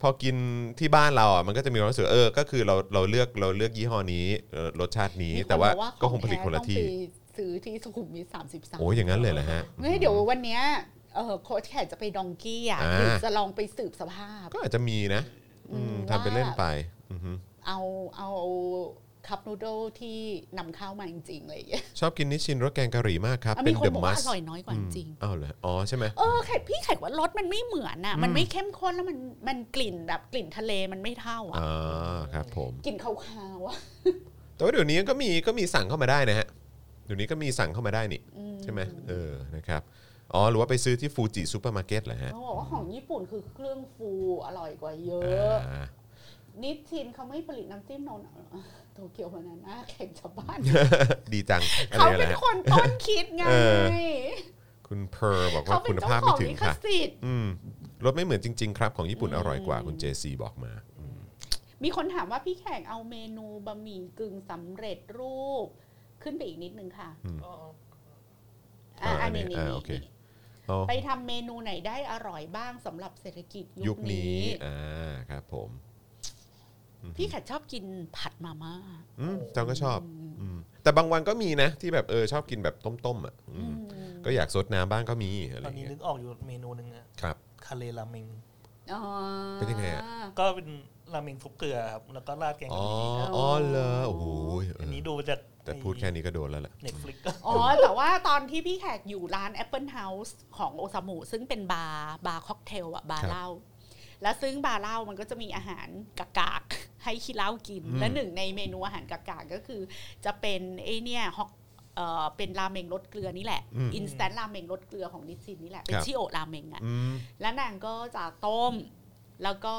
พอกินที่บ้านเราอ่ะมันก็จะมีความรู้สึกเออ ก็คือเราเราเลือกเราเลือกยี่ห้อนี้เอ่อรสชาตินี้
มีคน
แต่ว่า
บอก
ก็คงผลิตคนละที่
ของแท้ต้องไปซื้อที่สุขุมวิทสามสิบสาม
โอ้ยอย่างนั้นเลยเหรอฮะ
เฮ้ยเดี๋ยววันเนี้ย เออโค้ชแขกจะไปดองกี้อ่ะ
อ่า
หรือจะลองไปสืบสภาพ
ก็อาจจะมีนะอืม
อืม
ทำไป
ว่า
เล่นไปอือฮึ
เอาเอาคัพนูโดที่นำเข้ามาจริงๆอะไรอย่างเงี้ย
ชอบกินนิชชินรสแกงกะหรี่มากครับ
อ่ะ
เป็
มี
น
คน
เดอะ
บอก
มั
ว่า
ส
อร่อยน้อยกว่าจริง
อ้าวเหรออ๋อใช่ไหม
เออแขกพี่แขกว่ารสมันไม่เหมือนน่ะ มันไม่เข้มข้นแล้วมันมันกลิ่นแบบกลิ่นทะเลมันไม่เท่าอ่ะ
อ่าครับผม
กลิ่นขาวๆอ่ะ
แต่ว่าเดี๋ยวนี้ก็มีก็มีสั่งเข้ามาได้นะฮะเดี๋ยวนี้ก็มีสั่งเข้ามาได้นี่ใช่ไหมเออนะครับอ๋อหรือว่าไปซื้อที่ฟูจิซูเปอร์มาร์เก็ตเหรอฮะ
เขาบอกว่าของญี่ปุ่นคือเครื่องฟูอร่อยกว่าเยอะ
อ่า
นิชชินเขาไม่ผลิตน้ำจิ้มนนโตเกียวมานาน่าแข่งชาวบ้าน
ดีจังอะไร
เขา
อะไร
เป็น
ฮะ
คนต้นคิดไง
เออ คุณเพอร์บอกว่า
เขาเป็
คุ
น
ณ
เจ้า
ภาพ
ข
ไม่
อง
ถึง
ลิข
ค่ะ
สิทธิ์
อืมรสไม่เหมือนจริง ๆ ครับ ของญี่ปุ่นอร่อยกว่าคุณเจซีบอกมา
มีคนถามว่าพี่แขกเอาเมนูบะหมี่กึ่งสำเร็จรูป ขึ้นไปอีกนิดนึงค่ะ
อ๋ออ๋อ
อ่ะ
อ่า
อันนี้
อันนี้
นี่
อ่าโอเค อ๋อ
ไปทำเมนูไหนได้อร่อยบ้างสำหรับเศรษฐกิจ
ยุ
ยุ
ค
ค
นี้
นี้
อ่าครับผม
พี่แขกชอบกินผัดมาม่า
อืมจองก็ชอบอืมแต่บางวันก็มีนะ ที่แบบเออชอบกินแบบต้มๆอ่ะอืม
อืม
ก็อยากซดน้ำบ้างก็มีอะไร
ต
อ
อน
ย่าง
นี้
เงี้
นึ
ย
กออกอยู่เมนูหนึ่งอะ
ครับ
คาเลราเมง
อ๋อ
เป็นยังไงอะ
ก็เป็นราเมงซุปเกลือครับ แล้วก็ราดแกง
อ๋อ
กะหรี่
อ๋อเหรอโอ้โหเอ
อัน
อ
นี้ดูจาก
แต่พูดแค่นี้ก็โดนแล้วแหละ
เน็ตฟลิก
อ๋อ แต่ว่าตอนที่พี่แขกอยู่ร้าน Apple House ของโอซามุซึ่งเป็นบาร์บาร์ค็อกเทลอะบาร์เหล้าแล้วซึ่งบาร์เหล้ามันก็จะมีอาหารกากๆ ให้ขี้เหล้ากิน และหนึ่งในเมนูอาหารกากๆก็คือ จะเป็นไอเนี่ยฮอกเออเป็นราเมงรสเกลือนี่แหละอินสแตนราเมงรสเกลือของนิชชินนี่แหละเป็นชิโอะราเมงอะ
อืม
แล้วนางก็จะต้ม แล้วก็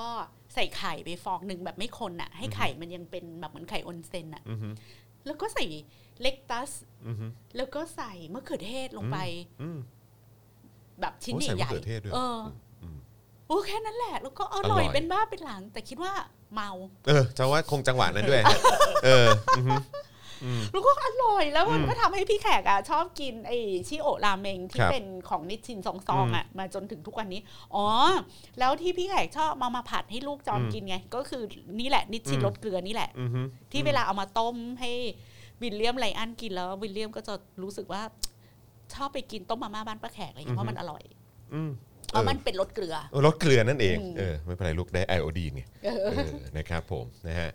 ใส่ไข่ไปฟองหนึ่งแบบไม่คนน่ะ ให้ไข่มันยังเป็นแบบเหมือนไข่ออนเซนน่ะ
อือฮึ
แล้วก็ใส่เลกตัส
อืม
แล้วก็ใส่มะเขือเทศลงไป
อืม
แบบชิ้น
โอ้
ให
ใส่
ญ่
มะเขือเทศด้วย
เอออ
ม
โอ้แค่นั้นแหละ แล้วก็อ
อร่
ร่
อ
อย ยเป็นบ้าเป็นหลัง แต่คิดว่าเมา
เออจะว่าคงจังหวะนั้นด้วยฮะเอออืม
แล้วก็อร่อยแล้วมัน
อืม
ก็ทำให้พี่แขกอ่ะชอบกินไอ้ชิโอะราเมงที่
ครับ
เป็นของนิชชินซองซองอ่ะมาจนถึงทุกวันนี้ อ๋อ แล้วที่พี่แขกชอบมามาผัดให้ลูกจอน
อืม
กินไง ก็คือนี่แหละนิชชิน
อืม
รสเกลือนี่แหละ
อืมอืม
ที่เวลาเอามาต้มให้วิลเลียมไรอันกินแล้ววิลเลียมก็จะรู้สึกว่า ชอบไปกินต้มมาม่าบ้านป้าแขกอะไรอย่างเงี้ยเพราะมันอร่อย
อืม
เพราะมันเป็นรสเกลือ
เออรสเกลือนั่นเอง
อืม
เออไม่เป็นไรลูกได้ไอโอดีนไงเออนะครับผมนะฮะ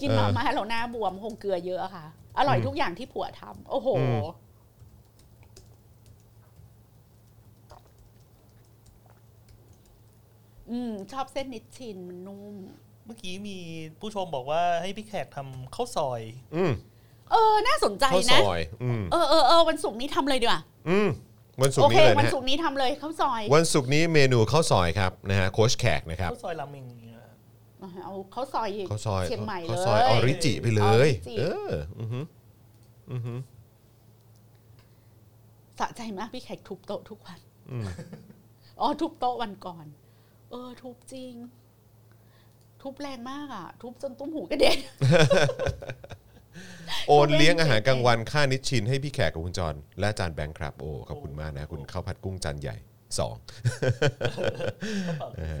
กิน
เออ
มาม่าเราหน้าบวมคงเกลือเยอะอะค่ะ อร่อยทุกอย่างที่ผัวทำโอ้โห
อืม
อืม ชอบเส้นนิชชินมันนุ่ม
เมื่อกี้มีผู้ชมบอกว่าให้พี่แขกทำข้าวซอย
อืม
เออ น่าสนใจ
ข้าวซ
นะ
อยอืม
เออเออเออวันศุกร์นี้ทำเลยดีกว่า
อืมวันศุก
โอ
ร์
เค
นี้เลย
วัน
นะฮะ
ศุกร์นี้ทำเลยข้าวซอย
วันศุกร์นี้เมนูข้าวซอยครับนะฮะโค้ชแขกนะครับ
ข้าวซอยราเมงอย่างเงี้ยครับ
เอาข้าวซอย
ข้าวซอย
เชียงใหม่เลย
ข้าวซอยออริจิไปเลย
ออริจิ
เอออืมอืม
สะใจมากพี่แขกทุบโต๊ะทุกวัน
อืม
อ๋อทุบโต๊ะวันก่อน เออ ทุบจริง ทุบแรงมากอ่ะ ทุบจนตุ้มหูกระเด็น
โอนเลี้ยงอาหารกลางวันค่านิชชินให้พี่แขกกับคุณจรและอาจารย์แบงค์ครับโอ้ขอบคุณมากนะ คุณข้าวผัดกุ้งจานใหญ่สอง
กระเป๋าเส้น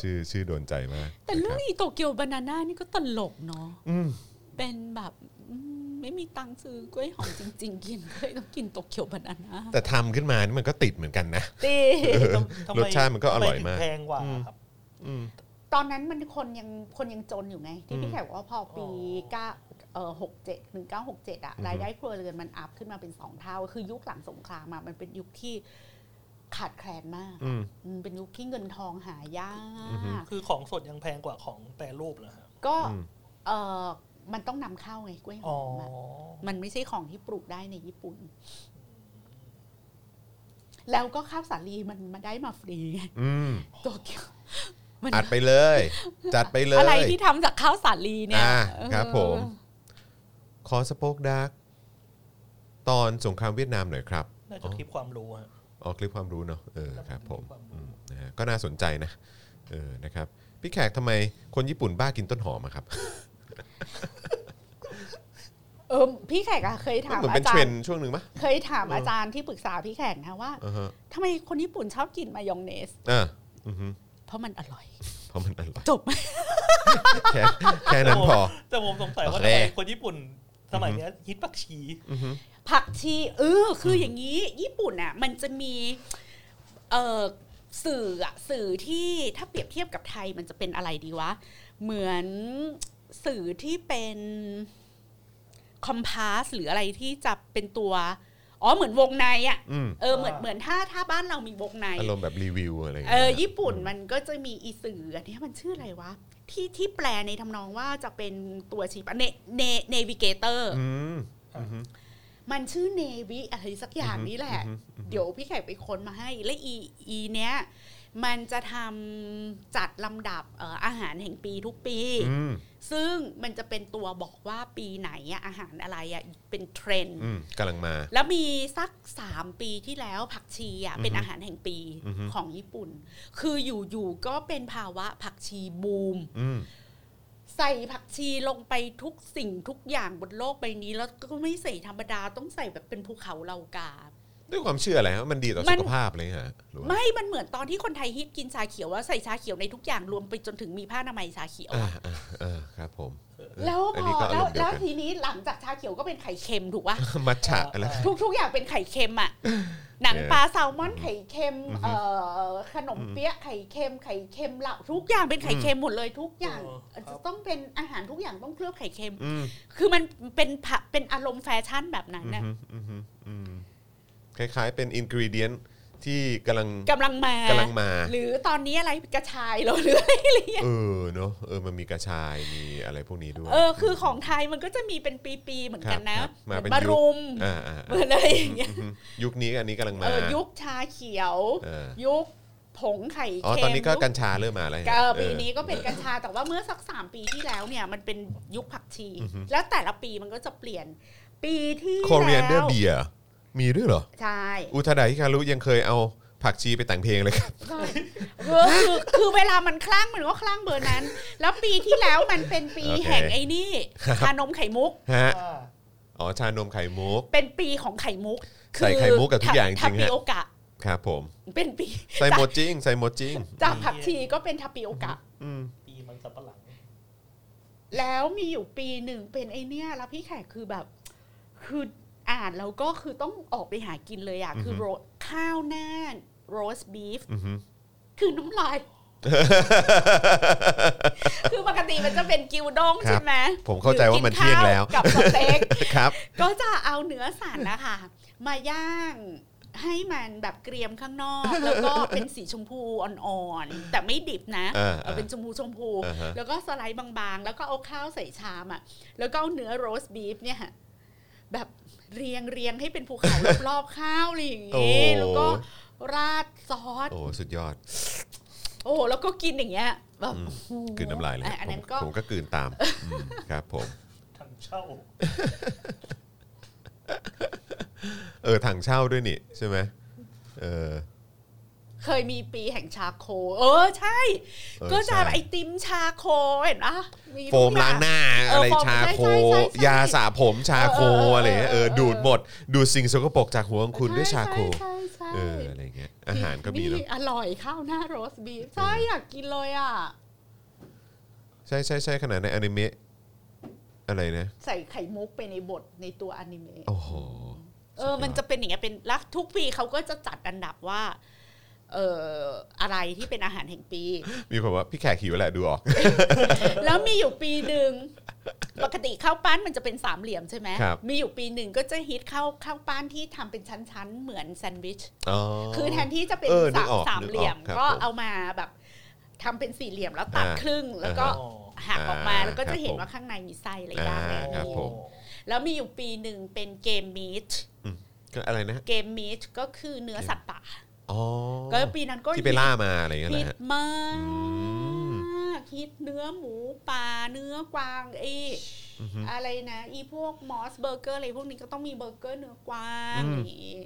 ชื่อชื่อโดนใจมาก
แต่เรื่อง
นะคบ
อีโตเกียวบานาน่านี่ก็ตลกเนาะ
อืม
เป็นแบบอืมไม่มีตังค์ซื้อกล้วยหอมจริง ๆ กิน เลยต้องกินโตเกียวบานาน่า
แต่ทำขึ้นมานี่มันก็ติดเหมือนกันนะ
ตี
ทำไ
รสชาติมันก็อร่อยมาก
ทำไถึงแพงกว่าครับ
ตอนนั้นมันคนยังคนยังจนอยู่ไง ที่พี่แขกบอกว่าพอปี
อ๋อ
เก้าเออหกเจ็ดหนึ่งเก้าหกเจ็ดอะรายได้ครัวเรือนมันอัพขึ้นมาเป็นสองเท่า คือยุคหลังสงครามอะมันเป็นยุคที่ขาดแคลนมาก
อืม
อืมเป็นยุคที่เงินทองหายาก
คือของสดยังแพงกว่าของแปรรูปนะครับ
ก็
อืม
เออมันต้องนำเข้าไงกล้วยห
อ๋
อ
อ
มอะมันไม่ใช่ของที่ปลูกได้ในญี่ปุ่น แล้วก็ข้าวสาลีมันมาได้มาฟรีไง
อืม
โตเกียวมัน
อัดไปเลย จัดไปเลย
อะไรที่ทำจากข้าวสาลีเนี่ย
อ่า
เออ
ครับผมขอสโปกดาร์กตอนสงครามเวียดนามหน่อยครับ
น่าจะคลิปความรู้ฮะ
ออกคลิปความรู้เนาะเออครับผม
คลิปความรู้
อืมนะฮะก็น่าสนใจนะเออนะครับ พี่แขกทำไมคนญี่ปุ่นบ้ากินต้นหอมอะครับ
เออพี่แขกอะเคยถาม
เหมือนเป็
อาน จา
เทร
ร
น
ย์
ด์ช่วงหนึ่งปะ
เคยถาม
เอออ
อาจารย์ที่ปรึกษาพี่แขกนะว่า
อ่าฮะ
ทำไมคนญี่ปุ่นชอบกินมายองเนส
อ่าอือฮึ
เพราะมันอร่อย
เพราะมัน อร่อย
จบไหม
แค่แค่นั้นพอ
แต่ผมสงสัยว่า
โอ
ทำ
เค
ไมคนญี่ปุ่น สมัยเนี้ยฮิตปักชี
อือฮึ
ผักชีเออคืออย่างนี้ ญี่ปุ่นอ่ะมันจะมีเออสื่ออะสื่อที่ถ้าเปรียบเทียบกับไทยมันจะเป็นอะไรดีวะ เหมือนสื่อที่เป็นคอมพาสหรืออะไรที่จะเป็นตัว อ๋อเหมือนวงในอ่ะ
อืม
เออเหมือน
อ่า
เหมือนถ้าถ้าบ้านเรามีวงใน
อารมณ์แบบรีวิวอะไรย่าง
เอ
งี้ย
อญี่ปุ่นมันก็จะมีอีสื่ออันเนี้ยมันชื่ออะไรวะ ที่ที่แปลในทำนองว่าจะเป็นตัวชี้ปะเนเนเนวิเกเตอร์
อืมอือฮึ
มันชื่อเนวิอะไรสักอย่างนี้แหละ
อือฮึอือฮึ
เดี๋ยวพี่แขกไปค้นมาให้ และอีอีเนี้ยมันจะทำจัดลำดับเอ่ออาหารแห่งปีทุกปี
อืม
ซึ่งมันจะเป็นตัวบอกว่าปีไหนอะอาหารอะไรอะเป็นเทรนด์
อืมกำลังมา
แล้วมีสักสามปีที่แล้วผักชีอ่ะเป็นอาหารแห่งปี
อือฮึ
ของญี่ปุ่น คืออยู่ๆก็เป็นภาวะผักชีบูม
อืม
ใส่ผักชีลงไปทุกสิ่งทุกอย่างบนโลกใบนี้ แล้วก็ไม่ใส่ธรรมดาต้องใส่แบบเป็นภูเขาเหล่ากา
ด้วยความเชื่ออะไรฮะมันดีต่อ
มั
สุ
น
ขภาพเลยฮะหรือว่า
ไม่มันเหมือนตอนที่คนไทยฮิตกินชาเขียวว่าใส่ชาเขียวในทุกอย่างรวมไปจนถึงมีผ้าอนามัยชาเขียว
อ่า
อะ
อ่าอ่าครับผม
แล้ว
น
พ
นี้
อ
ก็า
แล้
รม
ว
ณ์เดีย
แล้ว
กัน
ทีนี้หลังจากชาเขียวก็เป็นไข่เค็มถูกปะ
มัทฉะอะไร
ทุกทุกอย่างเป็นไข่เค็มอะหนัง
เออ
ปลาแซลมอนไข่เค็ม
อือฮึ
เอ่อขนมเปี๊ยะไข่เค็มไข่เค็มเหล่าทุกอย่างเป็นไข่
อืม
เค็มหมดเลยทุกอย่าง
เออครับ
จะต้องเป็นอาหารทุกอย่างต้องเคลือบไข่เค็ม
อืม
คือมันเป็นผะเป็นอารมณ์แฟชั่นแบบนั้นนะ
อือฮึอืมคล้ายๆเป็นอินกรีเดียนที่กำลัง
กำลังมาก
ำลังมา
หรือตอนนี้อะไรกระชายเหรอหรืออะไร
เออเนาะเออมันมีกระชายมีอะไรพวกนี้ด้วย
เออคือของไทยมันก็จะมีเป็นปีๆเหมือนกันนะครั
ค
บ
รับมาเป็น
มารุม
อ่าอ่า
เหมือนอะไรอย่างเงี้ย
อือฮึยุคนี้อันนี้กำลังมา
เออยุคชาเขียว
เออ
ยุคผงไข่
อ๋อ
เค็ม
ตอนนี้ก็
ยุค
กัญชาเริ่มมาแล้วฮะ
ก็
เออ
ปีนี้ก็เป็นกัญชาแต่ว่าเมื่อสักสามปีที่แล้วเนี่ยมันเป็นยุคผักชี
อือฮึ
แล้วแต่ละปีมันก็จะเปลี่ยน ปีที่
คอเรียนเดอ
แล้
ร์
ว
เบียมีด้วยเหรอ
ใช่
อุทาดาฮิคารุยังเคยเอาผักชีไปแต่งเพลงเลยครับ
ใช่คือคือคือเวลามันคลั่งมันก็คลั่งเบอร์นั้น แล้วปีที่แล้วมันเป็นปี
โอเค
แห่งไอ้นี่ชานมไข่มุก
ฮะ
อ่า
อ๋อชานมไข่มุก
เป็นปีของไข่มุก
ใส่ไข่มุกกับทุกอย่างจริงๆฮะ
ทาปิโอกะ
ครับผม
เป็นปี
ใส่หมดจริงใส่หมดจริง
จากผักชีก็เป็นทาปิโอกะ
อืม
ปีมันสับปะหลัง
แล้วมีอยู่ปีหนึ่งเป็นไอเนี่ยแล้วพี่แขกคือแบบ คืออ่านแล้วก็คือต้องออกไปหากินเลยอะคือโรข้าวหน้าโรสบีฟ
อือฮึ
คือน้ำลาย คือปกติมันจะเป็นกิวด้ง
ครับ
ใช่ไหม
ผมเข้าใจว่ามันเที่ยงแล้ว
หรือกินข้ากับสเต็ก
ครับ
ก็จะเอาเนื้อสัตว์นะคะ มาย่างให้มันแบบเกรียมข้างนอก แล้วก็เป็นสีชมพูอ่อนๆ แต่ไม่ดิบนะ
อ่าๆ
เอาเป็นชมพูชมพู
อ่าฮะ
แล้วก็สไลด์บางๆ แล้วก็เอาข้าวใส่ชามอ่ะ แล้วก็เอาเนื้อโรสบีฟเนี่ย แบบเรียงเรียงให้เป็นภูเขา รอบๆข้าวอะไรอย่าง
โอ้
งี้แล้วก็ราดซอส
โอ้สุดยอด
โอ้โหแล้วก็กินอย่างเงี้ยแบบ
อืม
โอ้โห
กลืนน้ำลายเลย
อ่ะอัน
ผม
นั้นก็
ผมก็กลืนตามอืมครับ ผม
ทางเช่า
เออถังเช่าด้วยนี่ใช่ไหมเออ
เคยมีปีแห่งชาโค เออใช่
เออ
ก็จะ
ใช่
ไอติมชาโคเห็นปะมีทุก
โฟมล้างห
อย่
น้า
เออ
อะไร
โฟม
ชาโค
ใช่ใช่ใช่
ยาสระผมชาโค
เออเออเออ
อะไรเงี้ยเออ
เออ
ดูดหมด ดูดสิ่งสกปรกจากหัวของคุณด้วยชาโค
ใช่ใช่
เอ
ใช่
อ
ใช่
อะไรเงี้ยอาหารก็มีเนอะ
นี่อร่อยข้าวหน้าโรสบีฟใช่อยากกินเลยอ่ะ
ใช่ใช่ใช่ขนาดในอนิเมะอะไรนะ
ใส่ไข่มุกไปในบทในตัวอนิเมะ
โอ้โห
เออ มันจะเป็นอย่างเงี้ยเป็นรักทุกปีเขาก็จะจัดอันดับว่า เอ่ออะไรที่เป็นอาหารแห่ง ปี
มีผมว่าพี่แขกหิวแหละดูออก
แล้วมีอยู่ปีหนึ่งปกติข้าวปั้นมันจะเป็นสามเหลี่ยมใช่ไหม
ครับ
มีอยู่ปีหนึ่งก็จะฮิตข้าวข้าวปั้นที่ทำเป็นชั้นๆเหมือนแซนด์วิช
อ๋อ
คือแทนที่จะเป็น
เออนึ
สาก ม
ออก
สามเหลี่ยม
นึกออกครับ
ก็
ผม
เอามาแบบทำเป็นสี่เหลี่ยมแล้วตัด
อ่า
ครึ่งแล้วก็
อ่า
ฮะ
หักออกมา
อ่า
แล้วก็
ครั
จะ
บ
เห็
ผ
น
ม
ว่าข้างในมีไส้อะไรบ้าง
อ่า
อะไรอย่าง
ครับ
เงี้ย
ผม
แล้วมีอยู่ปีหนึ่งเป็นเกมมีท
ก็อะไรนะ
เกมมีทก็คือเนื้อสัตว์ป่า
อ๋อ
ก็ปีนั้นก็
ที่ไปล่ามาอะไรเงี้ยแห
ฮิ
ละ
ต
ฮะ
ม
อืม
ากฮิตเนื้อหมูป่าเนื้อกวางไอ้
อือฮึ
อะไรนะอีพวกมอสเบอร์เกอร์อะไรพวกนี้ก็ต้องมีเบอร์เกอร์เนื้อกวาง
อืม
อย่างงี้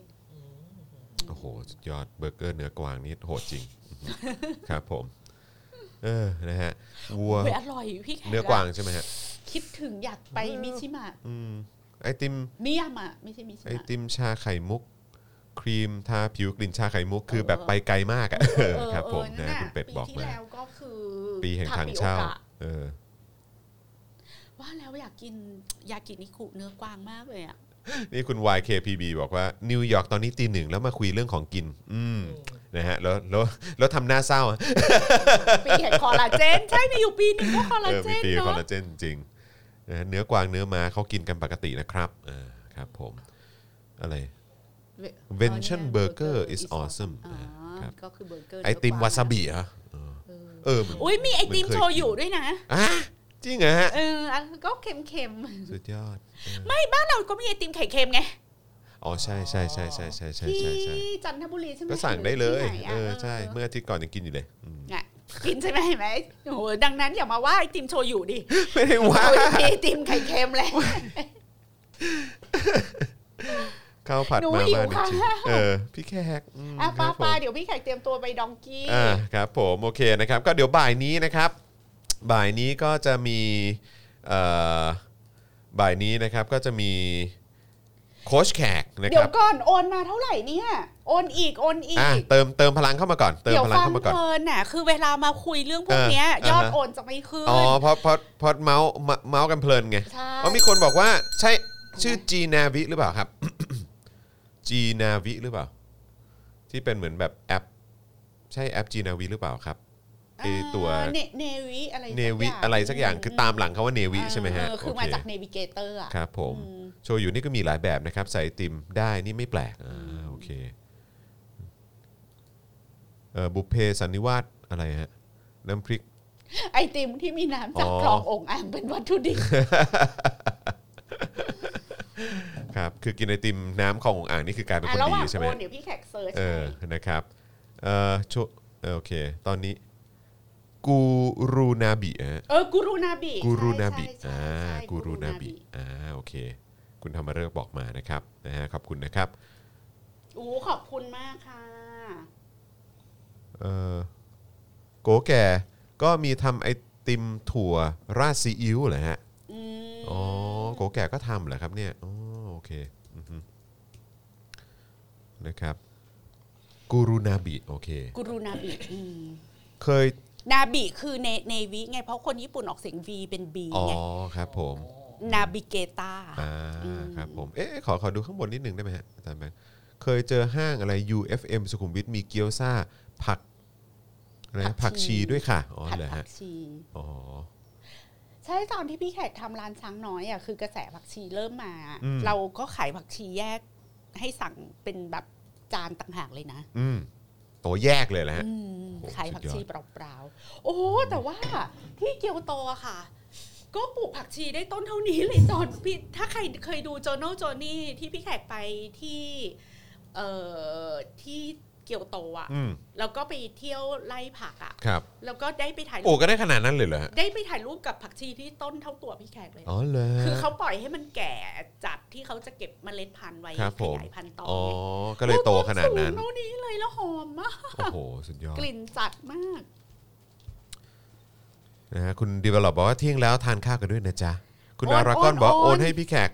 โอ้โหสุดยอดเบอร์เกอร์เนื้อกวางนี่โหดจ ริง ครับผม เออนะฮะวัว
เว้ยอร่อยพี่แขก
เนื้อกวางใช่ไหมฮะ
คิดถึงอยากไปมิชิมะ
อืมไอติม
มิยามะไม่ใช่มิชิ
ไอ
มะ
ติมชาไข่มุก ครีมทาผิวกลิ่นชาไข่มุกคือแบบไปไกลมากอ่ะ
เออ
เออครับผม
เออ
นะ
นั่นน่ะ
คุณเป็ดบอก
ปีที่
มา
แล้วก็คือ
ปีแห่งทางเช่า
ทปิโอกะ
เออ
ว่าแล้วอยากกินอยากกินนิคุเนื้อกวางมากเลยอ่ะ
นี่คุณ YKPB บอกว่านิวยอร์กตอนนี้ตีหนึ่งแล้วมาคุยเรื่องของกิน อืมนะฮะแล้วแล้วแล้วทำหน้าเศร้า อะ
ปีเห็ดคอลลาเจน ใช่มีอยู่ปีหนึงก็คอลลา
เออ
เจ
มี
น
ตีคอล
เนาะ
ลาเจนจริงๆนะฮะเนื้อกวางเนื้อม้าเขากินกันปกตินะครับเออครับผมอะไร v e n t i o n Burger is awesome
อ๋อ
ครับ
ก็คือเบอร์เกอร์
ไอติม
เนื้กง
วาซาบิเหรอเออเอ
เออ
อเหมือน
อุ้ยมีไอติมโชยุด้วยนะ
อ่ะจริงเหรอฮะ
เอออันก็เค็มๆ
สุดยอดเออ
ไม่บ้านเราก็มีไอติมไข่เค็มไง
อ๋อใช่ใช่ใช่ใช่ใช่ใช่
ที่
ใช่ใช่
จันทบุรีใช่ไหม
ก็สั่งได้เลย
ที่หนะ
เออใช่ เมื่ออาทิตย์ก่อนยังกินอยู่เลยอืม
น่ะกินใช่ไหมเห็นไหมโอ้โหดังนั้นอย่ามาว่าไอติมโชยุดิ
ไม่ได้ ว่า
โอ้ยมีไอติมไข่เค็มแล้ว
ข้าวผัด
หนู
มา
หิว
ม่าหนึ่ง
ข้าว
ชิ้นเออ พี่แขกอืม
อ่ะ
ค
ป้า
รับผม
ป้าเดี๋ยวพี่แขกเตรียมตัวไปดองกี้
อ่าครับผม โอเคนะครับ ก็เดี๋ยวบ่ายนี้นะครับ บ่ายนี้ก็จะมีเอ่อบ่ายนี้นะครับก็จะมีโค้ชแขกนะ
เดี๋
ค
ย
รั
ว
บ
ก่อนโอนมาเท่าไหร่เนี่ย โอนอีกโอนอี
อ่ะ
ก
เติมเติมพลังเข้ามาก่อน เติม
เดี๋ยว
พลัง
ฟัง
เข้ามาก่อน
เพลินน่ะคือเวลามาคุยเรื่องพวก
เออ
เนี้ย ยอด
อ่าฮะ
โอนจะไม่ขึ้น
อ๋อเพราะเพราะเพราะเมาส์เมาเมาส์กันเพลินไง
ใช่
อ๋อมีคนบอกว่าใช่ชื่อจีนาวิหรือเปล่าครับ จีนาวิหรือเปล่า ที่เป็นเหมือนแบบแอป ใช่แอปจีนาวิหรือเปล่าครับไอตัว
เนเนวิอะไร
เนวิอะไรสักอย่างคือตามหลังคาว่าเนวิใช่ไหมฮะ
เออคือมาจากเนวิเกเตอร์อ่ะ
ครับผม
อืม
โชยุนี่ก็มีหลายแบบนะครับ ใส่ไอติมได้นี่ไม่แปลกอ่าโอเคเอ่อบุพเพสันนิวาสอะไรฮะ น้ำพริก
ไอติมที่มีน้ำจาก
อ๋อ
คลององค์อ่างเป็นวัตถุดิบ
ครับ คือกินไอติมน้ำขององอ่างนี่คือกลายเป็น
อ่ะ
คน
ระห
ดี
ว่าง
ใช่ไหม
โอนเดี๋ยวพี่แขกเซิร์ช
เออ
ให้
นะครับ เออชวเออโอเค ตอนนี้กูรูนาบิฮะ
เออกูรูนาบิ
กูรูนาบิ
ใช่ใช่
อ่า
ใช่ใช่
กูรูนาบิ อ่า โอเค คุณธรรมฤกษ์บอกมานะครับ นะฮะ ขอบคุณนะครับ
อู้ขอบคุณมากค่ะ
เออโกแก่ ก็มีทำไอติมถั่วราดซีอิ๊วเหรอฮะ
อืม
อ๋อ โกแก่ก็ทำเหรอครับเนี่ย อ๋อ โอเคอือฮึนะครับ กูรูนาบิ โอเค
กูรูนาบิอืม
เคย
นาบิคือเนเนวิไงเพราะคนญี่ปุ่นออกเสียง V เป็น B
อ๋อ
ไง
ครับผม
นาบิเกตา
อ่า
อืม
ครับผม เอ๊ะขอขอดูข้างบนนิดหนึ่งได้ไหมฮะอาจารย์แบงค์เคยเจอห้างอะไร UFM สุขุมวิทมีเกี๊ยวซ่าผักอะไรนะผักชีด้วยค่ะ อ๋อ
ผัด
เหรอ
ผั
ฮะ
กชี
อ๋อ
ใช่ตอนที่พี่แขกทำร้านช้างน้อยอ่ะคือกระแสผักชีเริ่มมา
อืม
เราก็ขายผักชีแยกให้สั่งเป็นแบบจานต่างหากเลยนะ
อืมโตแยกเลยแหละฮะ
อืม
โอ้โห
ขายผักชี
สุดยอด
เปล่าๆ โอ้โหแต่ว่าที่เกียวโตอะค่ะ ก็ปลูกผักชีได้ต้นเท่านี้เลยตอนพี่ถ้าใครเคยดู Journal Journey ที่พี่แขกไปที่เอ่อที่เกียวโตอะ
อืม
แล้วก็ไปเที่ยวไล่ผักอะ
ครับ
แล้วก็ได้ไปถ่าย
โอ้
รูป
ก็ได้ขนาดนั้นเลยเหรอฮะ
ได้ไปถ่ายรูปกับผักชีที่ต้นเท่าตัวพี่แขกเลย
อ๋อเหรอ
คือเขาปล่อยให้มันแก่จัดที่เขาจะเก็บเมล็ดพันธุ์ไว้
ครับ
ข
ผม
ยายพันธุ์ต่อ
อ๋อ
ไง
ก็เลยโตขนาดนั้น
โอ้ต้สูงเท่านี้เลยแล้วหอมมาก
โอ้โห สุดยอด
กลิ่นจัดมาก
นะฮะคุณดีเวลลอปบอกว่าเที่ยงแล้วทานข้าวกันด้วยนะจ๊ะ คุณ
โอน
อาราก้อน
โอน
บอกว่า
โอน
โอนให้พี่แขก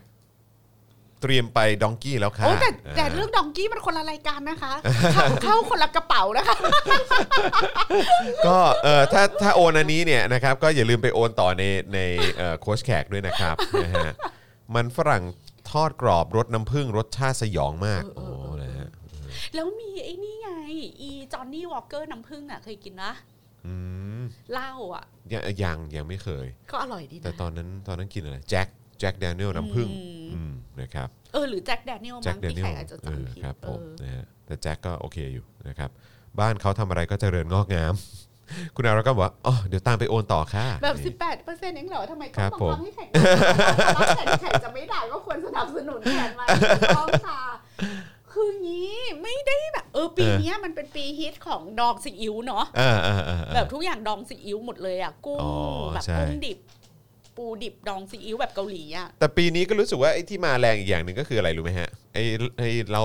เตรียมไปดองกี้แล้วค่ะ
โอ้แต่แต่
า
เรื่องดองกี้มันคนละรายการนะคะ เข้าเข้าคนละกระเป๋านะคะ
ก็เออถ้าถ้าโอนอันนี้เนี่ยนะครับก็อย่าลืมไปโอนต่อในในเอ่อโค้ชแขกด้วยนะครับ นะฮะมันฝรั่งทอดกรอบรสน้ำผึ้งรสชาติสยองมาก
เอ
โอ้
อเออเออ
นะฮะ
แล้วมีไอ้นี่ไง อีจอนนี่วอลเกอร์น้ำผึ้งอ่ะเคยกินนะ
อืม
เหล้าอ่ะ
ยังยังยังไม่เคย
ก็อร่อยดี
แต่
นะ
ตอนนั้นตอนนั้นกินอะไรแจ็คแจ็คแดเนียลน้ำผึ้ง
อืม
อืมนะครับ
เออหรือแจ็คแดเนียล
แจ็ค
มั้ง
แด
พี่
เนีย
แข
ล
กอาจจะจำผิด
ครับผม
เออ
นะฮะแต่แจ็คก็โอเคอยู่นะครับ บ้านเขาทำอะไรก็เจริญงอกงาม คุณอาราก็บอกว่าอ๋อเดี๋ยวตามไปโอนต่อค่ะ
แบบสิบแปดเปอร์เซ็นต์เองเหรอทำไมต้
ค
อ
รั
ง
บ
บัง
ผม
คับให้แขกรับแต่แขกจะไม่ได้ก็ควรสนับสนุนแขกมาถูกต้องค่ะ คืองี้ไม่ได้แบบเออปีเนี้ยมันเป็นปีฮิตของดองซีอิ๊วเนาะ
เออเออเออเออ
แบบทุกอย่างดองซีอิ๊วหมดเลยอ่ะกุ้ง
อ๋อ
แบบ
ใช่
กุ้งดิบ ปูดิบดองซีอิ๊วแบบเกาหลีอ่ะ
แต่ปีนี้ก็รู้สึกว่าไอ้ที่มาแรงอีกอย่างหนึ่งก็คืออะไรรู้ไหมฮะไอ้ไอ้เรา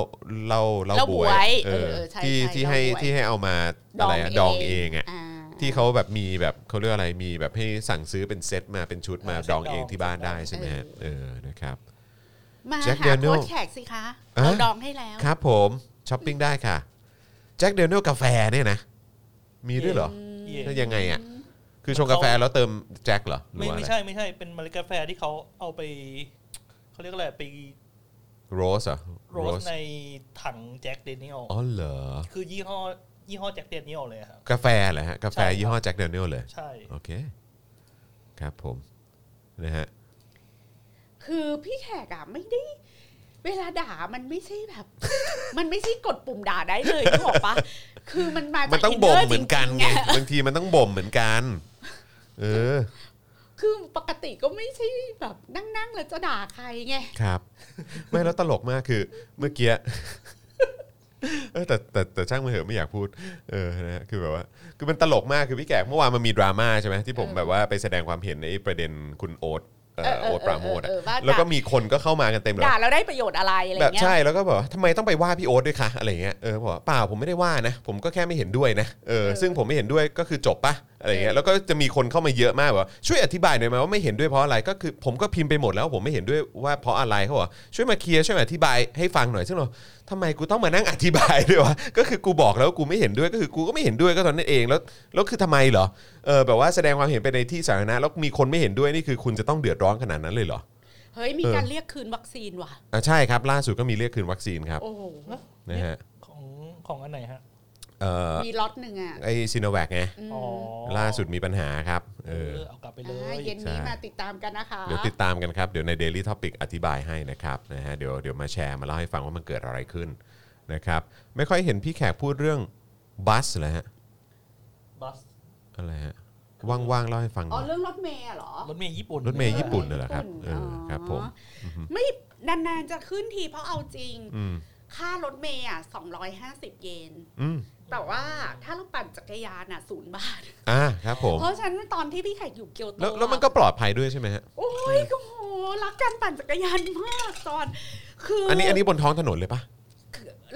เราเรา
แล้ว
บบ ว
วยย
เอ
เอ
อ
อใช่
ที่
ช่
ที่ให้
เราบวย
ที่ให้เอามาอะไรอะดองเองอ่ะ
า
ที่เขาแบบมีแบบเขาเรียกอะไรมีแบบให้สั่งซื้อเป็นเซตมาเป็นชุดมา
เออเซต
ดอง
ดอง
เองที่บ้านได้ใช่ไหมฮะ
เออ
เออนะครับ
มา
แจ็ค
หา
แดเนียล
โค้ชแขกสิคะเรา
อะ
ดองให้แล้ว
ครับผมช้อปปิ้งได้ค่ะแจ็คเดนเนลกาแฟเนี่ยนะ มีด้วยเหรอ
เย่
ถ้ายังไงอ่ะ คือชงกาแฟแล้วเติมแจ็คเหรอหรือ
ไม่
ว่าอะ
ไม่
ไร
ใช่ไม่ใช่เป็นเมล็ดกาแฟที่เขาเอาไปเขาเรียกอะไรไป
โรสเหรอ
โรสในถังแจ็คเดนิเอล
อ๋อเหรอ
คือยี่ห้อยี่ห้อแจ็คเดนิเอลเลยครับ
กาแฟเหรอฮะ กาแฟ
ใช่ครับ
ยี่ห้อแจ็คเดนเนลเลย
ใช่
โอเค ครับผม นะฮะ
คือพี่แขกอะไม่ได้ เวลาด่ามันไม่ใช่แบบ มันไม่ใช่กดปุ่มด่าได้เลยนึกออกปะคือมันมาจาก
มันต้อง
น
บ่ม
ร์
เหมือนกัน
จริๆ
ไง บางทีมันต้องบ่มเหมือนกัน เออ
คือปกติก็ไม่ใช่แบบนั่งๆแล้วจะด่าใครไง
ครับ ไม่แล้วตลกมากคือ เมื่อกี้ เออแต่แต่แต่ช่างมันเหอะไม่อยากพูด เออนะฮะคือแบบว่า คือมันตลกมากคือพี่แขกเมื่อวานมันมีดราม่าใช่ไหมที่ผมแบบว่าไปแสดงความเห็นในประเด็นคุณโอ๊ตเอ่อ
เเ
โอ๊ตปราโมทอะ
เออว่า
แล้วก็
ด่า
มีคนก็เข้ามากันเต็มเลย
ด่าแล้วได้ประโยชน์อะไรอะไร
แบบ
เงี้ย
ใช่แล้วก็บอกว่าทำไมต้องไปว่าพี่โอ๊ตด้วยคะอะไรเงี้ยเออบอกว่าเปล่าผมไม่ได้ว่านะ ผมก็แค่ไม่เห็นด้วยนะเออซึ่งผมไม่เห็นด้วยก็คือจบปะอะไรเงี้ยแล้วก็จะมีคนเข้ามาเยอะมากบอกว่าช่วยอธิบายหน่อยไหมว่าไม่เห็นด้วยเพราะอะไรก็คือผมก็พิมพ์ไปหมดแล้วว่าผมไม่เห็นด้วยว่าเพราะอะไรเขาบอกช่วยมาเคลียร์ช่วยมาอธิบายให้ฟังหน่อยซึ่งเราทำไมกูต้องมานั่งอธิบายด้วยวะ ก็คือกูบอกแล้วกูไม่เห็นด้วยก็คือกูก็ไม่เห็นด้วยก็ตอนนั้นเองแล้วแล้วคือทำไมเหรอเออแบบว่าแสดงความเห็นไปในที่สาธารณะแล้วมีคนไม่เห็นด้วยนี่คือคุณจะต้องเดือดร้อนขนาดนั้นเลยเหรอ
เฮ้ยมีการเรียกคืนวัคซีนว่ะ
อ่ะใช่ครับล่าสุดก็มีเรียกคืนวัคซีนครับ
โอ้โห
นะฮะ
ของของอันไหนฮะ
เอ่อ
มีล็อตหนึ่งอ่ะ
ไอซีโนแวคไง
ม
อ๋อ
ล่าสุดมีปัญหาครับเอ
เอ
อ
อเอากลับไปเล
อ่าย เย็นนี้
ใช่
มาติดตามกันนะคะ
เดี๋ยวติดตามกันครับ เดี๋ยวใน Daily Topic อธิบายให้นะครับนะฮะเดี๋ยวเดี๋ยวมาแชร์มาเล่าให้ฟังว่ามันเกิดอะไรขึ้นนะครับ ไม่ค่อยเห็นพี่แขกพูดเรื่องบัสเลยฮะ
บัส
อะไรฮะว่างๆเล่าให้ฟังห
อ๋
น่
อ
อย
เรื่องรถเมย์อะเหรอ
รถเมย์ญี่ปุ่น
รถเมย์ญี่ปุ่น น่ะเหรอครับ
ญี่ปุ่น
เอออ๋ครับผม
ไม่นานๆจะขึ้นทีเพราะเอาจริง
อืม
ค่ารถเมย์อ่ะ250 เยน
อืม
แต่ว่าถ้าเราปั่นจักรยานอ่ะศูนย์บาท
อ่าครับผม
เพราะฉะนั้นตอนที่พี่แขกอยู่เกียวโต
แล้วแล้วมัน
อะ
ก็ปลอดภัยด้วยใช่ไหมฮะ
โอ้ยก็โหรักการปั่นจักรยานมากตอน คือ
อั
อั
นนี้อันนี้บนท้องถนนเลยปะ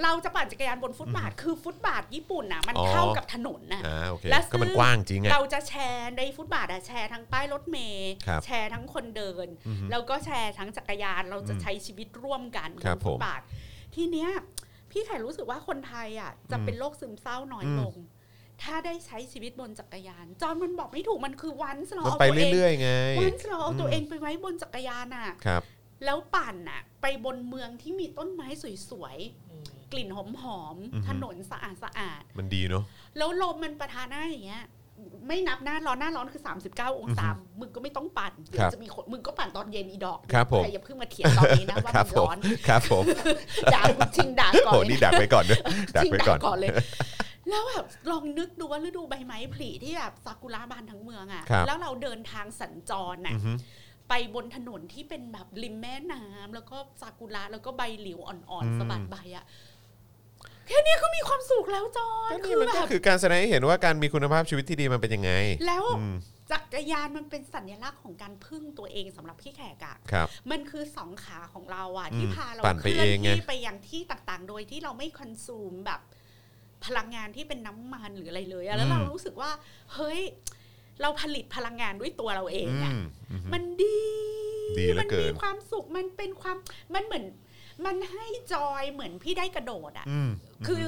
เราจะปั่นจักรยานบนฟุตบาท คือฟุตบาทญี่ปุ่นน่ะมัน
อ๋อ
เท่ากับถนนน่ะ
อ่าโอเค
และซึ่ง
ก็มันกว้างจริงไง
เราจะแชร์ในฟุตบาทอะแชร์ทั้งป้ายรถเมย์
ครับ
แชร์ทั้งคนเดิน
อือฮึ
แล้วก็แชร์ทั้งจักรยานเราจะ
อืม
ใช้ชีวิตร่วมกัน
ครับ
นฟุ
ผม
ตบาท ทีเนี้ยพี่ไข่รู้สึกว่าคนไทยอ่ะจะเป็นโรคซึมเศร้าน้อย
อืม
ลง ถ้าได้ใช้ชีวิตบนจักรยาน จอห์นมันบอกไม่ถูกมันคือวันสโล
มัน
เอา
ไป
ตัวเอง
เรื่อยๆไง
วันสโลเอาตัว
อืม
เองไปไว้บนจักรยานอ่ะ
ครับ
แล้วปั่นอ่ะ ไปบนเมืองที่มีต้นไม้สวย
อืม
ๆกลิ่นหอม
อือฮึ
ๆถนนสะอาดสะอาดๆ
มันดีเนาะ
แล้วลมมันประทาหน้าอย่างเงี้ย ไม่นับหน้าร้อนหน้าร้อนคือ 39 องศามึงก็ไม่ต้องปั่นเดี๋ย
ครับ
วจะมีคนมึงก็ปั่นตอนเย็นอีดอก
ครับผม
ใครอย่าเพิ่งมาเถียงตอนนี้นะ ว่า
ครั
มั
บ
น
ผม
ร้อน
ครับผม
ด่ามึงชิงด่าก่อ
โห
นเล
นี่
ย
ดักไปก่อนด้วยดัก
ชิง
ไปก่อ
ด่าน ก่อนเลย แล้วแบบลองนึกดูว่าฤดูใบไม้ผลิที่แบบซากุระบานทั้งเมืองอ่ะ
ครับ
แล้วเราเดินทางสัญจรน่ะ
อือฮึ
ไปบนถนนที่เป็นแบบริมแม่น้ำแล้วก็ซากุระแล้วก็ใบหลิวอ่อน
อืม
ๆสะบัดใบอ่ะแค่เนี้ยก็มีความสุขแล้วจอน
ก็
คื
นี่
อ
มัน
แบ
ก็
บ
คือการแสดงให้เห็นว่าการมีคุณภาพชีวิตที่ดีมันเป็นยังไง
แล้ว
อืม
จักรยานมันเป็นสัญลักษณ์ของการพึ่งตัวเองสำหรับพี่แขกอะ
ครับ
มันคือสองขาของเราอะ
อืม
ที่พาเรา
ปั่น
เค
ไป
ลื่
เอง
น
ไง
ที่ไปยังที่ต่างๆ โดยที่เราไม่คอนซูมแบบ พลังงานที่เป็นน้ำมันหรืออะไรเลยอะแล้วเรารู้สึกว่า เฮ้ย เราผลิตพลังงานด้วยตัวเราเอง
อื
อะ
มอืม
มันดี
ดีเหลื
มั
อเกิน
มีความสุขมันเป็นความมันเหมือน มันให้จอยเหมือนพี่ได้กระโดดอะ
อืม
คือ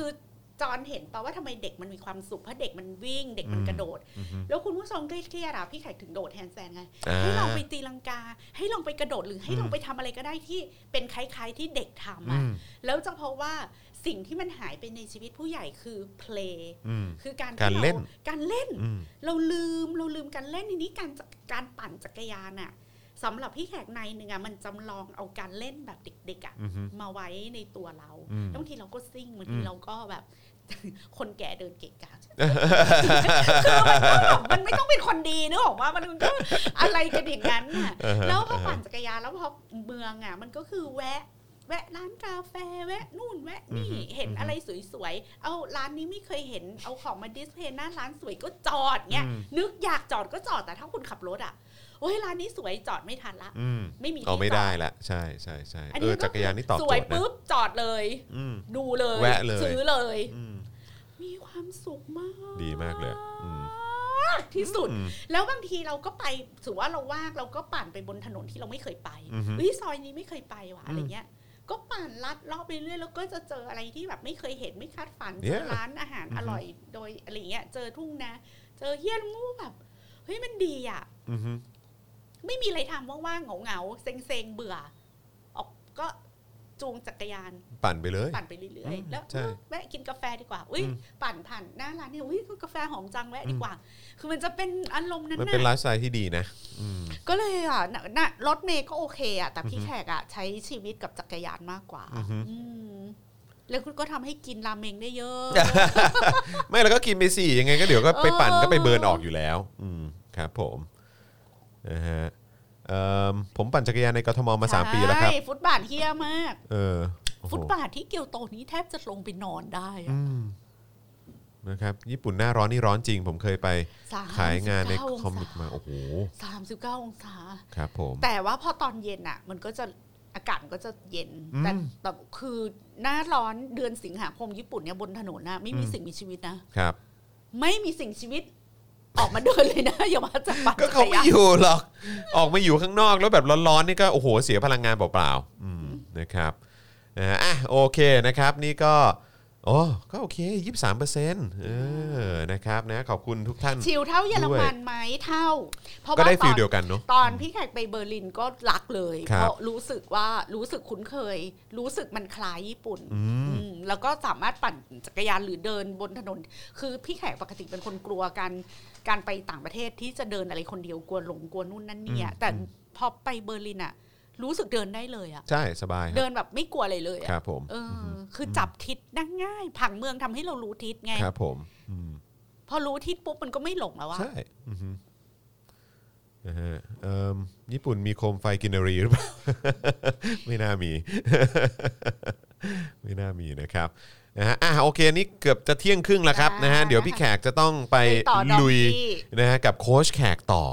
จอนเห็นป่าว่าทำไมเด็กมันมีความสุขเพราะเด็กมันวิ่ง เด็กมัน
อืม
กระโดด
ม
แล้วคุณผู้ชมเครียดๆอะพี่ไข่ถึงโดดแฮนด์แซนไง
อ่า
ให้ลองไปตีลังกา ให้ลองไปกระโดดหรือให้
อืม
ลองไปทำอะไรก็ได้ที่เป็นคล้ายๆที่เด็กทำ
อื
อะ
ม
แล้วจะพบว่าสิ่งที่มันหายไปในชีวิตผู้ใหญ่คือ play
อืม
คือการ
การ
ที่
เล่น
การเล่น
อืม
เราลืมเราลืมการเล่นทีนี้การจักการปั่นจักรยานอะสำหรับพี่แขกในหนึ่งอะมันจำลองเอาการเล่นแบบเด็กๆอะ
อือฮึ
มาไว้ในตัวเรา
อืม
บางทีเราก็ซิ่งบางทีเราก็แบบ คนแก่เดิน เกะกะ มันไม่ต้องเป็นคนดีนึกออกว่ามันก็อะไรกันอย่างนั้นน่ะ แล้วพอปั่นจักรยานแล้วพอเมืองอ่ะ มันก็คือแวะ แวะร้านกาแฟแวะนู่นแวะนี่
อือฮึ
เห็นอะไรสวยๆเอาร้านนี้ไม่เคยเห็นเอาของมาดิสเพย์หน้าร้านสวยก็จอดเงี้ยนึกอยากจอดก็จอดแต่ถ้าคุณขับรถอ่ะโอ้ยร้านนี้สวยจอดไม่ทันละ
อืม
ไม่มีที่จ
เอา
อด
ไม่ได้ละใช่ใช่ใช่
อัน
เอ
นี้
อจักรยานนี่ตอบ
ส
โจ
วย
ทย์นะ
ปุ๊บจอดเลย
อืม
ดูเลย
แวะเลย
ซื้อเลย
อืม
มีความสุขมาก
ดีมากเลยอืม
ที่สุด
อืม
แล้วบางทีเราก็ไปถือว่าเราว่างเราก็ปั่นไปบนถนนที่เราไม่เคยไป
อือฮึ
เฮ้ยซอยนี้ไม่เคยไปว่ะอะไร
อืม
เงี้ย ก็ปั่นลัดเลาะไปเรื่อยแล้วก็จะเจออะไรที่แบบไม่เคยเห็นไม่คาดฝัน
Yeah
เจอร้านอาหารอร่อยโดยอะไรเงี้ย เจอทุ่งนาเจอเฮี้ยนงูแบบ เฮ้ยมันดีอ่ะ
อือฮึ
ไม่มีอะไรทำว่างๆเหงาๆเซ็งๆเบื่อ ออกก็จูงจักรยาน
ปั่นไปเลย
ปั่นไปเรื่อย
อืม
ๆ แล้ว
ใช่
แวะกินกาแฟดีกว่า อุ้ย
อืม
ปั่นผ่านหน้าร้านเนี่ยอุ้ยกาแฟหอมจังแวะ
อืม
ดีกว่า คือมันจะเป็นอารมณ์นั้น
มัน
น่ะ
เป็นไลฟ์สไตล์ที่ดีนะอืม
ก็เลยอ่ะน่ะน่ะรถเมย์ก็โอเคอ่ะ แต่
อื
พี่
อฮึ
แขกอ่ะ ใช้ชีวิตกับจักรยานมากกว่า
อือฮึ
อืมแล้วคุณก็ทำให้กินราเมงได้เยอะ
ไม่แล้วก็กินไปสิยังไงก็เดี๋ยวก็ไปปั่น
เออ
ก็ไปเบิร์นออกอยู่แล้ว อืมครับผมนะฮะเอิ่มผมปั่นจักรยานในกทมมาสามปีแล้วครับ
ใช่ฟุตบาทเฮี้ยมาก
เออโอ้โห
ฟุตบาทที่เกียวโตนี้แทบจะลงไปนอนได้อะ
อืมนะครับญี่ปุ่นหน้าร้อนนี่ร้อนจริง ผมเคยไป
สม
ขายงานใน
สิบเก้
คอมิกมาโอ้โห
สามสิบเก้าองศา
ครับผม
แต่ว่าพอตอนเย็นอ่ะ มันก็จะอากาศมันก็จะเย็น
อืม
แต่แต่คือหน้าร้อนเดือนสิงหาคมญี่ปุ่นเนี่ยบนถนนนะไม่มี
อืม
สิ่งมีชีวิตนะ
ครับ
ไม่มีสิ่งชีวิต ออกมาเดินเลยนะ อย่ามาจับปัก
ก็เขาไม่
น
อยู่หรอก ออกมาอยู่ข้างนอกแล้วแบบร้อนๆนี่ก็โอ้โหเสียพลังงานเปล่าๆอืมนะครับนะฮะอ่ะโอเคนะครับนี่ก็โอ้ก็โอเคยี่สามเปอร์เซ็นต์เออนะครับนะขอบคุณทุกท่าน
ชิลเท่าเยอรมันไหมเท่า เพราะ
ก็
ว่า
ได้
ต
ฟี
อ
ล
น
เดียวกันเนาะ
ตอนพี่แขกไปเบอร์ลินก็รักเลย
ครับ
เพราะรู้สึกว่ารู้สึกคุ้นเคย รู้สึกมันคล้ายญี่ปุ่น
อืม
อืมแล้วก็สามารถปั่นจักรยานหรือเดินบนถนน คือพี่แขกปกติเป็นคนกลัวการการไปต่างประเทศที่จะเดินอะไรคนเดียวกลัวหลงกลัวนู่นนั่นนี่อะ
อืม
แต่พอไปเบอร์ลินอะรู้สึกเดินได้เลยอะ
ใช่สบายค
เดิ
รับ
นแบบไม่กลัวอะไรเลย
ค
อะ
รับผม
เอออคือจับทิศได้ง่าย ผังเมืองทำให้เรารู้ทิศไง
ครับผมอืม
พอรู้ทิศปุ๊บมันก็ไม่หลงแล้วอะ
ใช่อือฮึนะฮะเอิ่มญี่ปุ่นมีโคมไฟกินรีหรือเปล่า ไม่น่ามี ไม่น่ามีนะครับนะฮะอ่ะโอเคนี่เกือบจะเที่ยงครึ่งแล้วครับนะฮะเดี๋ยวพี่แขกจะต้องไป
ไปต่อดอก
ลุย
ที่
นะฮะกับโค้ชแขกต่อ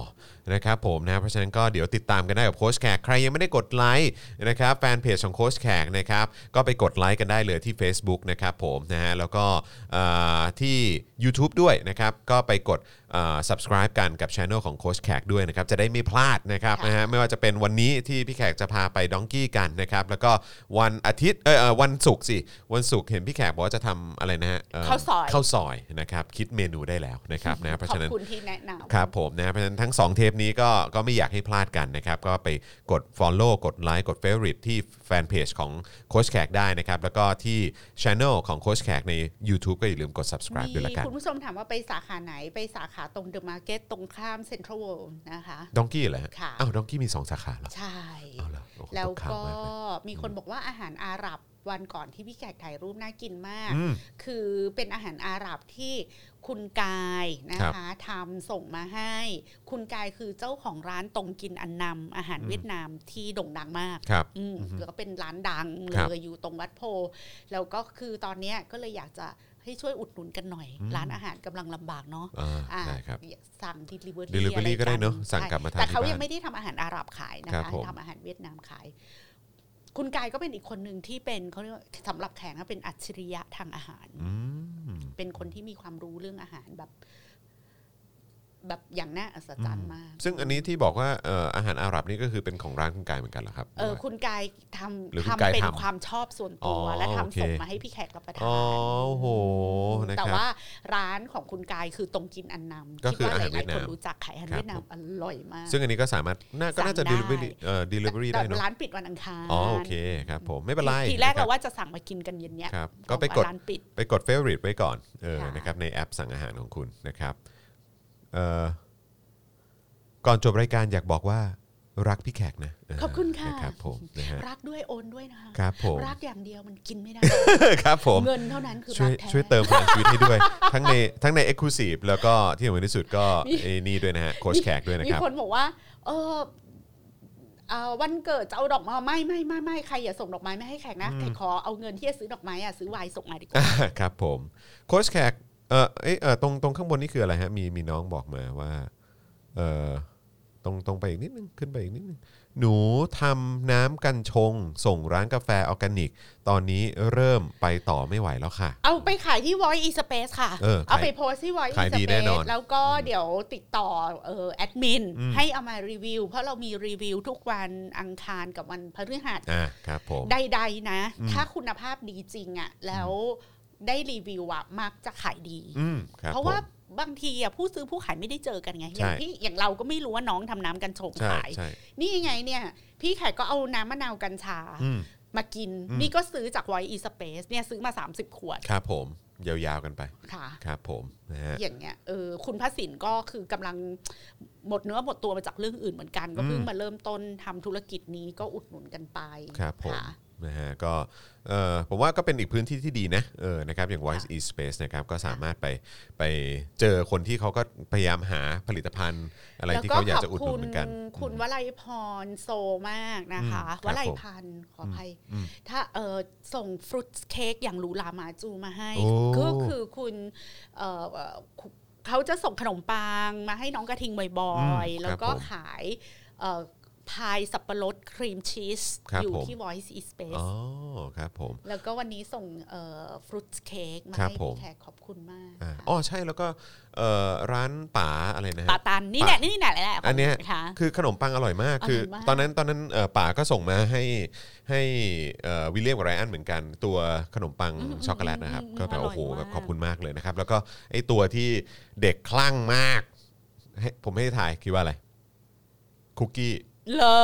นะครับผมนะเพราะฉะนั้นก็เดี๋ยวติดตามกันได้กับโค้ชแขกใครยังไม่ได้กดไลค์นะครับแฟนเพจของโค้ชแขกนะครับก็ไปกดไลค์กันได้เลยที่ Facebook นะครับผมนะฮะแล้วก็เอ่อที่ YouTube ด้วยนะครับก็ไปกดเอ่อ subscribe กันกับช anel ของโค้ชแขกด้วยนะครับจะได้ไม่พลาดนะครับ
ค่ะ
นะฮะไม่ว่าจะเป็นวันนี้ที่พี่แขกจะพาไปดองกี้กันนะครับแล้วก็วันอาทิตย์เอยเออวันศุกร์สิวันศุกร์เห็นพี่แขกบอกว่าจะทำอะไรนะฮะเ
ข้าวซอย
ข้าวซอยนะครับคิดเมนูได้แล้วนะครับนะเพราะ
ขอ
ฉะ
บ
นั้น
คุณที่แนะนำ
ครับผมนะเพราะฉะนั้นทั้ง 2 เทปนี้ก็ก็ไม่อยากให้พลาดกันนะครับ ก็ไปกด Follow กดไลค์กด Favorite ที่แฟนเพจของโคชแขกได้นะครับ แล้วก็ที่ Channel ของโคชแขกใน YouTube ก็อย่าลืมกด subscribe ด้วยละกัน
คุณผู้ชมถามว่าไปสาขาไหนไปสาขาตรงเดอะมาร์เก็ตตรงข้ามเซ็นทรัลเวิลด์นะคะ
ดองกี้เหรอฮะ
ค่ะ
อ้าวดองกี้มี 2 สาขาเหรอ
ใช่
เอาละโอ้โห
แล้ว
ตข่า
ก็
มาเลย
มีคนบอกว่าอาหารอาหรับวันก่อนที่พี่แขกถ่ายรูปน่ากินมาก
อืม
คือเป็นอาหารอาหรับที่คุณกายนะ
ครั
คะทำส่งมาให้ คุณกายคือเจ้าของร้านตรงกินอันนำอาหาร
อืม
เวียดนามที่โด่งดังมาก
ครับ
อืม
อือฮึ
แล้วก็เป็นร้านดัง
ค
เล
รับ
ยอยู่ตรงวัดโพ แล้วก็คือตอนเนี้ยก็เลยอยากจะให้ช่วยอุดหนุนกันหน่อย
อืม
ร้านอาหารกำลังลำบากเนาะ
อ่า
อ่า
ได้ครับ
สั่ง delivery
Delivery
อะไร
ก็ได้เนอะสั่งกลับมาทาน
แต่เขา
ที่บ้าน
ยังไม่ได้ทำอาหารอาหรับขายนะครับ คะ
ผม
ทำอาหารเวียดนามขาย คุณกายก็เป็นอีกคนหนึ่งที่เป็นเขาเรียกว่าสำหรับแขกนะเป็นอัจฉริยะทางอาหาร
อืม
เป็นคนที่มีความรู้เรื่องอาหารแบบ แบบอย่างน่าอัศจรรย์มาก
ซึ่งอันนี้ที่บอกว่าเอ่ออาหารอาหรับนี่ก็คือเป็นของร้านคุณกายเหมือนกันเหรอครับ
เออคุณกายท
หรือ
ำ
คุณ
ทำ
กาย
เป็น
ทำ
ความชอบส่วน
อ๋
ตั
อ
ว และ
โอเค
ทำส่งมาให้พี่แขกรับประทาน
อ๋อโอ้โหนะครับ
แต่ว่าร้านของคุณกายคือตรงกินอันนำ
ก็คืออาหาร
คิดว่
เวียด
หลยๆ
นาม
คนรู้จักขายอาหาร
ครับ
เวียดนามอร่อยมาก
ซึ่งอันนี้ก็สามารถน่าก็น่าจะ
สั่งได้
delivery เอ่อ delivery ได้เนอะ
ร้านปิดวันอังคาร
อ๋อโอเคครับผมไม่เป็นไร
ทีแรก
นะค
เรา
บ
ว่าจะสั่งมากินกันเย็นเนี้ย
ครับ
บอ
ก็ไปกด
ว่าร้านปิด
ไปกด favorite ไว้ก่อนเออ
ค่ะ
นะครับในแอปสั่งอาหารของคุณนะครับเอ่อก่อนจบรายการอยากบอกว่ารักพี่แขกนะเ
ขอบคุณค่ะ
นะครับผมนะฮะ
รักด้วยโอนด้วยนะคะ
ครับผม
รักอย่างเดียวมันกินไม่ได้
ครับผม
เงินเท่านั้นคือ
ช่ว
รั
ย
กแท้
ช่วยเติมพลังชีวิตให้ด้วย ทั้งในทั้งใน Exclusive แล้วก็ที่สำคัญที่สุดก็ไอ้นี่ด้วยนะฮะโค้ชแขกด้วยนะ
มี
ครับ
คนบอกว่า เออเอ่อวันเกิดจะเอาดอกไม้ไม่ไม่ไม่ไม่ใครอย่าส่งดอกไม้ไม่ให้แขกนะ
อืม
แขกขอเอาเงินที่จะซื้อดอกไม้อะซื้อไวน์ส่งมาดีกว่า
ครับผมโค้ชแขกเออเอยเออตรงตรงข้างบนนี่คืออะไรฮะมีมีน้องบอกมาว่าเออตรงตรงไปอีกนิดนึงขึ้นไปอีกนิดนึงหนูทำน้ำกันชง ส่งร้านกาแฟออร์แกนิก ตอนนี้เริ่มไปต่อไม่ไหวแล้วค่ะ
เอาไปขายที่ Voice e Space ค่ะ
เออขาย
เอาไปโพสต์ที่ Voice e
ขายดีแน่นอน
Space แล้วก็เดี๋ยวติดต่อเอ่อแอดมินให้เอามารีวิว เพราะเรามีรีวิวทุกวันอังคารกับวันพฤหัส
อ่าครับผม
ใดๆนะ ถ้าคุณภาพดีจริงอะแล้ว ได้รีวิวอะมักจะขายดี
อืมครับ
เพราะว่า
ผม
บางทีอะผู้ซื้อผู้ขายไม่ได้เจอกันไงอย่าง
ใช่
พี่อย่างเราก็ไม่รู้ว่าน้องทำน้ำกันชง
ใช่
ขาย
ใช่
นี่ไงเนี่ย พี่แขกก็เอาน้ำมะนาวกัญชา
อืม
มากิน
อืม
นี่ก็ซื้อจากไวอีสเปซเนี่ยซื้อมา 30 ขวด
ครับผมยาวๆกันไป
ค่ะ
ครับผมนะฮะ
อย่างเงี้ยเออคุณพระสินก็คือกำลังหมดเนื้อหมดตัวมาจากเรื่องอื่นเหมือนกัน ก็เพิ่ง
อืม
มาเริ่มต้นทำธุรกิจนี้ก็อุดหนุนกันไป
ครับผม
ค่ะ
นะฮะก็เออผมว่าก็เป็นอีกพื้นที่ที่ดีนะเออนะครับอย่าง Voice e Space นะครับก็สามารถไปไปเจอคนที่เขาก็พยายามหาผลิตภัณฑ์อะไรที่เขาอยากจะอุดหนุนเหมือนกัน
แล้วขอบคุณคุณวลัยพรโซมากนะคะ
อืมครับ
วลัยพันธ์ขออภัย
อืม
ถ้าเออส่งฟรุตเค้กอย่างหรูหรามาจูมาให้
โอ้
ก็คือคุณเอ่อเอ่อเขาจะส่งขนมปังมาให้น้องกระทิงบ่อยๆ แล้วก็ขายเอ่อพายสับปะรดครีมชีส
ครับ
อยู่
ผม
ที่ Voice is
อ๋
Space
อครับผม
แล้วก็วันนี้ส่งฟรุตเค้กมา
ครับ
ให้
ผ
พี่
ม
แขกขอบคุณมาก
อ่า
ค่ะ
อ๋อใช่แล้วก็เอ่อร้านป๋าอะไรนะฮะ
ป่าตันนี่แหละนี่แหละแหละขง
อันเนี้ย
ค่ะ
คือขนมปังอร่อยมาก
อร่อยมาก
คือตอนนั้นตอนนั้นเอ่อป่าก็ส่งมาให้ให้เอ่อวิลเลียมกับไรอันเหมือนกัน ตัวขนมปัง
อืม
ช็อกโกแลตนะครับ
อืมอืม
ก็แบบ
อร่อย
โอ้โห
มาก
แบบขอบคุณมากเลยนะครับ แล้วก็ไอตัวที่เด็กคลั่งมากให้ผมให้ถ่ายคิดว่าอะไร คุกกี้
เลอ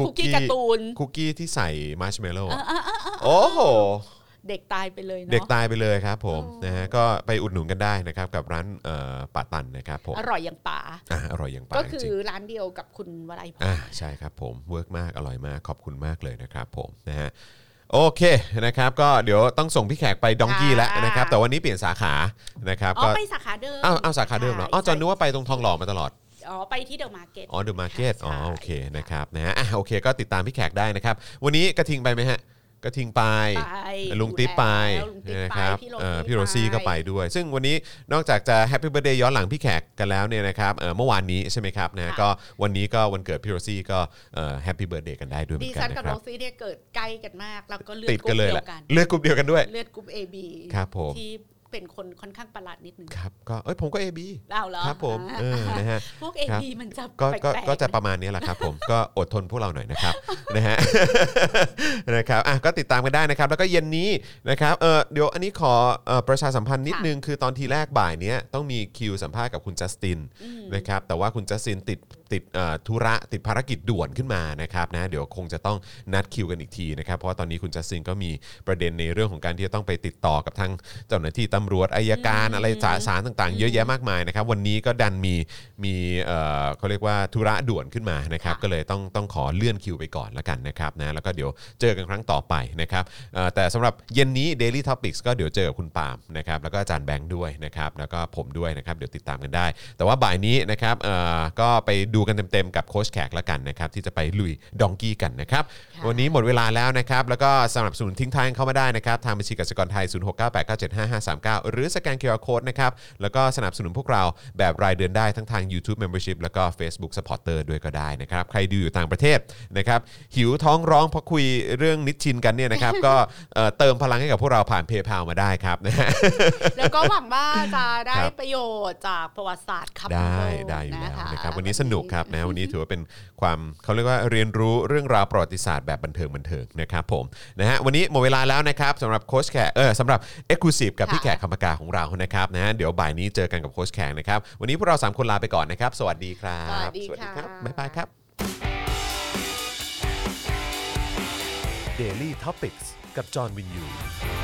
คุกกี้การ์ตูน
คุกกี้ที่ใส่มาร์ชเมลโล่อะโอ้โห
เด็กตายไปเลยเนาะ
เด็กตายไปเลยครับผม
อ๋อ
นะฮะก็ไปอุดหนุนกันได้นะครับ กับร้านเอ่อป่าตันนะครับผม
อร่อยอย่างป่า
อ่ะอร่อยอย่างป่า
ก็
จ
คือ
ริง
ร้านเดียวกับคุณวลัยพร
อ่าใช่ครับผมเวิร์กมากอร่อยมากขอบคุณมากเลยนะครับผมนะฮะโอเคนะครับก็เดี๋ยวต้องส่งพี่แขกไปดองกี้แล้วนะครับ
ค่ะ
แต่วันนี้เปลี่ยนสาขานะครับ
อ๋อ
ก็
ไปสาขาเดิม
อ้าวอ้าวสาขาเดิมเหรออ๋อจอนนึกว่าไปตรงทองหล่อมาตลอด
อ๋อไปที่เดอะมาร์เก็ต
อ๋อเดอะมาร์เก็ต
ใช่
อ๋อโอเคนะครับนะฮะอ่ะโอเคก็ติดตามพี่แขกได้นะครับ วันนี้กระทิงไปไหมฮะกระทิงไป
ไป
ลุงติ๊บไป
แล้วลุงติ๊บไป
นะครับ
พี่โรซี่
เอ่อพี่โรซี่
ไป
ก็ไปด้วย ซึ่งวันนี้นอกจากจะแฮปปี้เบ t ร์ a เดย์ย้อนหลังพี่แขกกันแล้วเนี่ยนะครับเอ่อเมื่อวานนี้ใช่ไหมครับนะฮะก็วันนี้ก็วันเกิดพี่โรซี่ก็แฮปปี้เบ t ร์ a เดย์กันได้ด้วยเหมื
ดิ
อนกั
ฉั
น
นกับ
นะค
โร
รับ
ซี่เนี่ยเกิดใกล้กันมาก แล้วก็เลือ
ติ
ด
ด
กรุ๊
กั
ป
นเลย
เดี
แห
ย
ละ
วกัน
เลือกกลุ่มเดียวกันด้วย
เลือดกรุ๊ป AB
ครับผม
ที่เป็นคนค่อนข้างประหลาดนิดนึง
ครับก็เอ้ยผมก็ AB
เราเหรอ
ครับผม
อ่า
เออนะฮะ
พวก
ครับ
AB มันจะ
ก็ก็
แปล
ก็จะ
ๆ
ประมาณนี้แหละครับ ผม ก็อดทนพวกเราหน่อยนะครับ นะฮะ นะครับอ่ะก็ติดตามกันได้นะครับ แล้วก็เย็นนี้นะครับเออเดี๋ยวอันนี้ขอเอ่อประชาสัมพันธ์นิด
ค่ะ
นึง คือตอนทีแรกบ่ายเนี้ยต้องมีคิวสัมภาษณ์กับคุณจัสตินนะครับแต่ว่าคุณจัสตินติดติดเอ่อธุระติดภารกิจด่วนขึ้นมานะครับนะเดี๋ยวคงจะต้องนัดคิวกันอีกทีนะครับเพราะว่าตอนนี้คุณจัสตินก็มีประเด็นในเรื่องของการที่จะต้องไปติดต่อกับทางเจ้าหน้าที่ตำรวจอายการอะไรสาสารต่างๆ เยอะแยะมากมายนะครับวันนี้ก็ดันมีมีเอ่อเขาเรียกว่าธุระด่วนขึ้นมานะครับ
ค่ะ
ก็เลยต้องต้องขอเลื่อนคิวไปก่อนละกันนะครับนะแล้วก็เดี๋ยวเจอกันครั้งต่อไปนะครับเอ่อแต่สำหรับเย็นนี้ Daily Topics ก็เดี๋ยวเจอกับคุณปาล์มนะครับแล้วก็อาจารย์แบงค์ด้วยนะครับแล้วก็ผมด้วยนะครับเดี๋ยวติดตามกันได้ แต่ว่าบ่ายนี้นะครับเอ่อก็ไปดูกันเต็มๆกับโค้ชแขกละกันนะครับที่จะไปลุยดองกี้กันนะครับ
ค่ะ
วันนี้หมดเวลาแล้วนะครับแล้วก็สนับสนุนทิ้งท้ายเข้ามาได้นะครับทางบัญชีกสิกรไทย 0698975539 หรือสแกน QR Code นะครับแล้วก็สนับสนุนพวกเราแบบรายเดือนได้ทั้งทาง YouTube Membership แล้วก็ Facebook Supporter ด้วยก็ได้นะครับใครดูอยู่ต่างประเทศนะครับหิวท้องร้องเพราะคุยเรื่องนิชชินกันเนี่ยนะครับ ก็เอ่อเติมพลังให้กับพวกเราผ่านเพย์พามาได้ครับนะฮะ
แล้วก็หวังว่าจะได้
ครับ
ประโยชน์จากประวัติศาสตร์ครับ
ได้ได้อยู่แล้วนะครับวันนี้สนุกครับนะวันนี้ถือว่าเป็นความเขาเรียกว่าเรียนรู้เรื่องราวประวัติศาสตร์แบบบันเทิงบันเทิงนะครับผมนะฮะวันนี้หมดเวลาแล้วนะครับสำหรับโค้ชแขกเออสำหรับ e x c l u s i v e กับพี่แขกคำปากาของเรานะครับนะฮะเดี๋ยวบ่ายนี้เจอกันกับโค้ชแขกนะครับวันนี้พวกเราสามคนลาไปก่อนนะครับสวัสดีครับ
สวัสดีค่ะ
ครับบ๊ายบายครับ
Daily t o p i c กกับจอห์นวินยู